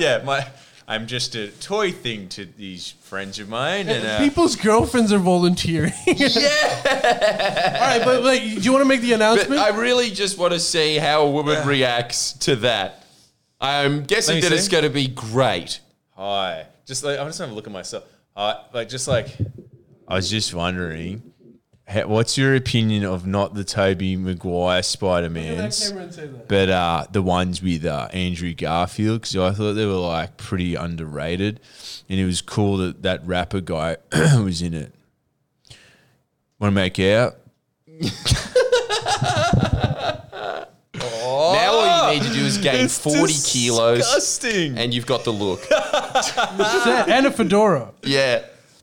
Speaker 3: yeah, my I'm just a toy thing to these friends of mine, and uh,
Speaker 1: People's girlfriends are volunteering.
Speaker 2: yeah!
Speaker 1: All right, but like, do you want to make the
Speaker 2: But
Speaker 1: announcement?
Speaker 2: I really just want to see how a woman reacts to that. I'm guessing
Speaker 3: Let me
Speaker 2: that it's
Speaker 3: see.
Speaker 2: going to be great.
Speaker 3: hi. Just like I'm just gonna look at myself. Uh, like just like I was just wondering, ha- what's your opinion of not the Toby Maguire Spider Mans, but uh, the ones with uh, Andrew Garfield? Because I thought they were like pretty underrated, and it was cool that that rapper guy was in it. Want to make out?
Speaker 2: Now all you need to do is gain 40 kilos
Speaker 3: Oh, Disgusting.
Speaker 2: and you've got the look. Ah.
Speaker 1: And a fedora.
Speaker 2: yeah.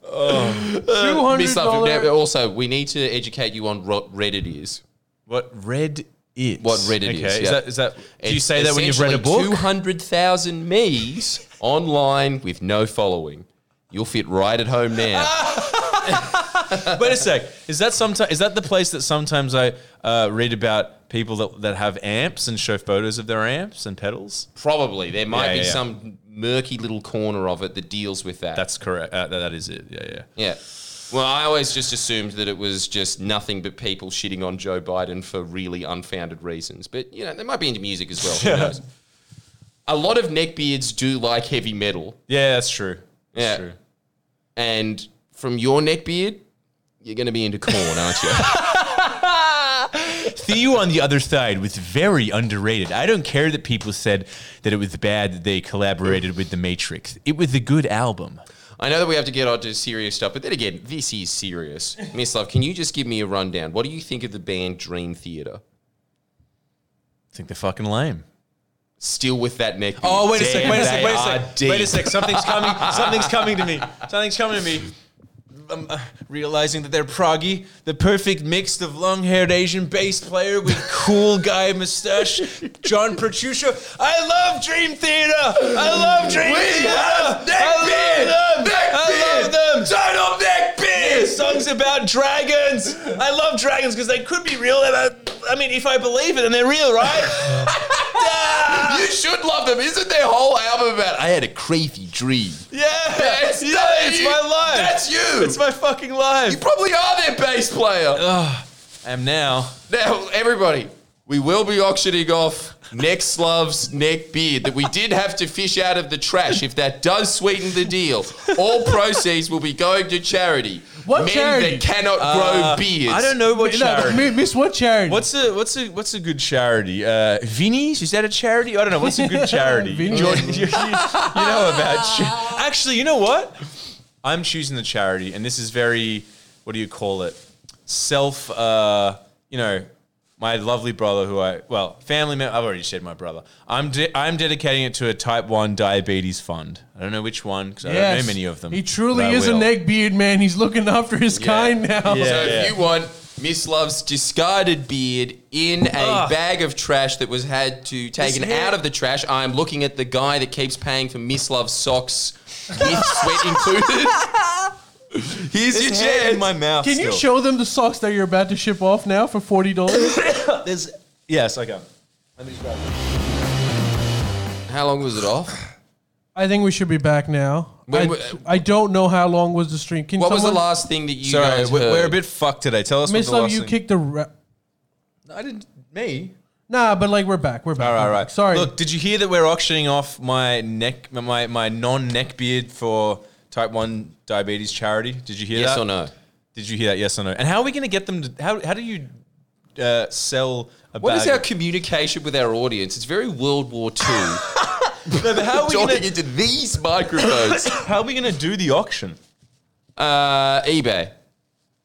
Speaker 2: Uh, Miss Love,
Speaker 1: $200.
Speaker 2: also, we need to educate you on what Reddit is.
Speaker 3: What red is?
Speaker 2: What red it
Speaker 3: okay,
Speaker 2: is,
Speaker 3: Is
Speaker 2: yeah.
Speaker 3: that is that? Do you
Speaker 2: It's
Speaker 3: say that when you've read a book?
Speaker 2: Two hundred thousand me's online with no following. You'll fit right at home now.
Speaker 3: Wait a sec. Is that sometimes? Is that the place that sometimes I uh, read about people that, that have amps and show photos of their amps and pedals?
Speaker 2: Probably there might
Speaker 3: Yeah,
Speaker 2: be
Speaker 3: yeah, yeah.
Speaker 2: some murky little corner of it that deals with that.
Speaker 3: That's correct. Uh, that, that is it. Yeah, yeah.
Speaker 2: yeah. Well, I always just assumed that it was just nothing but people shitting on Joe Biden for really unfounded reasons. But, you know, they might be into music as well. Who knows? A lot of neckbeards do like heavy metal.
Speaker 3: Yeah, that's true. That's
Speaker 2: Yeah.
Speaker 3: true.
Speaker 2: And from your neckbeard, you're going to be into corn, aren't you?
Speaker 3: Theo on the other side was very underrated. I don't care that people said that it was bad that they collaborated with The Matrix. It was a good album.
Speaker 2: I know that we have to get on to serious stuff, but then again, this is serious. Miss Love, can you just give me a rundown? What do you think of the band Dream Theater?
Speaker 3: I think they're fucking lame.
Speaker 2: Still with that neckbeard.
Speaker 3: Oh, wait a sec,
Speaker 2: Damn,
Speaker 3: wait a sec,
Speaker 2: they
Speaker 3: wait a
Speaker 2: are
Speaker 3: sec.
Speaker 2: deep.
Speaker 3: Wait a sec. Something's coming. Something's coming to me. Something's coming to me. I'm uh, realizing that they're proggy, the perfect mix of long-haired Asian bass player with cool guy mustache, John Petruccio. I love Dream Theater. I love Dream Theater. I love them. I love them. Turn up neck Songs about dragons. I love dragons because they could be real. And I, I mean, if I believe it, and they're real, right?
Speaker 2: You should love them. Isn't their whole album about I had a crazy dream?
Speaker 3: Yeah.
Speaker 2: That's
Speaker 3: yeah,
Speaker 2: not
Speaker 3: it's
Speaker 2: you.
Speaker 3: my life.
Speaker 2: That's you.
Speaker 3: It's my fucking life.
Speaker 2: You probably are their bass player.
Speaker 3: I am now.
Speaker 2: Now, everybody, we will be auctioning off neck Love's neck beard that we did have to fish out of the trash. If that does sweeten the deal, all proceeds will be going to charity.
Speaker 1: What
Speaker 2: Men
Speaker 1: charity?
Speaker 2: that cannot
Speaker 3: Uh,
Speaker 2: grow beards.
Speaker 3: I don't know what
Speaker 1: No,
Speaker 3: charity.
Speaker 1: mi- miss what charity?
Speaker 3: What's a what's a what's a good charity? Uh, Vinny's? Is that a charity? I don't know. What's a good charity?
Speaker 1: Vinny's.
Speaker 3: You're- you you know about. cha- Actually, you know what? I'm choosing the charity, and this is very what do you call it? Self. Uh, you know, my lovely brother, who I well, family member. I've already said my brother. I'm de- I'm dedicating it to a type one diabetes fund. I don't know which one because I don't
Speaker 1: Yes.
Speaker 3: know many of them.
Speaker 1: He
Speaker 3: but I
Speaker 1: truly is a
Speaker 3: will.
Speaker 1: neckbeard man. He's looking after his kind now.
Speaker 3: Yeah.
Speaker 2: So if you want Miss Love's discarded beard in a
Speaker 3: Ugh.
Speaker 2: bag of trash that was had to taken
Speaker 3: hair-
Speaker 2: out of the trash, I'm looking at the guy that keeps paying for Miss Love's socks with sweat included. Here's your
Speaker 3: It's hair
Speaker 2: chance.
Speaker 3: in my mouth.
Speaker 1: Can you
Speaker 3: still.
Speaker 1: show them the socks that you're about to ship off now for forty dollars?
Speaker 3: There's yes, I can. Let me just grab it.
Speaker 2: How long was it off?
Speaker 1: I think we should be back now.
Speaker 2: Wait,
Speaker 1: I,
Speaker 2: wait.
Speaker 1: I don't know how long was the stream. Can
Speaker 2: What was the
Speaker 1: someone-
Speaker 2: last thing that you
Speaker 3: Sorry,
Speaker 2: guys
Speaker 3: we- we're,
Speaker 2: heard?
Speaker 3: a bit fucked today. Tell us
Speaker 1: Miss
Speaker 3: what the
Speaker 1: Love,
Speaker 3: last
Speaker 1: you
Speaker 3: thing-
Speaker 1: kicked the. Ra-
Speaker 3: I didn't. Me.
Speaker 1: nah, but like we're back. We're back.
Speaker 3: All right, all
Speaker 1: we're
Speaker 3: right.
Speaker 1: back. Sorry.
Speaker 3: Look, did you hear that we're auctioning off my neck, my my non neck beard for type one diabetes charity? Did you hear
Speaker 2: Yes
Speaker 3: that?
Speaker 2: or no?
Speaker 3: Did you hear that? Yes or no? And how are we going to get them to? How how do you uh, sell a
Speaker 2: What
Speaker 3: bag?
Speaker 2: is our
Speaker 3: of-
Speaker 2: communication with our audience? It's very World War II.
Speaker 3: No, but how are we
Speaker 2: talking
Speaker 3: gonna,
Speaker 2: into these microphones.
Speaker 3: how are we going to do the auction?
Speaker 2: Uh, eBay.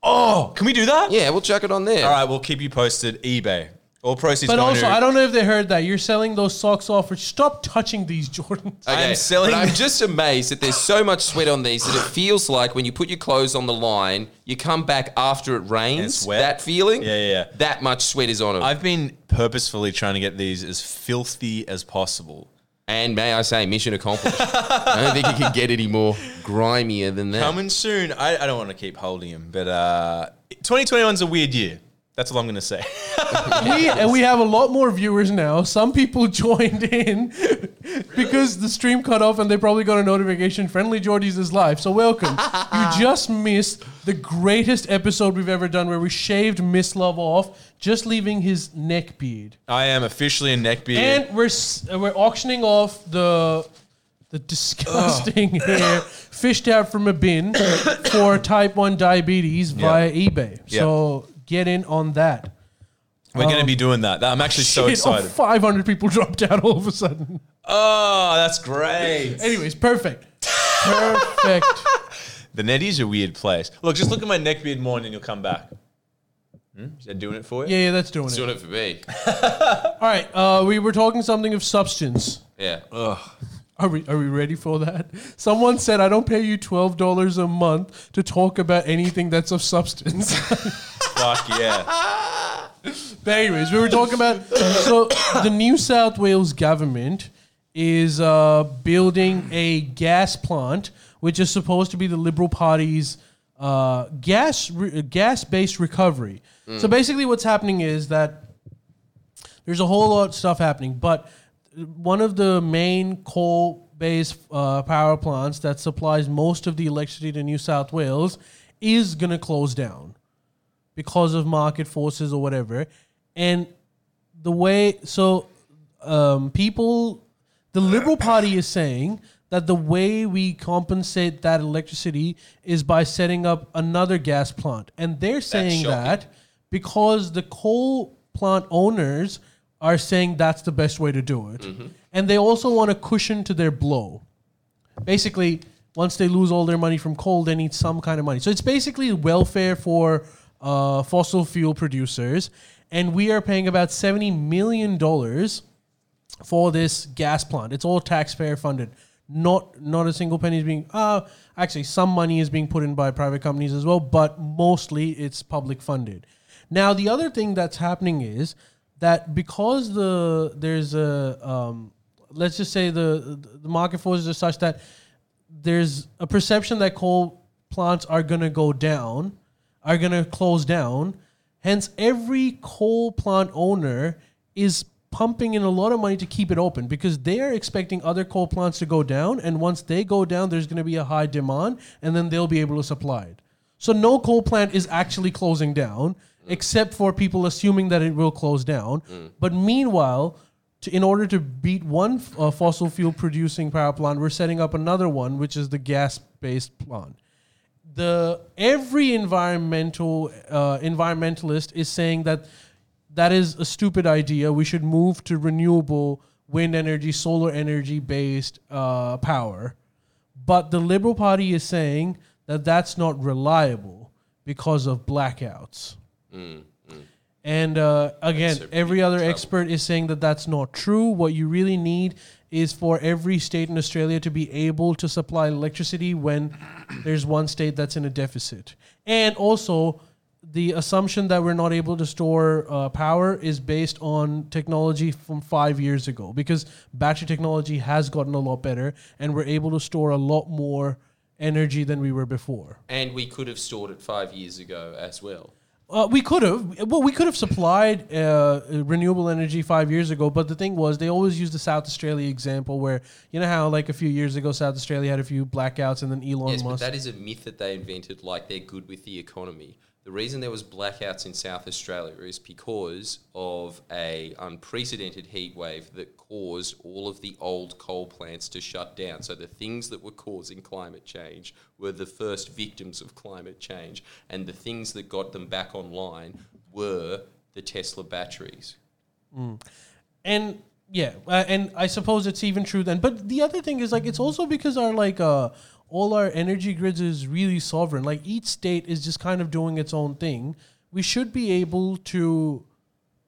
Speaker 3: Oh, can we do that?
Speaker 2: Yeah, we'll chuck it on there.
Speaker 3: All right, we'll keep you posted. eBay. All proceeds.
Speaker 1: but
Speaker 3: going
Speaker 1: also,
Speaker 3: to-
Speaker 1: I don't know if they heard that you're selling those socks off. Or stop touching these Jordans.
Speaker 2: Okay,
Speaker 3: I'm selling-
Speaker 2: But I'm just amazed that there's so much sweat on these that it feels like when you put your clothes on the line, you come back after it rains.
Speaker 3: it's wet.
Speaker 2: That feeling.
Speaker 3: Yeah, yeah, yeah.
Speaker 2: That much sweat is on them.
Speaker 3: I've been purposefully trying to get these as filthy as possible.
Speaker 2: and may I say, mission accomplished. I don't think you can get any more grimier than that.
Speaker 3: Coming soon. I, I don't want to keep holding him, but uh, 2021's a weird year. That's all I'm going to say.
Speaker 1: we, and we have a lot more viewers now. Some people joined in because the stream cut off and they probably got a notification Friendly Geordies is live. So, welcome. you just missed the greatest episode we've ever done where we shaved Miss Love off, just leaving his neck beard.
Speaker 3: I am officially a neckbeard.
Speaker 1: And we're, s- uh, we're auctioning off the. The disgusting hair fished out from a bin for type 1 diabetes via eBay. So get in on that.
Speaker 3: We're going to be doing that. I'm actually so
Speaker 1: oh. Shit, oh,
Speaker 3: excited.
Speaker 1: 500 people dropped out all of a sudden.
Speaker 3: Oh, that's great.
Speaker 1: Anyways, perfect. Perfect.
Speaker 3: The net is a weird place. Look, just look at my neckbeard more and then you'll come back. Hmm? Is that doing it for you?
Speaker 1: Yeah, yeah, that's doing
Speaker 2: It's
Speaker 1: it.
Speaker 2: doing it for me.
Speaker 1: All right, uh, we were talking something of substance.
Speaker 2: Yeah.
Speaker 1: Are we, are we ready for that? Someone said, I don't pay you $12 a month to talk about anything that's of substance.
Speaker 3: Fuck yeah.
Speaker 1: But anyways, we were talking about so the New South Wales government is uh, building a gas plant, which is supposed to be the Liberal Party's uh, gas re- gas based recovery. So basically, what's happening is that there's a whole lot of stuff happening, but one of the main coal based uh, power plants that supplies most of the electricity to New South Wales is going to close down because of market forces or whatever. And the way so um, people the liberal party is saying that the way we compensate that electricity is by setting up another gas plant and they're saying
Speaker 2: shocking.
Speaker 1: that because the coal plant owners are saying that's the best way to do it and they also want a cushion to their blow basically once they lose all their money from coal they need some kind of money so it's basically welfare for uh, fossil fuel producers and we are paying about 70 million dollars for this gas plant it's all taxpayer funded not not a single penny is being uh, actually some money is being put in by private companies as well but mostly it's public funded now the other thing that's happening is that because the there's a um, let's just say the the market forces are such that there's a perception that coal plants are going to go down, are going to close down. Hence, every coal plant owner is pumping in a lot of money to keep it open because they are expecting other coal plants to go down. And once they go down, there's going to be a high demand and then they'll be able to supply it. So, no coal plant is actually closing down except for people assuming that it will close down. But meanwhile, to, in order to beat one f- uh, fossil fuel producing power plant, we're setting up another one, which is the gas based plant. The every environmental uh, environmentalist is saying that that is a stupid idea. We should move to renewable wind energy, solar energy based uh, power. But the Liberal Party is saying that that's not reliable because of blackouts. And uh, again,
Speaker 2: That's a
Speaker 1: every
Speaker 2: big
Speaker 1: other
Speaker 2: trouble.
Speaker 1: expert is saying that that's not true. What you really need is for every state in Australia to be able to supply electricity when there's one state that's in a deficit. And also, the assumption that we're not able to store uh, power is based on technology from five years ago because battery technology has gotten a lot better and we're able to store a lot more energy than we were before.
Speaker 2: And we could have stored it five years ago as well.
Speaker 1: Uh, we could have. Well, we could have supplied uh, renewable energy five years ago, but the thing was, they always use the South Australia example where, you know, how like a few years ago, South Australia had a few blackouts and then Elon
Speaker 2: Yes, but
Speaker 1: Musk.
Speaker 2: that is a myth that they invented, like they're good with the economy. The reason there was blackouts in South Australia is because of a unprecedented heat wave that caused all of the old coal plants to shut down. So the things that were causing climate change were the first victims of climate change, and the things that got them back online were the Tesla batteries.
Speaker 1: and yeah, uh, and I suppose it's even true then. But the other thing is like it's also because our like uh, all our energy grids is really sovereign. Like each state is just kind of doing its own thing. We should be able to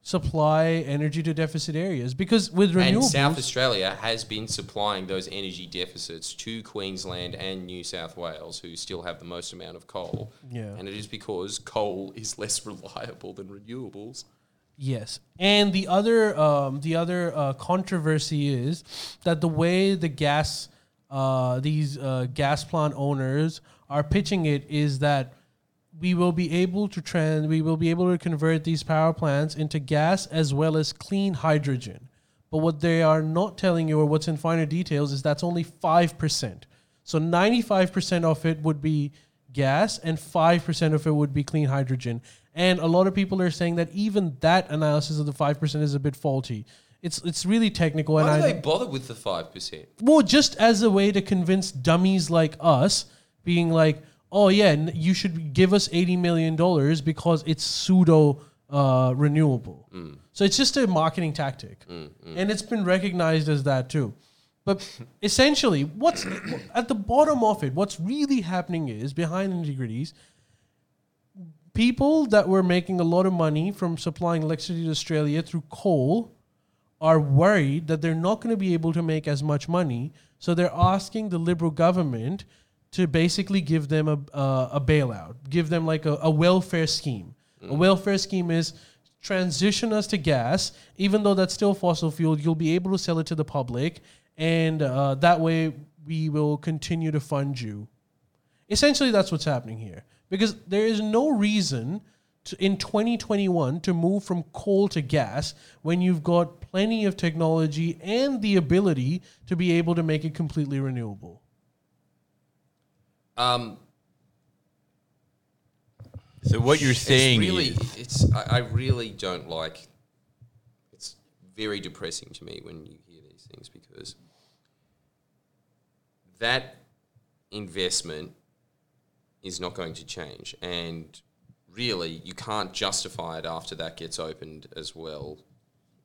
Speaker 1: supply energy to deficit areas because with
Speaker 2: And
Speaker 1: renewables.
Speaker 2: South Australia has been supplying those energy deficits to Queensland and New South Wales, who still have the most amount of coal.
Speaker 1: Yeah.
Speaker 2: And it is because coal is less reliable than renewables.
Speaker 1: Yes, and the other um, the other uh, controversy is that the way the gas uh, these uh, gas plant owners are pitching it is that we will be able to trans we will be able to convert these power plants into gas as well as clean hydrogen. But what they are not telling you or what's in finer details is that's only 5%. So 95% of it would be gas and 5% of it would be clean hydrogen. And a lot of people are saying that even that analysis of the 5% is a bit faulty. It's it's really technical and
Speaker 2: Why
Speaker 1: I
Speaker 2: do they bother with the 5%?
Speaker 1: well, just as a way to convince dummies like us, being like, oh yeah, n- you should give us eighty million dollars because it's pseudo uh, renewable. So it's just a marketing tactic, and it's been recognized as that too. But essentially, what's at the bottom of it? What's really happening is behind the nitty-gritties, people that were making a lot of money from supplying electricity to Australia through coal are worried that they're not going to be able to make as much money. So they're asking the Liberal government to basically give them a, uh, a bailout, give them like a, a welfare scheme. A welfare scheme is transition us to gas, even though that's still fossil fuel, you'll be able to sell it to the public. And uh, that way we will continue to fund you essentially that's what's happening here because there is no reason t- in 2021 to move from coal to gas when you've got plenty of technology and the ability to be able to make it completely renewable?
Speaker 2: Um,
Speaker 3: So what you're saying
Speaker 2: it's really,
Speaker 3: is,
Speaker 2: it's I, I really don't like. It's very depressing to me when you hear these things because that investment is not going to change, and really, you can't justify it after that gets opened as well.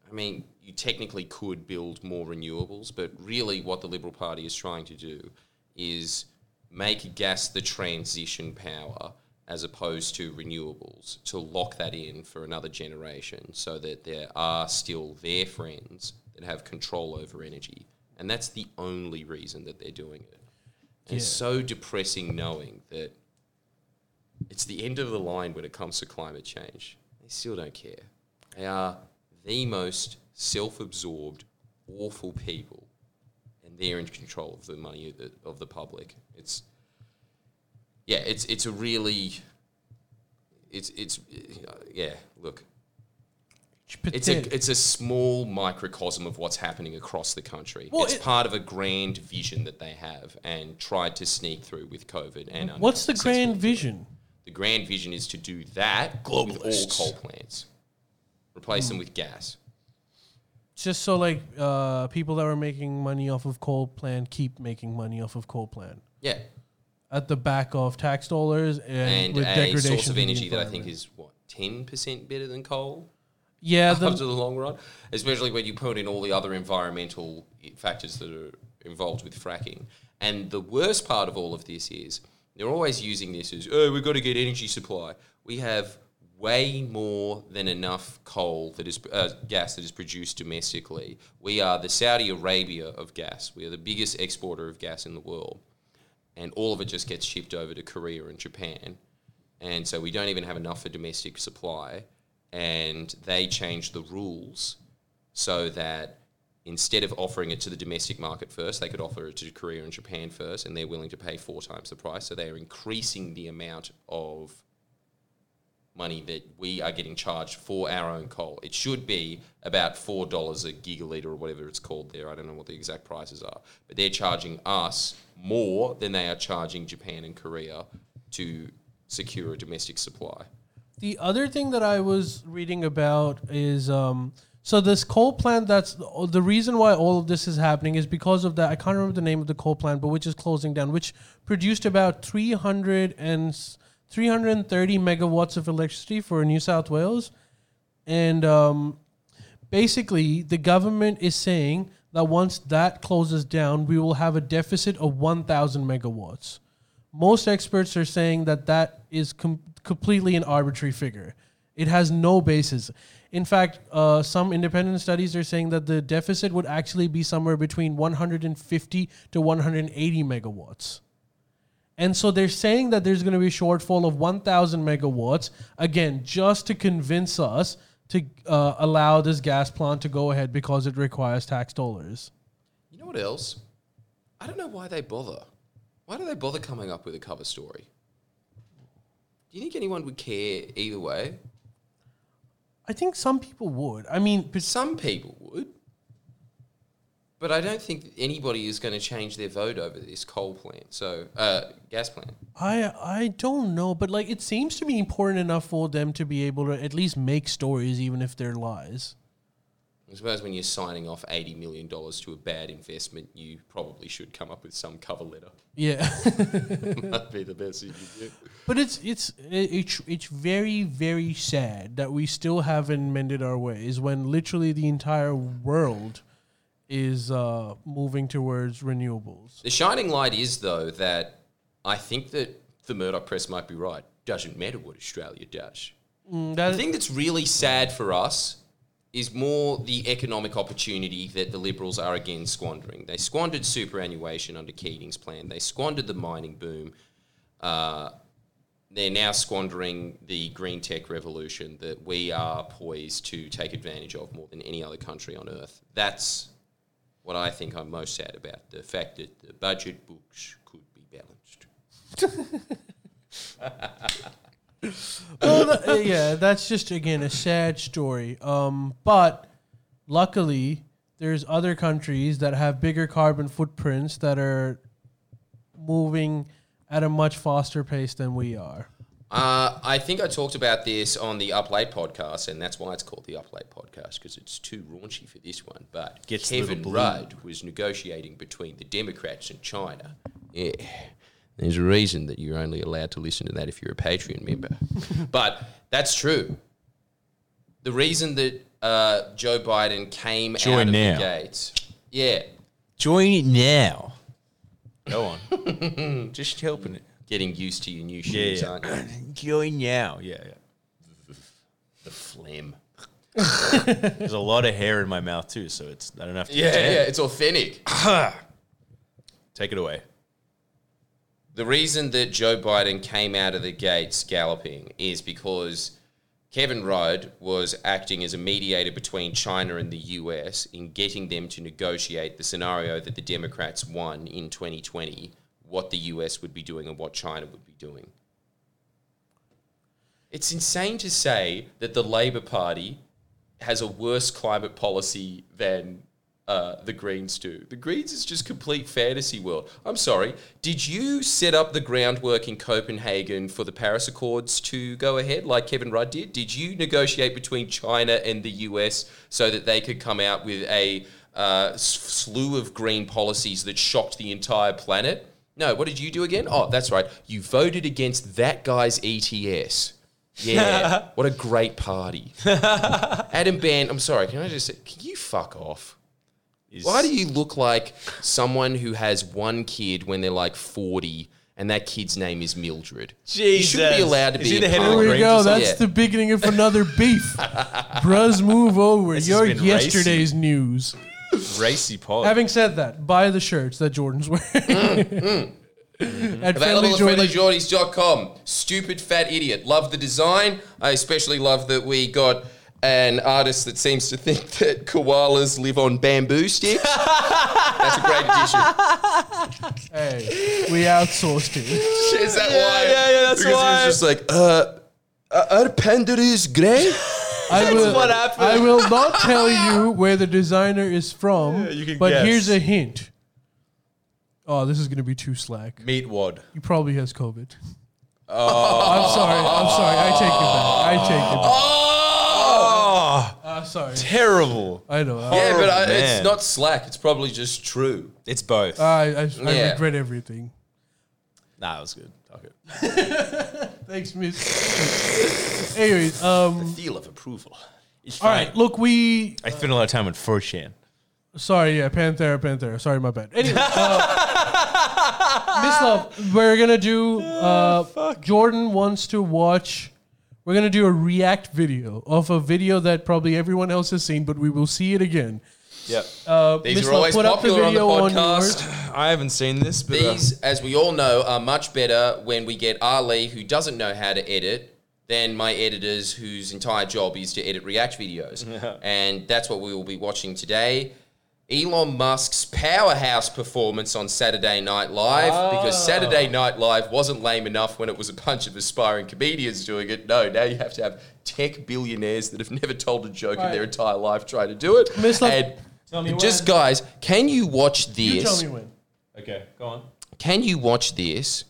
Speaker 2: I mean, you technically could build more renewables, but really, what the Liberal Party is trying to do is make gas the transition power as opposed to renewables to lock that in for another generation so that there are still their friends that have control over energy. And that's the only reason that they're doing it. It's so depressing knowing that it's the end of the line when it comes to climate change. They still don't care. They are the most self absorbed, awful people, and they're in control of the money of the, of the public. It's, yeah, it's, it's a really, it's, it's, yeah, look, it's a, it's a small microcosm of what's happening across the country.
Speaker 1: Well,
Speaker 2: it's
Speaker 1: it-
Speaker 2: part of a grand vision that they have and tried to sneak through with COVID. And are
Speaker 1: What's the
Speaker 2: not successful
Speaker 1: grand
Speaker 2: in doing it.
Speaker 1: vision?
Speaker 2: The grand vision is to do that with all coal plants, replace them with gas.
Speaker 1: Just so like uh, people that were making money off of coal plant keep making money off of coal plant
Speaker 2: Yeah,
Speaker 1: at the back of tax dollars and,
Speaker 2: and
Speaker 1: with
Speaker 2: a
Speaker 1: degradation
Speaker 2: source
Speaker 1: to
Speaker 2: of
Speaker 1: the
Speaker 2: energy that I think
Speaker 1: environment.
Speaker 2: is what ten percent better than coal
Speaker 1: yeah
Speaker 2: after the
Speaker 1: the,
Speaker 2: long run, especially when you put in all the other environmental i- factors that are involved with fracking. And the worst part of all of this is they're always using this as oh we've got to get energy supply. We have way more than enough coal that is uh, gas that is produced domestically. We are the Saudi Arabia of gas. We are the biggest exporter of gas in the world and all of it just gets shipped over to Korea and Japan. And so we don't even have enough for domestic supply. And they changed the rules so that instead of offering it to the domestic market first, they could offer it to Korea and Japan first, and they're willing to pay four times the price. So they are increasing the amount of money that we are getting charged for our own coal. It should be about four dollars a gigaliter or whatever it's called there. I don't know what the exact prices are, but they're charging us more than they are charging Japan and Korea to secure a domestic supply.
Speaker 1: the other thing that I was reading about is um, so this coal plant that's the reason why all of this is happening is because of that I can't remember the name of the coal plant but which is closing down which produced about 300 and s- 330 megawatts of electricity for New South Wales and um, basically the government is saying that once that closes down we will have a deficit of 1000 megawatts most experts are saying that that is com- completely an arbitrary figure it has no basis in fact uh, some independent studies are saying that the deficit would actually be somewhere between 150 to 180 megawatts and so they're saying that there's going to be a shortfall of 1,000 megawatts, again, just to convince us to uh, allow this gas plant to go ahead because it requires tax dollars.
Speaker 2: You know what else? I don't know why they bother. Why do they bother coming up with a cover story? Do you think anyone would care either way?
Speaker 1: I think some people would. I mean, pers-
Speaker 2: Some people would. But I don't think anybody is going to change their vote over this coal plant, so uh, gas plant.
Speaker 1: I I don't know, but like it seems to be important enough for them to be able to at least make stories, even if they're lies.
Speaker 2: I suppose when you're signing off eighty million dollars to a bad investment, you probably should come up with some cover letter.
Speaker 1: Yeah.
Speaker 2: Might be the best thing you do.
Speaker 1: But it's it's it- it's it's very very sad that we still haven't mended our ways when literally the entire world is uh, moving towards renewables.
Speaker 2: The shining light is though that I think that the Murdoch press might be right. Doesn't matter what Australia does.
Speaker 1: Mm, that-
Speaker 2: The thing that's really sad for us is more the economic opportunity that the Liberals are again squandering. They squandered superannuation under Keating's plan, they squandered the mining boom. Uh, they're now squandering the green tech revolution that we are poised to take advantage of more than any other country on earth. That's what I think I'm most sad about the fact that the budget books could be balanced.
Speaker 1: well, that- uh, yeah, that's just again a sad story. Um, but luckily, there's other countries that have bigger carbon footprints that are moving at a much faster pace than we are.
Speaker 2: Uh, I think I talked about this on the Up Late podcast, and that's why it's called the Up Late podcast because it's too raunchy for this one. But
Speaker 3: Gets the
Speaker 2: Kevin
Speaker 3: blue.
Speaker 2: Rudd was negotiating between the Democrats and China. Yeah. There's a reason that you're only allowed to listen to that if you're a Patreon member. but that's true. The reason that uh, Joe Biden came out
Speaker 3: Join
Speaker 2: of
Speaker 3: now.
Speaker 2: the gates. Yeah,
Speaker 3: Join it now. Go on. Just helping it.
Speaker 2: getting used to your new shoes,
Speaker 3: yeah.
Speaker 2: aren't you?
Speaker 3: Join now. Yeah, yeah.
Speaker 2: The phlegm.
Speaker 3: There's a lot of hair in my mouth too, so it's I don't have to
Speaker 2: Yeah,
Speaker 3: pretend.
Speaker 2: yeah, it's authentic.
Speaker 3: Take it away.
Speaker 2: The reason that Joe Biden came out of the gates galloping is because Kevin Rudd was acting as a mediator between China and the US in getting them to negotiate the scenario that the Democrats won in 2020, what the US would be doing and what China would be doing. It's insane to say that the Labour Party has a worse climate policy than uh, the Greens do. The Greens is just complete fantasy world. I'm sorry. Did you set up the groundwork in Copenhagen for the Paris Accords to go ahead, like Kevin Rudd did? Did you negotiate between China and the US so that they could come out with a uh, s- slew of green policies that shocked the entire planet? No. What did you do again? Oh, that's right. You voted against that guy's ETS. Yeah. what a great party. Adam Band, I'm sorry, can I just say, can you fuck off?
Speaker 3: Is-
Speaker 2: Why do you look like someone who has one kid when they're like 40 and that kid's name is Mildred? You shouldn't be
Speaker 3: Jesus.
Speaker 2: allowed to
Speaker 3: Is
Speaker 2: be
Speaker 3: he
Speaker 2: a
Speaker 3: the head of
Speaker 2: punk.
Speaker 3: the
Speaker 1: Here we
Speaker 3: Greens
Speaker 1: go.
Speaker 3: is-
Speaker 1: That's
Speaker 2: Yeah.
Speaker 1: the beginning of another beef. Bruhs, move over.
Speaker 3: has
Speaker 1: You're
Speaker 3: been
Speaker 1: yesterday's news.
Speaker 3: Racy pod.
Speaker 1: Having said that, buy the shirts that Jordan's wearing.
Speaker 3: Mm,
Speaker 1: At
Speaker 2: Available at
Speaker 1: Friendly Jordan-
Speaker 2: friendlyjordies.com. Stupid fat idiot. Love the design. I especially love that we got an artist that seems to think that koalas live on bamboo sticks. That's a great addition.
Speaker 1: Hey, we outsourced it.
Speaker 2: Is that why?
Speaker 3: yeah, yeah, that's
Speaker 2: because
Speaker 3: why.
Speaker 2: he was just like, uh, uh, our panda is grey.
Speaker 1: I will,
Speaker 3: what happened.
Speaker 1: I will not tell you where the designer is from,
Speaker 3: you can
Speaker 1: but
Speaker 3: guess.
Speaker 1: here's a hint. Oh, this is going to be too slack.
Speaker 3: Meat wad.
Speaker 1: He probably has COVID. Oh. I'm sorry. I'm sorry. I take it back. I take it back.
Speaker 3: Oh,
Speaker 1: Uh, sorry.
Speaker 3: terrible.
Speaker 1: I know. I,
Speaker 2: yeah, but I,
Speaker 3: Horrible
Speaker 2: it's
Speaker 3: man.
Speaker 2: not slack. It's probably just true.
Speaker 3: It's both.
Speaker 1: I, I, I
Speaker 2: Yeah.
Speaker 1: regret everything.
Speaker 3: nah, it was good. Fuck it.
Speaker 1: Thanks, miss. Anyways, um,
Speaker 2: Deal of approval.
Speaker 3: It's
Speaker 1: all right. Look, we
Speaker 3: I spent a lot of time on 4chan.
Speaker 1: Sorry, yeah, Panthera, Panthera. Sorry, my bad. Anyway, uh, Miss Love, we're gonna do. Uh, Jordan wants to watch. We're gonna do a react video of a video that probably everyone else has seen, but we will see it again.
Speaker 3: Yep.
Speaker 1: Uh,
Speaker 2: These
Speaker 1: Miss
Speaker 2: are
Speaker 1: Love,
Speaker 2: always
Speaker 1: put up
Speaker 2: popular on the
Speaker 1: yours.
Speaker 2: podcast.
Speaker 3: I haven't seen this, but uh,
Speaker 2: These, as we all know, are much better when we get Ali, who doesn't know how to edit, than my editors, whose entire job is to edit React videos. And that's what we will be watching today. Elon Musk's powerhouse performance on Saturday Night Live,
Speaker 1: Ah.
Speaker 2: because Saturday Night Live wasn't lame enough when it was a bunch of aspiring comedians doing it. No, now you have to have tech billionaires that have never told a joke in their
Speaker 1: Right.
Speaker 2: entire life try to do it.
Speaker 1: Miss Love-
Speaker 2: and
Speaker 3: Tell me
Speaker 2: just
Speaker 3: when.
Speaker 2: guys, can you watch this?
Speaker 1: You tell me when.
Speaker 3: okay, go on.
Speaker 2: can you watch this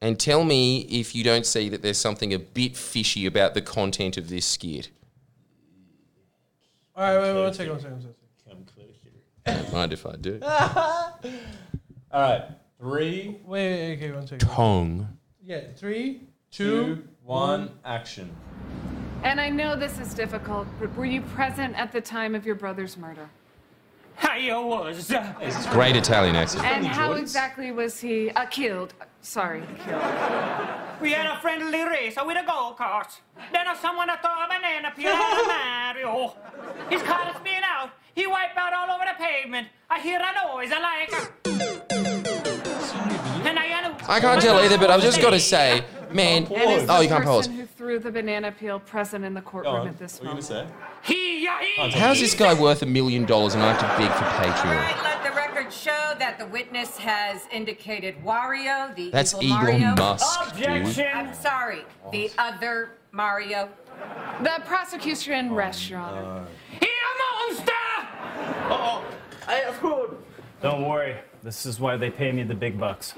Speaker 2: and tell me if you don't see that there's something a bit fishy about the content of this skit?
Speaker 1: All right, wait, wait, one second, one second, one second.
Speaker 3: Come closer.
Speaker 2: Don't mind if I do.
Speaker 3: All right, three,
Speaker 1: Wait, wait, okay, one second.
Speaker 2: Pong.
Speaker 1: Yeah, three,
Speaker 3: two,
Speaker 1: two.
Speaker 3: one, action.
Speaker 6: And I know this is difficult, but were you present at the time of your brother's murder?
Speaker 7: I was.
Speaker 2: Great Italian accent.
Speaker 6: And how
Speaker 3: Jordan's?
Speaker 6: exactly was he uh, killed? Uh, Sorry, killed.
Speaker 7: We had a friendly race uh, with a go kart. Then uh, someone threw a banana peel at Mario. His car spin out. He wiped out all over the pavement. I hear a noise I like. a- And I, uh,
Speaker 2: I can't tell either, but I've just got to say, man.
Speaker 6: And is the
Speaker 2: Oh, you can't pause.
Speaker 6: person who threw the banana peel present in the
Speaker 3: Go
Speaker 6: courtroom
Speaker 3: on.
Speaker 6: at this
Speaker 3: What are you gonna
Speaker 6: moment?
Speaker 3: say?
Speaker 7: He, yeah, he.
Speaker 2: How's this guy worth a million dollars and I have to beg for Patreon?
Speaker 8: Alright, let the record records show that the witness has indicated Wario, the
Speaker 2: That's
Speaker 8: evil
Speaker 2: Elon
Speaker 8: Mario.
Speaker 2: Musk.
Speaker 7: Objection!
Speaker 8: I'm sorry, the other Mario.
Speaker 6: The prosecution rests, Your Honor.
Speaker 7: He a monster!
Speaker 5: I have called.
Speaker 9: Don't worry. This is why they pay me the big bucks.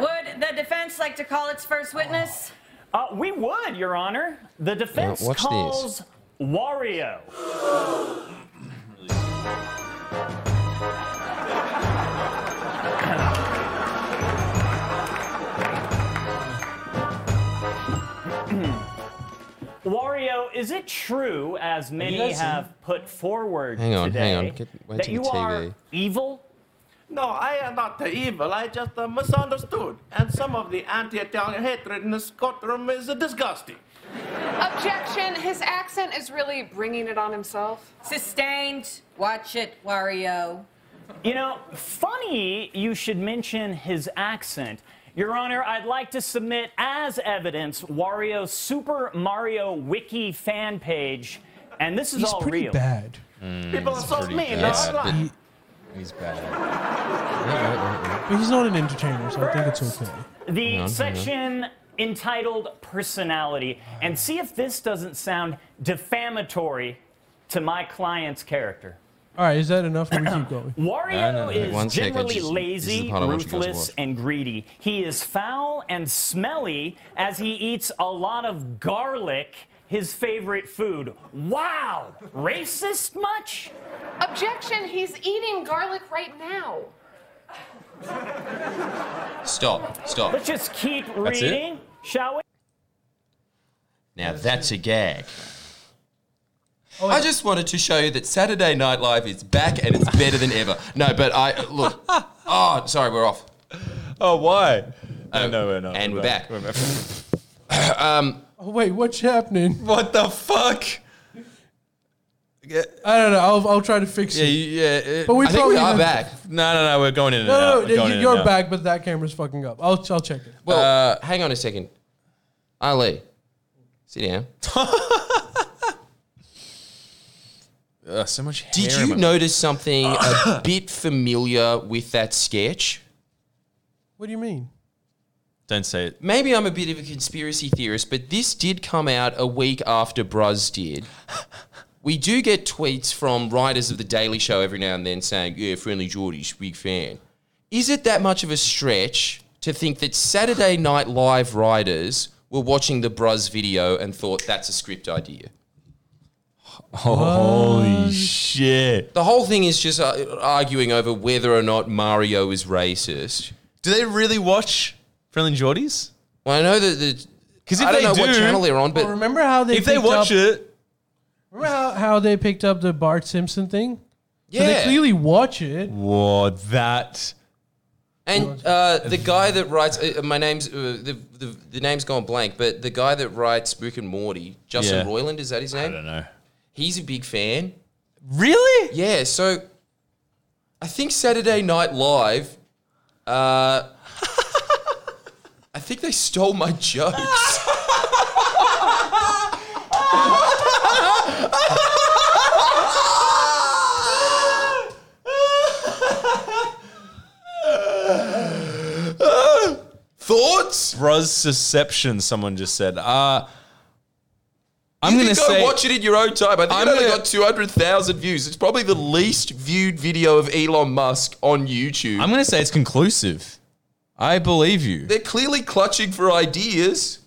Speaker 8: Would the defense like to call its first witness?
Speaker 9: Uh, we would, Your Honor. The defense
Speaker 2: watch this.
Speaker 9: calls Wario. Wario, is it true, as many
Speaker 3: guys-
Speaker 9: have put forward
Speaker 2: Hang on,
Speaker 9: today,
Speaker 2: hang on. Get- wait
Speaker 9: that
Speaker 2: till
Speaker 9: you
Speaker 2: the TV.
Speaker 9: are evil?
Speaker 5: No, I am not the evil. I just uh, misunderstood. And some of the anti-Italian hatred in this courtroom is uh, disgusting.
Speaker 6: Objection. His accent is really bringing it on himself.
Speaker 8: Sustained. Watch it, Wario.
Speaker 9: You know, funny you should mention his accent. Your Honor, I'd like to submit as evidence Wario's Super Mario Wiki fan page, and this is
Speaker 1: He's
Speaker 9: all
Speaker 1: pretty
Speaker 9: real.
Speaker 1: bad.
Speaker 5: People are so
Speaker 3: pretty
Speaker 5: mean.
Speaker 3: bad.
Speaker 5: online.
Speaker 2: But-
Speaker 3: He's bad.
Speaker 1: But he's not an entertainer, so I think it's okay.
Speaker 9: The
Speaker 2: on,
Speaker 9: section entitled Personality, and see if this doesn't sound defamatory to my client's character.
Speaker 1: All right, is that enough? Or we keep going.
Speaker 2: no,
Speaker 9: Wario
Speaker 2: no.
Speaker 9: is
Speaker 2: One second,
Speaker 9: generally
Speaker 2: just- this is the
Speaker 9: lazy,
Speaker 2: part I want you guys to
Speaker 9: ruthless,
Speaker 2: watch.
Speaker 9: and greedy. He is foul and smelly as he eats a lot of garlic, his favorite food. Wow! Racist much?
Speaker 6: Objection. He's eating garlic right now.
Speaker 2: Stop, stop.
Speaker 9: Let's just keep
Speaker 3: That's it?
Speaker 9: reading, shall we?
Speaker 2: Now that's a gag.
Speaker 1: Oh,
Speaker 2: I just wanted to show you that Saturday Night Live is back and it's better than ever. No, but I look. Oh, sorry, we're off.
Speaker 3: Oh, why? No, no, we're not.
Speaker 2: and we're back.
Speaker 3: We're
Speaker 1: Oh, wait, what's happening?
Speaker 3: What the fuck?
Speaker 1: I don't know. I'll, I'll try to fix
Speaker 3: Yeah,
Speaker 1: it.
Speaker 3: you- yeah. It,
Speaker 1: But we
Speaker 2: uh, I think
Speaker 1: probably
Speaker 2: we are
Speaker 1: have-
Speaker 2: back.
Speaker 3: no, no, no. We're going in and out.
Speaker 1: No,
Speaker 3: We're
Speaker 1: no, no
Speaker 3: going
Speaker 1: you-
Speaker 3: in
Speaker 1: you're
Speaker 3: and out.
Speaker 1: back, but that camera's fucking up. I'll, I'll check it.
Speaker 2: Well, Uh, hang on a second. Ali, sit down.
Speaker 3: Ugh, so much.
Speaker 2: Did
Speaker 3: hair in
Speaker 2: you
Speaker 3: my-
Speaker 2: notice something a bit familiar with that sketch?
Speaker 1: What do you mean?
Speaker 3: Don't say it.
Speaker 2: Maybe I'm a bit of a conspiracy theorist, but this did come out a week after Bruz did. We do get tweets from writers of The Daily Show every now and then saying, yeah, Friendly Geordie's a big fan. Is it that much of a stretch to think that Saturday Night Live writers were watching the Bruz video and thought that's a script idea?
Speaker 3: Holy shit!
Speaker 2: The whole thing is just uh, arguing over whether or not Mario is racist.
Speaker 3: Do they really watch Friendly Geordies?
Speaker 2: Well, I know that the.
Speaker 3: 'Cause if
Speaker 2: I don't
Speaker 3: they
Speaker 2: know what
Speaker 3: do-
Speaker 2: channel they're on, but
Speaker 1: Well, remember how they
Speaker 3: If they
Speaker 1: picked
Speaker 3: watch
Speaker 1: up,
Speaker 3: it,
Speaker 1: Remember how, how they picked up the Bart Simpson thing? So
Speaker 2: Yeah.
Speaker 1: they clearly watch it.
Speaker 3: whoa, that
Speaker 2: And uh, the guy that writes uh, my name's uh, the, the the name's gone blank, but the guy that writes Book and Morty, Justin
Speaker 3: Yeah.
Speaker 2: Roiland, is that his
Speaker 3: I
Speaker 2: name?
Speaker 3: don't know.
Speaker 2: He's a big fan.
Speaker 3: Really?
Speaker 2: Yeah, so I think Saturday Night Live. Uh, I think they stole my jokes. Thoughts?
Speaker 3: Bros Susception. Someone just said. Uh, I'm
Speaker 2: You
Speaker 3: gonna
Speaker 2: can go
Speaker 3: say.
Speaker 2: watch it in your own time. I think
Speaker 3: I'm
Speaker 2: it only
Speaker 3: gonna-
Speaker 2: got 200,000 views. It's probably the least viewed video of Elon Musk on YouTube.
Speaker 3: I'm gonna say it's conclusive. I believe you.
Speaker 2: They're clearly clutching for ideas.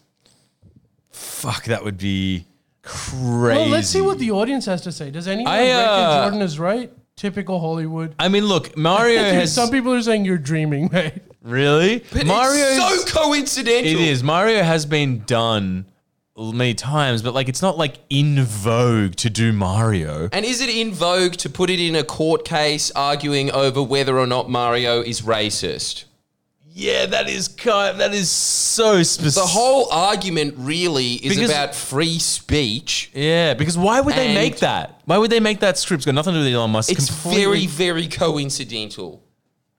Speaker 3: Fuck, that would be crazy.
Speaker 1: Well, let's see what the audience has to say. Does anyone
Speaker 3: I,
Speaker 1: reckon
Speaker 3: uh,
Speaker 1: Jordan is right? Typical Hollywood.
Speaker 3: I mean, look, Mario
Speaker 1: Dude,
Speaker 3: has
Speaker 1: some people are saying you're dreaming, mate.
Speaker 3: really. Mario
Speaker 2: It's so coincidental.
Speaker 3: It is. Mario has been done many times, but like it's not like in vogue to do Mario.
Speaker 2: And is it in vogue to put it in a court case arguing over whether or not Mario is racist?
Speaker 3: Yeah, that is kind. That is so specific.
Speaker 2: The whole argument really is
Speaker 3: Because-
Speaker 2: about free speech.
Speaker 3: Yeah, because why would they
Speaker 2: And-
Speaker 3: make that? Why would they make that script? It's got nothing to do with Elon Musk.
Speaker 2: It's very,
Speaker 3: completely-
Speaker 2: very coincidental.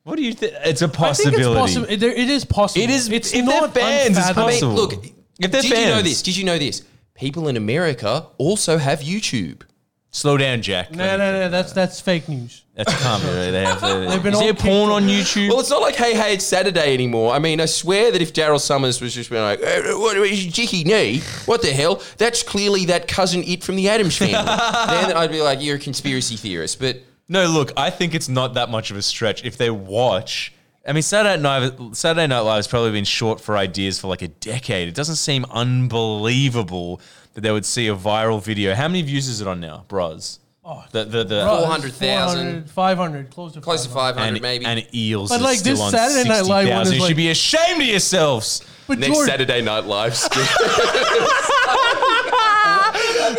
Speaker 3: What do you think? It's a
Speaker 1: I think
Speaker 3: possibility.
Speaker 1: it's possible. It, there- it is possible.
Speaker 3: It is-
Speaker 1: It's
Speaker 3: if they're
Speaker 1: not
Speaker 3: fans, it's
Speaker 1: unfathomable.
Speaker 2: I mean,
Speaker 3: possible.
Speaker 2: look,
Speaker 3: If they're
Speaker 2: did you know
Speaker 3: fans.
Speaker 2: this? Did you know this? People in America also have YouTube.
Speaker 3: Slow down, Jack.
Speaker 1: No, no, no. That's that's fake news.
Speaker 3: That's comedy. Right? They have, they,
Speaker 1: been
Speaker 3: is
Speaker 1: all
Speaker 3: there porn
Speaker 1: kicked
Speaker 3: on YouTube?
Speaker 2: Well, it's not like, hey, hey, it's Saturday anymore. I mean, I swear that if Daryl Summers was just being like, eh, what is your jicky knee? What the hell? That's clearly that cousin it from the Adams family. then I'd be like, you're a conspiracy theorist. But
Speaker 3: No, look, I think it's not that much of a stretch if they watch. I mean, Saturday Night Saturday Night Live has probably been short for ideas for like a decade. It doesn't seem unbelievable that they would see a viral video. How many views is it on now, Bros? Oh, the the, the
Speaker 1: Bros,
Speaker 2: 400,000.
Speaker 1: 400, 500, close to
Speaker 2: close to 500,
Speaker 3: and,
Speaker 2: maybe.
Speaker 3: and eels.
Speaker 1: But,
Speaker 3: is
Speaker 1: like,
Speaker 3: still
Speaker 1: this
Speaker 3: on
Speaker 1: Saturday Night Live one
Speaker 3: 60,000.
Speaker 1: is
Speaker 3: you
Speaker 1: like-
Speaker 3: should be ashamed of yourselves.
Speaker 1: But
Speaker 2: Next
Speaker 1: George,
Speaker 2: Saturday Night Live skit.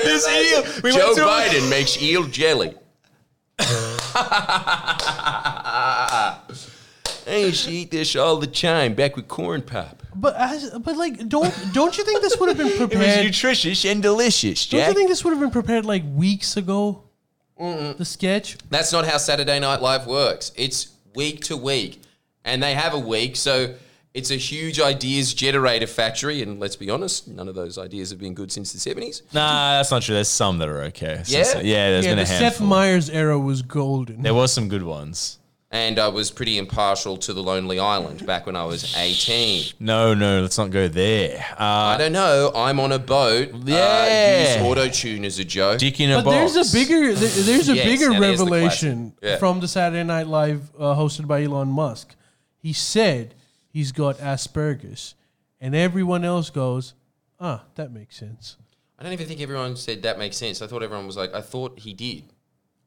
Speaker 3: This eel. We
Speaker 2: Joe
Speaker 3: went to a-
Speaker 2: Biden makes eel jelly. I used to eat this all the time back with corn pop.
Speaker 1: but as, but like, don't don't you think this would have been
Speaker 3: It was
Speaker 1: prepared?
Speaker 3: nutritious and delicious,
Speaker 1: don't you
Speaker 3: Jack.
Speaker 1: think this would have been prepared like weeks ago? The sketch.
Speaker 2: That's not how Saturday Night Live works. It's week to week, and they have a week, so it's a huge ideas generator factory. And let's be honest, none of those ideas have been good since the seventies.
Speaker 3: Nah, that's not true. There's some that are okay. So-
Speaker 2: Yeah?
Speaker 3: so- yeah. There's
Speaker 1: Yeah,
Speaker 3: been
Speaker 1: the
Speaker 3: a
Speaker 1: Seth
Speaker 3: handful.
Speaker 1: Meyers era was golden.
Speaker 3: there was some good ones.
Speaker 2: And I was pretty impartial to The Lonely Island back when I was eighteen.
Speaker 3: No, no, let's not go there. Uh,
Speaker 2: I don't know. I'm on a boat.
Speaker 3: Yeah.
Speaker 2: uh, use auto tune as a joke.
Speaker 3: dick in a
Speaker 1: But
Speaker 3: box.
Speaker 1: there's a bigger there- there's a
Speaker 2: Yes,
Speaker 1: bigger
Speaker 2: that is the
Speaker 1: revelation
Speaker 2: classic. Yeah.
Speaker 1: from the Saturday Night Live uh, hosted by Elon Musk. He said he's got Asperger's, and everyone else goes, "Ah, that makes sense."
Speaker 2: I don't even think everyone said that makes sense. I thought everyone was like, I thought he did.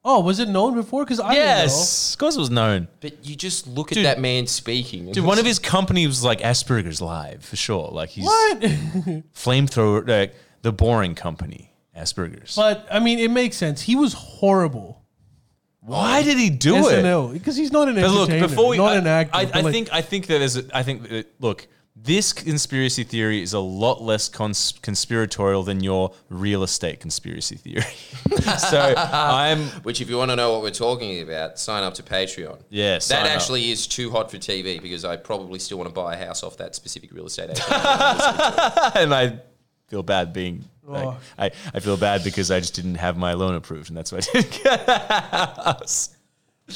Speaker 1: Oh, was it known before? Because I yes.
Speaker 3: Yes, of course it was known.
Speaker 2: But you just look
Speaker 3: Dude.
Speaker 2: at that man speaking. and
Speaker 3: Dude, one of his company was like Asperger's Live for sure. Like he's
Speaker 1: didn't know. What?
Speaker 3: flamethrower, like the boring company, Asperger's.
Speaker 1: but I mean, it makes sense. He was horrible.
Speaker 3: Why did he do it?
Speaker 1: SNL because he's not an
Speaker 3: But look,
Speaker 1: entertainer.
Speaker 3: before we,
Speaker 1: not
Speaker 3: I,
Speaker 1: an actor.
Speaker 3: I,
Speaker 1: but,
Speaker 3: I
Speaker 1: like,
Speaker 3: think I think that there's. A, I think that, look, this conspiracy theory is a lot less cons- conspiratorial than your real estate conspiracy theory. so I'm
Speaker 2: Which, if you want to know what we're talking about, sign up to Patreon.
Speaker 3: Yeah, sign
Speaker 2: that
Speaker 3: up.
Speaker 2: actually is too hot for TV because I probably still want to buy a house off that specific real estate agent.
Speaker 3: and I feel bad being. like,
Speaker 1: Oh.
Speaker 3: I, I feel bad because I just didn't have my loan approved, and that's why I didn't get a house.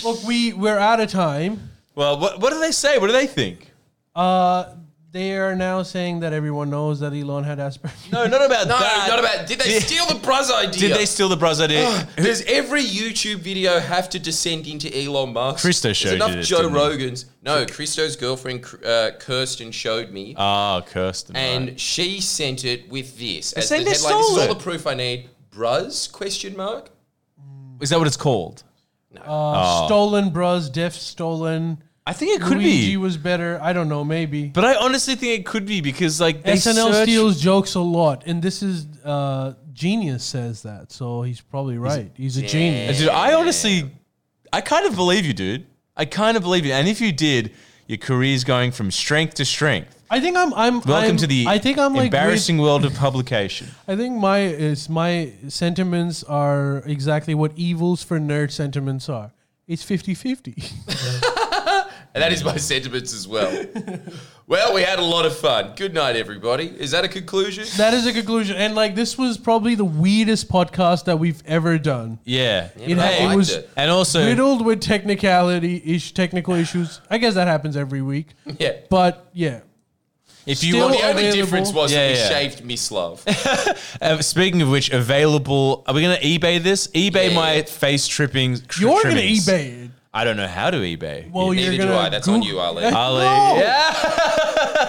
Speaker 1: look, we we're out of time.
Speaker 3: Well, what, what do they say? What do they think?
Speaker 1: Uh, they are now saying that everyone knows that Elon had Asperger's.
Speaker 3: No, not about
Speaker 2: no,
Speaker 3: that.
Speaker 2: not about. Did they
Speaker 3: Did-
Speaker 2: steal the Bruz idea?
Speaker 3: Did they steal the bros idea?
Speaker 2: Does every YouTube video have to descend into Elon Musk?
Speaker 3: Christo
Speaker 2: There's
Speaker 3: showed you
Speaker 2: enough
Speaker 3: this,
Speaker 2: Joe
Speaker 3: didn't he?
Speaker 2: Rogans. No, Christo's girlfriend uh, Kirsten showed me.
Speaker 3: Ah, cursed them.
Speaker 2: and
Speaker 3: right.
Speaker 2: she sent it with this as
Speaker 3: saying
Speaker 2: the
Speaker 3: they
Speaker 2: headline. This is
Speaker 3: stole
Speaker 2: all
Speaker 3: it.
Speaker 2: the proof I need. Bruz? Question mark.
Speaker 3: is that what it's called?
Speaker 1: Uh, Stolen, bros. Def stolen.
Speaker 3: I think it could
Speaker 1: Luigi
Speaker 3: be,
Speaker 1: was better. I don't know. Maybe.
Speaker 3: but I honestly think it could be because like they
Speaker 1: SNL
Speaker 3: search-
Speaker 1: steals jokes a lot, and this is uh, genius says that, so he's probably right. He's a genius.
Speaker 3: Dude, I honestly, I kind of believe you, dude. I kind of believe you, and if you did, your career's going from strength to strength.
Speaker 1: I think I'm. I'm.
Speaker 3: Welcome
Speaker 1: I'm-
Speaker 3: to the
Speaker 1: I think I'm like with-
Speaker 3: embarrassing world of publication.
Speaker 1: I think my is my sentiments are exactly what evils for nerd sentiments are. It's 50-50.
Speaker 2: And that is my sentiments as well. well, we had a lot of fun. Good night, everybody. Is that a conclusion?
Speaker 1: that is a conclusion. And like this was probably the weirdest podcast that we've ever done.
Speaker 3: Yeah.
Speaker 1: It,
Speaker 2: but I
Speaker 1: had- it
Speaker 2: liked
Speaker 1: was
Speaker 2: it.
Speaker 3: And also,
Speaker 1: riddled with technicality ish technical issues. I guess that happens every week.
Speaker 2: Yeah.
Speaker 1: But yeah.
Speaker 3: if you
Speaker 1: still
Speaker 2: Well,
Speaker 3: want,
Speaker 2: the only
Speaker 1: available.
Speaker 2: difference was that
Speaker 3: Yeah,
Speaker 2: we
Speaker 3: yeah.
Speaker 2: shaved Miss Love.
Speaker 3: uh, speaking of which, available. Are we gonna eBay this? eBay
Speaker 2: Yeah.
Speaker 3: my face tripping. tr-
Speaker 1: You're gonna
Speaker 3: trimmings.
Speaker 1: eBay it.
Speaker 3: I don't know how to eBay.
Speaker 1: Well, you're
Speaker 2: Neither do
Speaker 1: gonna
Speaker 2: I. That's on you, Ali.
Speaker 3: Ali.
Speaker 1: No!
Speaker 3: Yeah.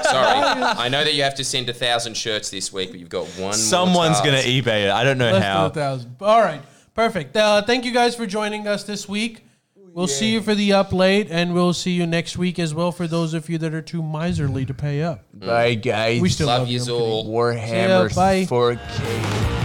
Speaker 2: Sorry. I know that you have to send a thousand shirts this week, but you've got one. more
Speaker 3: Someone's
Speaker 2: task.
Speaker 3: gonna eBay it. I don't know
Speaker 1: Less than
Speaker 3: how.
Speaker 1: a thousand. All right, perfect. Uh, thank you guys for joining us this week. We'll see you for the up late, and we'll see you next week as well. For those of you that are too miserly to pay up,
Speaker 5: Bye, guys.
Speaker 1: we still love,
Speaker 2: Love yous
Speaker 1: I'm kidding.
Speaker 2: all.
Speaker 1: See ya,
Speaker 5: Warhammer
Speaker 1: bye.
Speaker 5: 4K.